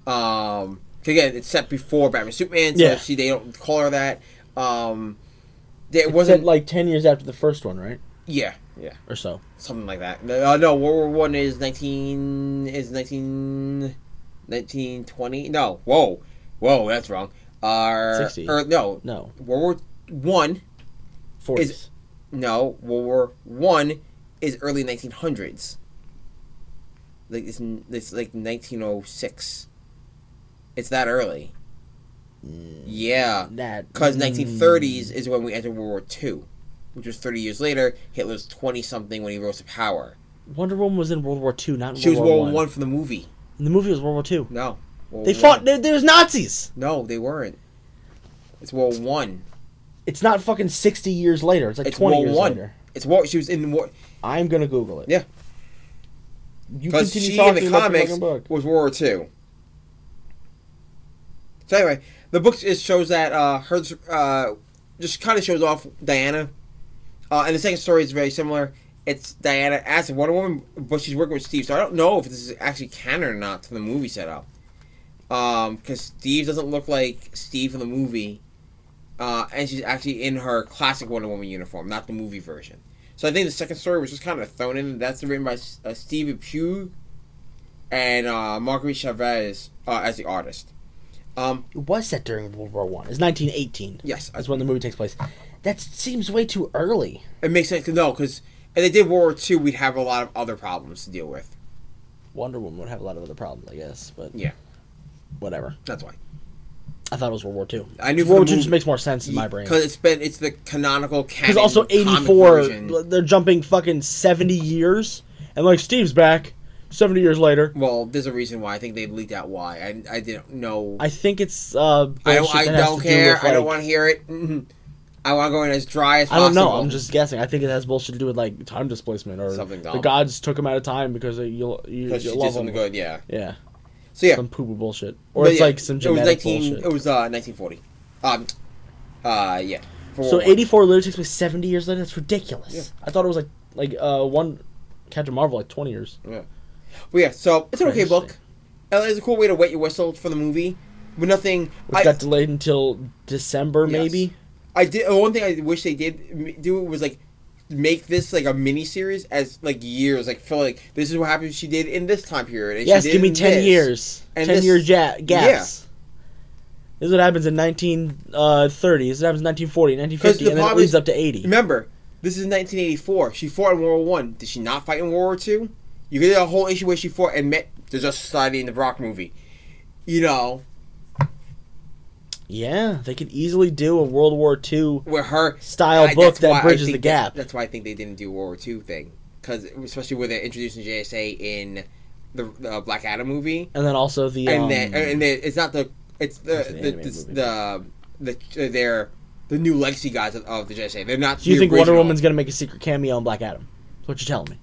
B: Um, 'cause again, it's set before Batman Superman, so
C: Yeah.
B: she they don't call her that. Um, there
C: It
B: wasn't
C: wasn't like ten years after the first one, right?
B: yeah, yeah,
C: Or so.
B: something like that. No, Uh, no, World War One is nineteen is 19, 1920? No, whoa, whoa, that's wrong. Uh,
C: 60.
B: Or no,
C: No.
B: World War One.
C: Forties.
B: No, World War One is early nineteen hundreds. Like it's, n- it's like nineteen oh six. It's that early. Yeah,
C: that
B: because
C: mm,
B: nineteen thirties is when we entered World War Two, which was thirty years later. Hitler's twenty something when he rose to power.
C: Wonder Woman was in World War Two, not in
B: She was
C: World
B: World
C: War
B: War One from the movie.
C: And the movie was World War Two.
B: No, World
C: They
B: War
C: fought.
B: One.
C: There, there's Nazis.
B: No, they weren't. It's World War One.
C: It's not fucking sixty years later. It's like
B: It's
C: twenty
B: World
C: years
B: War One.
C: later.
B: It's war. She was in war.
C: I'm gonna Google it.
B: Yeah.
C: You
B: Because
C: continue
B: she in
C: talking
B: the
C: about the
B: comics
C: fucking book.
B: was World War Two. So anyway, the book is, shows that uh, her uh, just kind of shows off Diana, uh, and the second story is very similar. It's Diana as a Wonder Woman, but she's working with Steve. So I don't know if this is actually canon or not to the movie setup, because Steve doesn't look like Steve in the movie, uh, and she's actually in her classic Wonder Woman uniform, not the movie version. So I think the second story was just kind of thrown in. That's written by uh, Stevie Pugh and uh, Marguerite Chavez uh, as the artist. Um,
C: It was set during World War One. It's 1918.
B: yes,
C: That's when the movie takes place. That seems way too early.
B: it makes sense. No, because if they did World War Two, we'd have a lot of other problems to deal with.
C: Wonder Woman would have a lot of other problems, I guess. But
B: Yeah.
C: whatever.
B: That's why
C: I thought it was World War Two.
B: I knew
C: World War Two just makes more sense in my brain.
B: because it's been it's the canonical canon.
C: Because also
B: comic
C: 84,
B: version.
C: they're jumping fucking 70 years, and like Steve's back 70 years later.
B: Well, there's a reason why. I think they leaked out why. I, I didn't know.
C: I think it's uh.
B: I don't,
C: bullshit
B: I
C: that has
B: don't
C: to do
B: care.
C: with,
B: I don't
C: like-
B: want to hear it. Mhm. I want to go in as dry as
C: I don't
B: possible.
C: know. I'm just guessing. I think it has bullshit to do with like time displacement or
B: Something
C: the
B: dumb.
C: gods took him out of time because they, you you,
B: because she
C: you
B: did
C: love him.
B: something good. Yeah.
C: Yeah,
B: So yeah,
C: some poo poo bullshit, or
B: But
C: it's
B: yeah,
C: like some genetic
B: it was 19,
C: bullshit.
B: It was uh, 1940. Um, uh, yeah. For
C: so
B: World War
C: 84 literally takes place 70 years later. That's ridiculous. I thought it was like like uh one Captain Marvel like 20 years.
B: One. But yeah, so it's an okay
C: Interesting.
B: book. And It's a cool way to wet your whistle for the movie, but nothing.
C: Which
B: I,
C: got delayed until December
B: Yes.
C: maybe.
B: I did one thing I wish they did m- do was like make this like a mini series as like years, like feel like this is what happened. She did in this time period. and she
C: Yes,
B: did
C: give me
B: in
C: 10
B: this.
C: years.
B: and
C: 10
B: this-
C: year ja- gaps. This is what happens in 1930s. Uh, 30. this is what happens in 1940,
B: 'Cause
C: 1950,
B: the
C: and then it
B: problem
C: leads
B: is-
C: up to 80.
B: Remember, this is 1984. She fought in World War One. Did she not fight in World War Two? You get a whole issue where she fought and met the Justice Society in the Brock movie. You know,
C: Yeah, they could easily do a World War II
B: where her
C: style
B: I-
C: book
B: that's why I
C: that bridges
B: think
C: the
B: that-
C: gap.
B: that's why I think they didn't do World War Two thing, because especially where they're introducing JSA in the uh, Black Adam movie,
C: and then also the.
B: and
C: um,
B: then and then it's not the it's the
C: It's an
B: the
C: anime movie.
B: the, the, the uh, they're the new legacy guys of, of the JSA. They're not.
C: do you
B: the
C: think Wonder
B: original.
C: Woman's going to make a secret cameo on Black Adam? That's what you're telling me.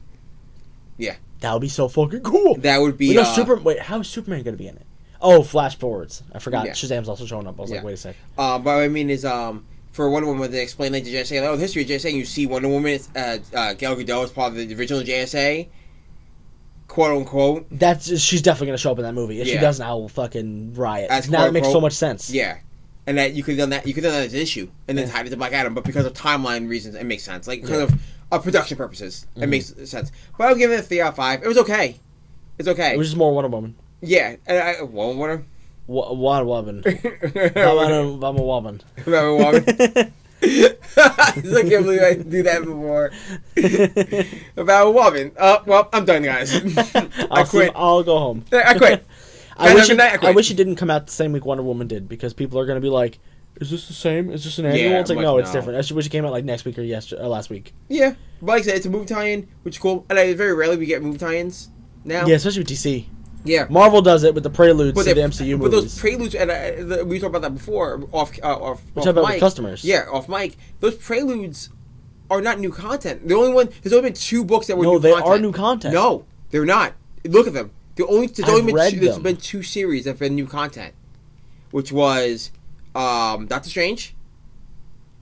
B: Yeah.
C: That would be so fucking cool.
B: That would be
C: we know
B: uh,
C: Super. Wait, how is Superman going to be in it? Oh, flash forwards. I forgot.
B: Yeah.
C: Shazam's also showing up. I was
B: Yeah.
C: like, wait a sec.
B: Uh, but what I mean is, um, for Wonder Woman, they explain like the JSA, like, oh, the history of JSA. You see Wonder Woman, it's, uh, uh, Gal Gadot is part of the original JSA, quote unquote.
C: That's she's definitely gonna show up in that movie. If she
B: Yeah.
C: doesn't, I will fucking riot.
B: That's
C: now
B: quite
C: it makes so
B: pro-
C: much sense.
B: Yeah, and that you could have done that. You could have done that as an issue, and then tied it to Black Adam. But because of timeline reasons, it makes sense. Like because of uh, production purposes,
C: Mm-hmm.
B: it makes sense. But I'll give it a three out of five. It was okay. It's okay.
C: It was just more Wonder Woman.
B: yeah, and I one Wonder.
C: Wa- Wonder Woman. I'm,
B: Remember
C: a, I'm a woman.
B: Woman? I can't believe I didn't do that before. About a woman. Uh, well, I'm done, guys. I
C: I'll, see-
B: quit.
C: I'll go home.
B: I quit.
C: I
B: Guys,
C: wish,
B: have a
C: it,
B: good night. I
C: I
B: quit.
C: wish it didn't come out the same week Wonder Woman did because people are gonna be like, "Is this the same? Is this an annual?"
B: Yeah,
C: it's like,
B: I'm
C: no,
B: like,
C: it's
B: no.
C: different. I just wish it came out like next week or yesterday, or last week.
B: Yeah, but like I said, it's a movie tie-in, which is cool. And I very rarely we get movie tie-ins now.
C: Yeah, especially with DC.
B: Yeah.
C: Marvel does it with the preludes to
B: they-
C: the MCU
B: but those
C: movies.
B: preludes, and uh, the, we talked about that before off uh, off.
C: We
B: off
C: talked about with
B: mic.
C: customers.
B: Yeah, off mic. Those preludes are not new content. The only one there's only been two books that were
C: No,
B: new
C: they are
B: content.
C: new content.
B: No, they're not. Look at them. The only there's
C: I've
B: only been
C: read
B: two, there's
C: them.
B: been two series that've been new content, which was um, Doctor Strange.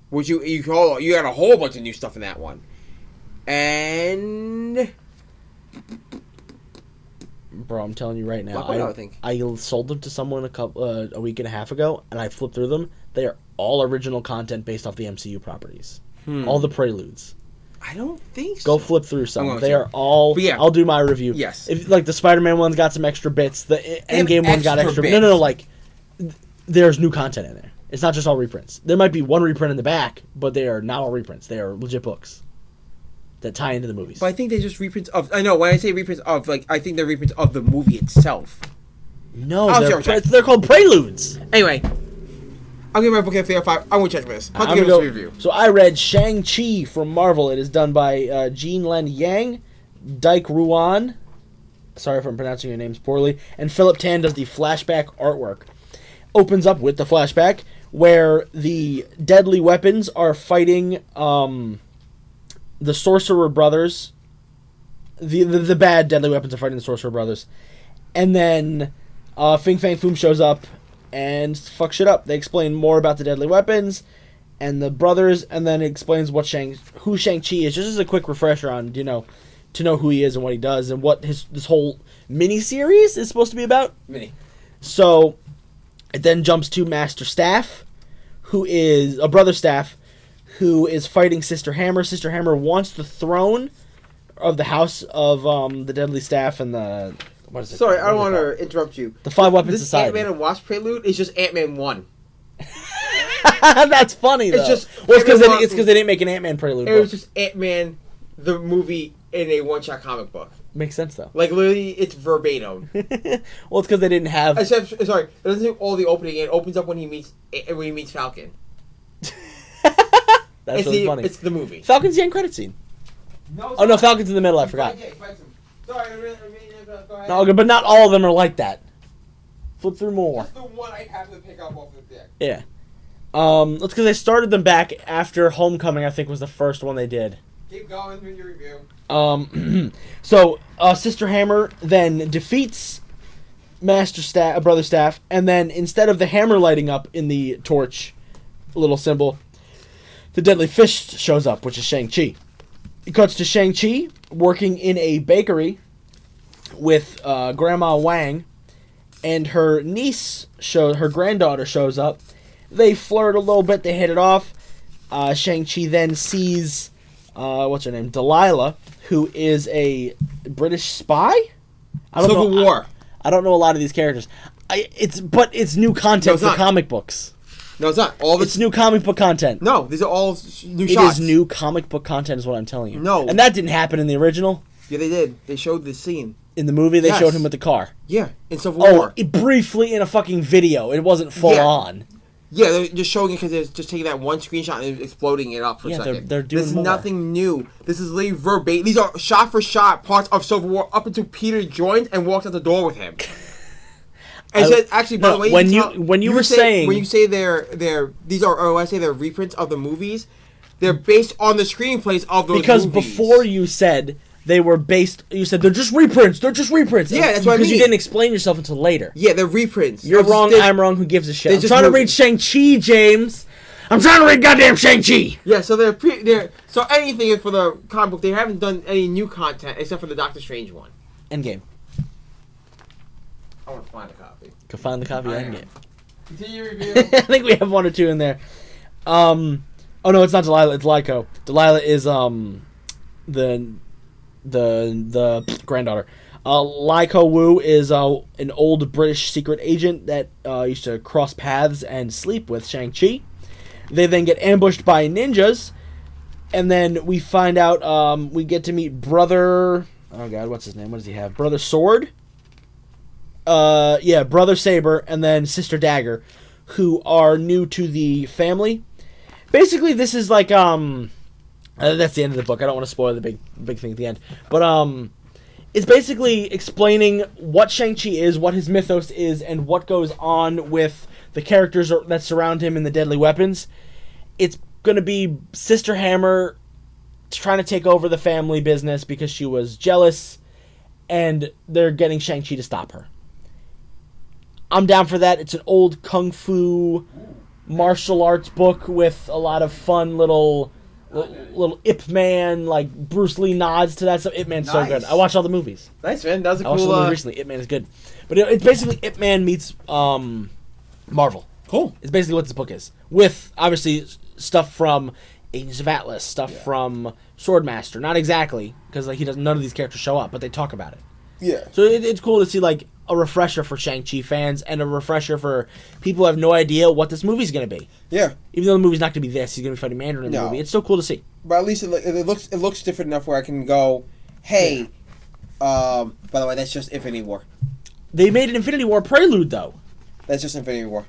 B: Which you you call you got a whole bunch of new stuff in that one, and
C: Bro, I'm telling you right now.
B: Black Widow,
C: I,
B: I think.
C: I sold them to someone a couple uh, a week and a half ago, and I flipped through them. They are all original content based off the MCU properties.
B: Hmm.
C: All the preludes.
B: I don't think so.
C: Go flip through some.
B: going
C: They
B: to.
C: are all.
B: But yeah.
C: I'll do my review.
B: Yes.
C: If like the Spider-Man one's got some extra bits. The e-
B: They have
C: Endgame one got
B: extra
C: extra. No, no, no.
B: bits.
C: Like th- there's new content in there. It's not just all reprints. There might be one reprint in the back, but they are not all reprints. They are legit books that tie into the movies.
B: But I think they're just reprints of. I know when I say reprints of, like I think they're reprints of the movie itself.
C: no,
B: Oh,
C: they're,
B: sure, sure.
C: pre- they're called preludes.
B: Anyway, I'll give my book a three out of five. I won't check this. I'll
C: I'm
B: give
C: gonna
B: this
C: go-
B: review.
C: So I read Shang Chi from Marvel. It is done by uh, Jean Len Yang, Dyke Ruan. Sorry if I'm pronouncing your names poorly. And Philip Tan does the flashback artwork. Opens up with the flashback where the deadly weapons are fighting um, the Sorcerer Brothers. The, the the bad deadly weapons are fighting the Sorcerer Brothers, and then uh, Fing Fang Foom shows up and fucks shit up. They explain more about the deadly weapons and the brothers, and then it explains what Shang who Shang Chi is. Just as a quick refresher on you know to know who he is and what he does and what his this whole mini series is supposed to be about.
B: Mini.
C: So it then jumps to Master Staff, who is a brother staff, who is fighting Sister Hammer. Sister Hammer wants the throne of the House of um, the Deadly Staff and the what is it?
B: Sorry, I don't
C: What
B: want
C: is it
B: to interrupt you.
C: The Five Weapons
B: This
C: Society.
B: Ant Man and Wasp prelude is just Ant Man one.
C: called? That's funny though.
B: It's just-
C: well, it's because
B: everyone-
C: they, it's 'cause they didn't make an Ant Man prelude.
B: It was
C: book.
B: just Ant Man, the movie in a one shot comic book.
C: Makes sense though.
B: Like literally, it's verbatim.
C: well, it's because they didn't have.
B: Except, sorry, it doesn't do all the opening. It opens up when he meets eh, when he meets Falcon.
C: That's
B: it's,
C: really
B: the,
C: funny.
B: it's the movie.
C: Falcon's the end credit scene.
B: No,
C: Oh no, Falcon's in the middle. I forgot.
B: Sorry, I really, I really, go ahead.
C: No, okay, but not all of them are like that. Flip through more.
B: the one I happened to pick up off the deck.
C: Yeah. Um, that's because they started them back after Homecoming. I think was the first one they did.
B: Keep going with your review.
C: Um, so uh, Sister Hammer then defeats Master Staff, uh, Brother Staff, and then instead of the hammer lighting up in the torch little symbol, the deadly fish shows up, which is Shang Chi. It cuts to Shang Chi working in a bakery with uh, Grandma Wang, and her niece show her granddaughter shows up. They flirt a little bit. They hit it off. Uh, Shang Chi then sees uh, what's her name, Delilah, who is a British spy. I don't
B: Civil
C: know- I-
B: War.
C: I don't know a lot of these characters. I, it's but it's new content
B: No, it's
C: for
B: not.
C: comic books.
B: No, it's not. All
C: It's
B: this.
C: new comic book content.
B: No, these are all sh- new
C: It is
B: shots.
C: new comic book content, is what I'm telling you.
B: No.
C: and that didn't happen in the original.
B: Yeah, they did. They showed the scene.
C: In the movie, they
B: Yes.
C: showed him with the car.
B: Yeah, in Civil
C: Oh,
B: War.
C: it, briefly in a fucking video. It wasn't full
B: Yeah.
C: on.
B: yeah, they're just showing it because they're just taking that one screenshot and exploding it up for
C: Yeah,
B: a
C: they're-
B: second.
C: they're doing
B: this is
C: more.
B: nothing new. This is literally verbatim. These are shot for shot parts of Civil War up until Peter joined and walked out the door with him. And
C: I-
B: said, actually, by
C: no,
B: the way,
C: when
B: tell-
C: you- when you were
B: say-
C: saying-
B: when you say they're they're these are or when I say they're reprints of the movies, they're based on the screenplays of those
C: Because
B: movies.
C: before you said they were based. You said they're just reprints. They're just reprints.
B: Yeah, that's what I
C: Because you
B: mean.
C: didn't explain yourself until later.
B: Yeah, they're reprints.
C: You're
B: Of-
C: wrong.
B: they-
C: I'm wrong. Who gives a shit?
B: they
C: I'm
B: just
C: trying to
B: moved-
C: read Shang Chi, James.
A: I'm trying to read goddamn Shang-Chi.
B: Yeah, so they're pre- they're so anything for the comic book. They haven't done any new content except for the Doctor Strange one.
C: Endgame.
B: I want to find a copy.
C: Go find the copy of
B: I am.
C: Endgame.
B: Continue review.
C: I think we have one or two in there. Um, oh no, it's not Delilah. It's Lyco. Delilah is um, the the the granddaughter. Uh, Lyco Wu is uh, an old British secret agent that uh, used to cross paths and sleep with Shang Chi. They then get ambushed by ninjas, and then we find out um, we get to meet brother. Oh God, what's his name? What does he have? Brother Sword. Uh, yeah, brother Saber, and then sister Dagger, who are new to the family. Basically, this is like um, uh, that's the end of the book. I don't want to spoil the big big thing at the end, but um, it's basically explaining what Shang Chi is, what his mythos is, and what goes on with the characters or- that surround him in the Deadly Weapons. It's gonna be Sister Hammer trying to take over the family business because she was jealous, and they're getting Shang Chi to stop her. I'm down for that. It's an old kung fu martial arts book with a lot of fun little little, little Ip Man like Bruce Lee nods to that stuff. Ip Man's so good.
B: Nice.
C: I watch all the movies.
B: nice man, that was a
C: I watched
B: cool.
C: the movie
B: Uh,
C: recently. Ip Man is good, but it, it's basically Ip Man meets um, Marvel.
B: cool.
C: It's basically what this book is, with obviously s- stuff from Agents of Atlas, stuff from Swordmaster. Not exactly because like he doesn't. None of these characters show up, but they talk about it.
B: Yeah.
C: So it, it's cool to see like a refresher for Shang Chi fans and a refresher for people who have no idea what this movie's gonna be.
B: Yeah.
C: Even though the movie's not gonna be this, he's gonna be fighting Mandarin in the
B: No.
C: movie. It's still cool to see.
B: but at least it, look- it looks it looks different enough where I can go, hey, um. By the way, that's just Infinity War.
C: They made an Infinity War prelude though.
B: That's just Infinity War,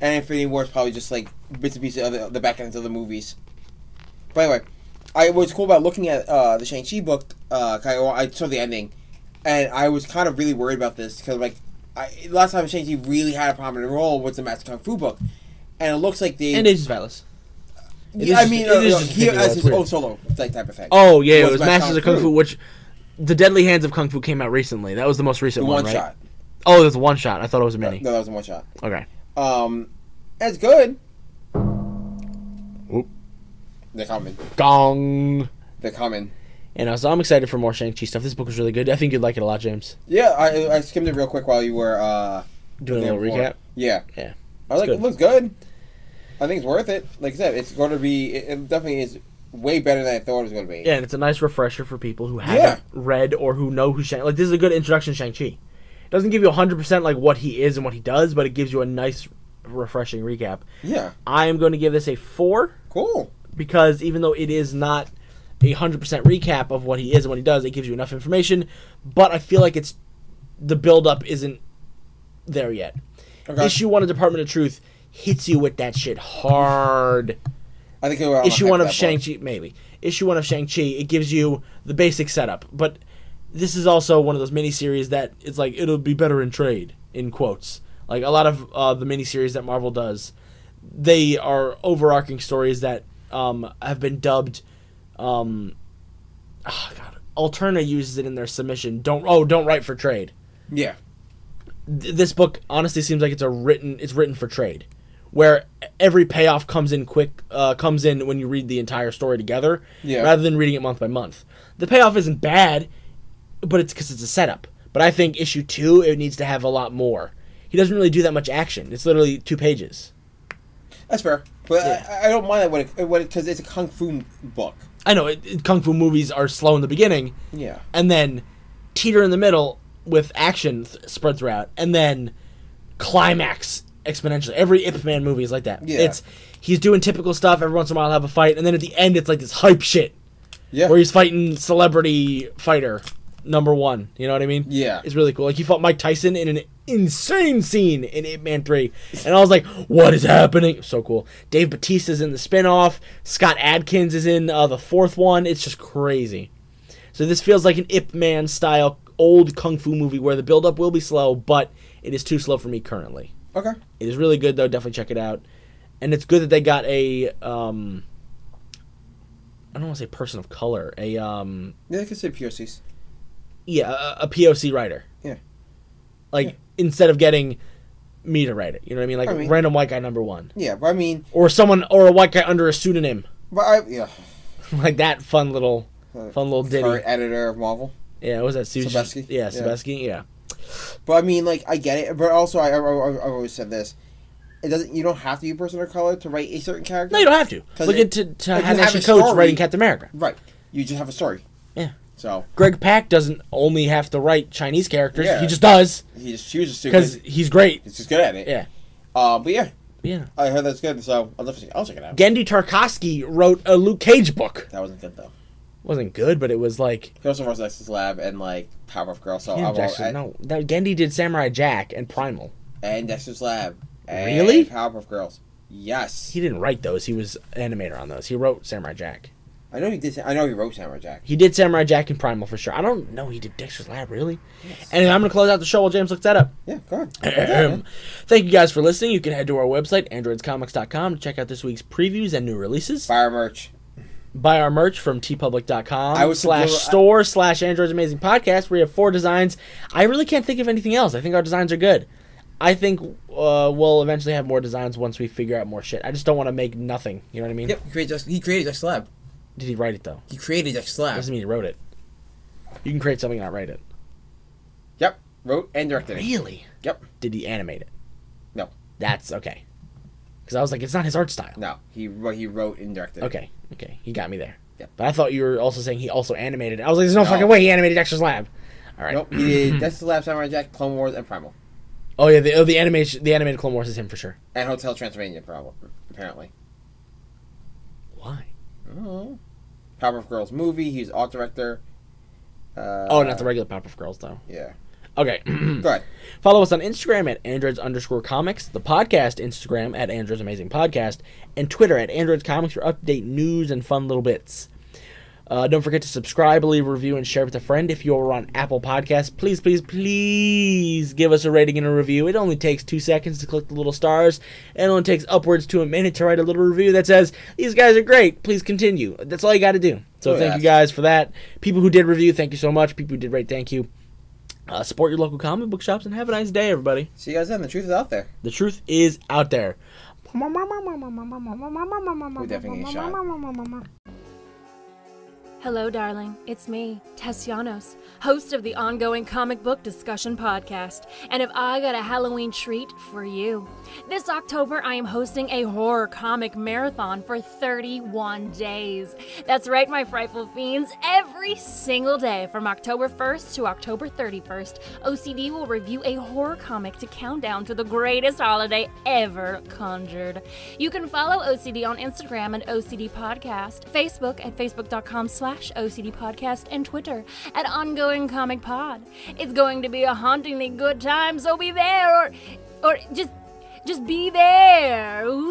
B: and Infinity War is probably just like bits and pieces of the, the back ends of the movies. But anyway, I what's cool about looking at uh, the Shang Chi book. Uh, 'cause I, well, I saw the ending, and I was kind of really worried about this because like, I, last time Shang Chi really had a prominent role was the Master Kung Fu book, and it looks like they.
C: And Agents of Atlas. it
B: yeah, I
C: is-
B: mean,
C: it
B: uh,
C: is
B: uh,
C: just
B: he
C: Infinity War,
B: has
C: it's
B: his
C: weird.
B: own solo like type of thing.
C: Oh yeah,
B: Was
C: it was
B: by
C: Masters of
B: Kung
C: Kung Fu,
B: Fu.
C: which the Deadly Hands of Kung Fu came out recently. That was the most
B: The
C: recent
B: one
C: one, right?
B: shot.
C: Oh, there's one shot. I thought it was a mini.
B: No, that was a one shot.
C: Okay.
B: Um, that's good.
A: Oop.
B: They're coming.
C: Gong.
B: They're coming.
C: And uh, so I'm excited for more Shang Chi stuff. This book was really good. I think you'd like it a lot, James.
B: Yeah, I, I skimmed it real quick while you were uh
C: Doing
B: there
C: a little
B: before.
C: recap.
B: Yeah,
C: Yeah.
B: I was like
C: good.
B: it looks good. I think it's worth it. Like I said, it's going to be. It, it definitely is way better than I thought it was going to be.
C: Yeah, and it's a nice refresher for people who haven't
B: Yeah.
C: read or who know who Shang. Like this is a good introduction to Shang Chi. It doesn't give you 100 percent like what he is and what he does, but it gives you a nice, refreshing recap.
B: Yeah.
C: I am going to give this a four
B: Cool.
C: because even though it is not a 100% recap of what he is and what he does, it gives you enough information. But I feel like it's the build up isn't there yet.
B: Okay.
C: Issue one of Department of Truth hits you with that shit hard.
B: I think we're on
C: issue
B: hype
C: one
B: for
C: of
B: that
C: Shang Chi, maybe issue one of Shang Chi. It gives you the basic setup, but this is also one of those miniseries that it's like it'll be better in trade in quotes. Like a lot of uh, the miniseries that Marvel does, they are overarching stories that um, have been dubbed. Um, ah, God, Alterna uses it in their submission. Don't oh, don't write for trade
B: one. Yeah.
C: th- this book honestly seems like it's a written it's written for trade where every payoff comes in quick uh, comes in when you read the entire story together
B: Yeah.
C: rather than reading it month by month the payoff isn't bad but it's because it's a setup but i think issue two it needs to have a lot more he doesn't really do that much action it's literally two pages
B: That's fair. But
C: Yeah.
B: I, I don't mind that when it when because it's a kung fu book.
C: i know it, it- kung fu movies are slow in the beginning
B: Yeah.
C: and then teeter in the middle with action th- spread throughout, and then climax exponentially. Every Ip Man movie is like that.
B: Yeah.
C: It's he's doing typical stuff. Every once in a while, have a fight, and then at the end, it's like this hype shit
B: Yeah.
C: where he's fighting celebrity fighter number one. You know what I mean?
B: Yeah.
C: it's really cool. Like he fought Mike Tyson in an insane scene in Ip Man Three, and I was like, "What is happening?" So cool. Dave Bautista's in the spinoff. Scott Adkins is in uh, the fourth one. It's just crazy. So this feels like an Ip Man style old kung fu movie where the build up will be slow, but it is too slow for me currently.
B: Okay.
C: It is really good though. Definitely check it out. And it's good that they got a um, I don't want to say person of color, a um
B: Yeah, I could say POCs.
C: yeah, a, a POC writer.
B: Yeah.
C: Like
B: Yeah.
C: instead of getting me to write it, you know what I mean? Like
B: I mean-
C: random white guy number 1
B: Yeah, but I mean,
C: or someone or a white guy under a pseudonym.
B: but I yeah.
C: like that fun little
B: Uh,
C: fun little ditty.
B: Current editor of Marvel.
C: Yeah, what was that Suji?
B: Sobeski?
C: Yeah,
B: Yeah.
C: Sobeski, yeah.
B: But I mean, like, I get it. But also, I, I, I, I've always said this: it doesn't. You don't have to be a person of color to write a certain character.
C: No, you don't have to.
B: 'Cause
C: Look
B: it-
C: at to, to
B: if you have
C: Hanashi
B: a
C: Coates
B: story-
C: writing Captain America.
B: Right. You just have a story.
C: Yeah.
B: So
C: Greg Pak doesn't only have to write Chinese characters.
B: Yeah.
C: He just does
B: he just chooses to
C: because
B: because
C: he's great.
B: he's just good at it.
C: Yeah.
B: Uh, but yeah,
C: Yeah.
B: I heard that's good. So I'll definitely I'll check it out.
C: Gendy Tarkovsky wrote a Luke Cage book.
B: that wasn't good though.
C: Wasn't good, but it was like
B: He also writes Nexus Lab and like Powerpuff Girl. So
C: Yeah,
B: I'm all,
C: Jackson-
B: and,
C: no. That Gendy did Samurai Jack and Primal.
B: and Nexus Lab. And
C: Really?
B: Powerpuff Girls. Yes.
C: He didn't write those. He was animator on those. He wrote Samurai Jack.
B: I know he did. I know he wrote Samurai Jack.
C: He did Samurai Jack and Primal for sure. I don't know he did Dexter's Lab really. Anyway, I'm gonna close out the show while James looks that up.
B: Yeah. Go ahead.
C: Ahem. Thank you guys for listening. You can head to our website, androidscomics.com, to check out this week's previews and new releases.
B: Fire merch.
C: Buy our merch from tpublic.com
B: I was
C: slash
B: supposed-
C: store slash Android's Amazing Podcast. We have four designs. I really can't think of anything else. I think our designs are good. I think uh, we'll eventually have more designs once we figure out more shit. I just don't want to make nothing. You know what I mean?
B: Yep. He created. He created Dexter Lab.
C: Did he write it though?
B: He created Dexter Lab.
C: Doesn't mean he wrote it. You can create something and not write it.
B: Yep. Wrote and directed. it.
C: Really?
B: Yep.
C: Did he animate it?
B: No.
C: That's okay. Because I was like, it's not his art style.
B: No. He wr- he wrote and directed. it.
C: Okay, okay, he got me there.
B: Yep.
C: But I thought you were also saying he also animated. it. I was like, there's no,
B: No.
C: fucking way he animated Dexter's Lab. All right.
B: Nope. He did Dexter Lab, Samurai Jack, Clone Wars, and Primal,
C: Oh yeah, the oh, the animation the animated Clone Wars is him for sure.
B: and Hotel Transylvania. Probably apparently.
C: Why?
B: Oh. Powerpuff Girls movie. He's art director. Uh,
C: Oh, not the Hmm. regular Powerpuff Girls though.
B: Yeah.
C: Okay.
B: Go ahead.
C: Follow us on Instagram at androids underscore comics, the podcast Instagram at androids amazing podcast, and Twitter at androids comics for up to date news and fun little bits. Uh, don't forget to subscribe, leave a review, and share with a friend. If you're on Apple Podcasts, please, please, please give us a rating and a review. It only takes two seconds to click the little stars, and it only takes upwards to a minute to write a little review that says, These guys are great. Please continue. That's all you got to do. So
B: Oh,
C: thank
B: yes.
C: you guys for that. People who did review, thank you so much. People who did rate, thank you. Uh, support your local comic book shops and have a nice day, everybody.
B: See you guys then. The truth is out there.
C: The truth is out there.
B: We definitely need a shot.
D: Hello, darling. It's me, Tessianos, host of the ongoing comic book discussion podcast. And if I got a Halloween treat for you, this October I am hosting a horror comic marathon for 31 days. That's right, my frightful fiends. Every single day from October 1st to October 31st, OCD will review a horror comic to count down to the greatest holiday ever conjured. You can follow OCD on Instagram at OCD Podcast, Facebook at facebook.com slash OCD Podcast, and Twitter at Ongoing Comic Pod. It's going to be a hauntingly good time, so be there or, or just, just be there. Ooh.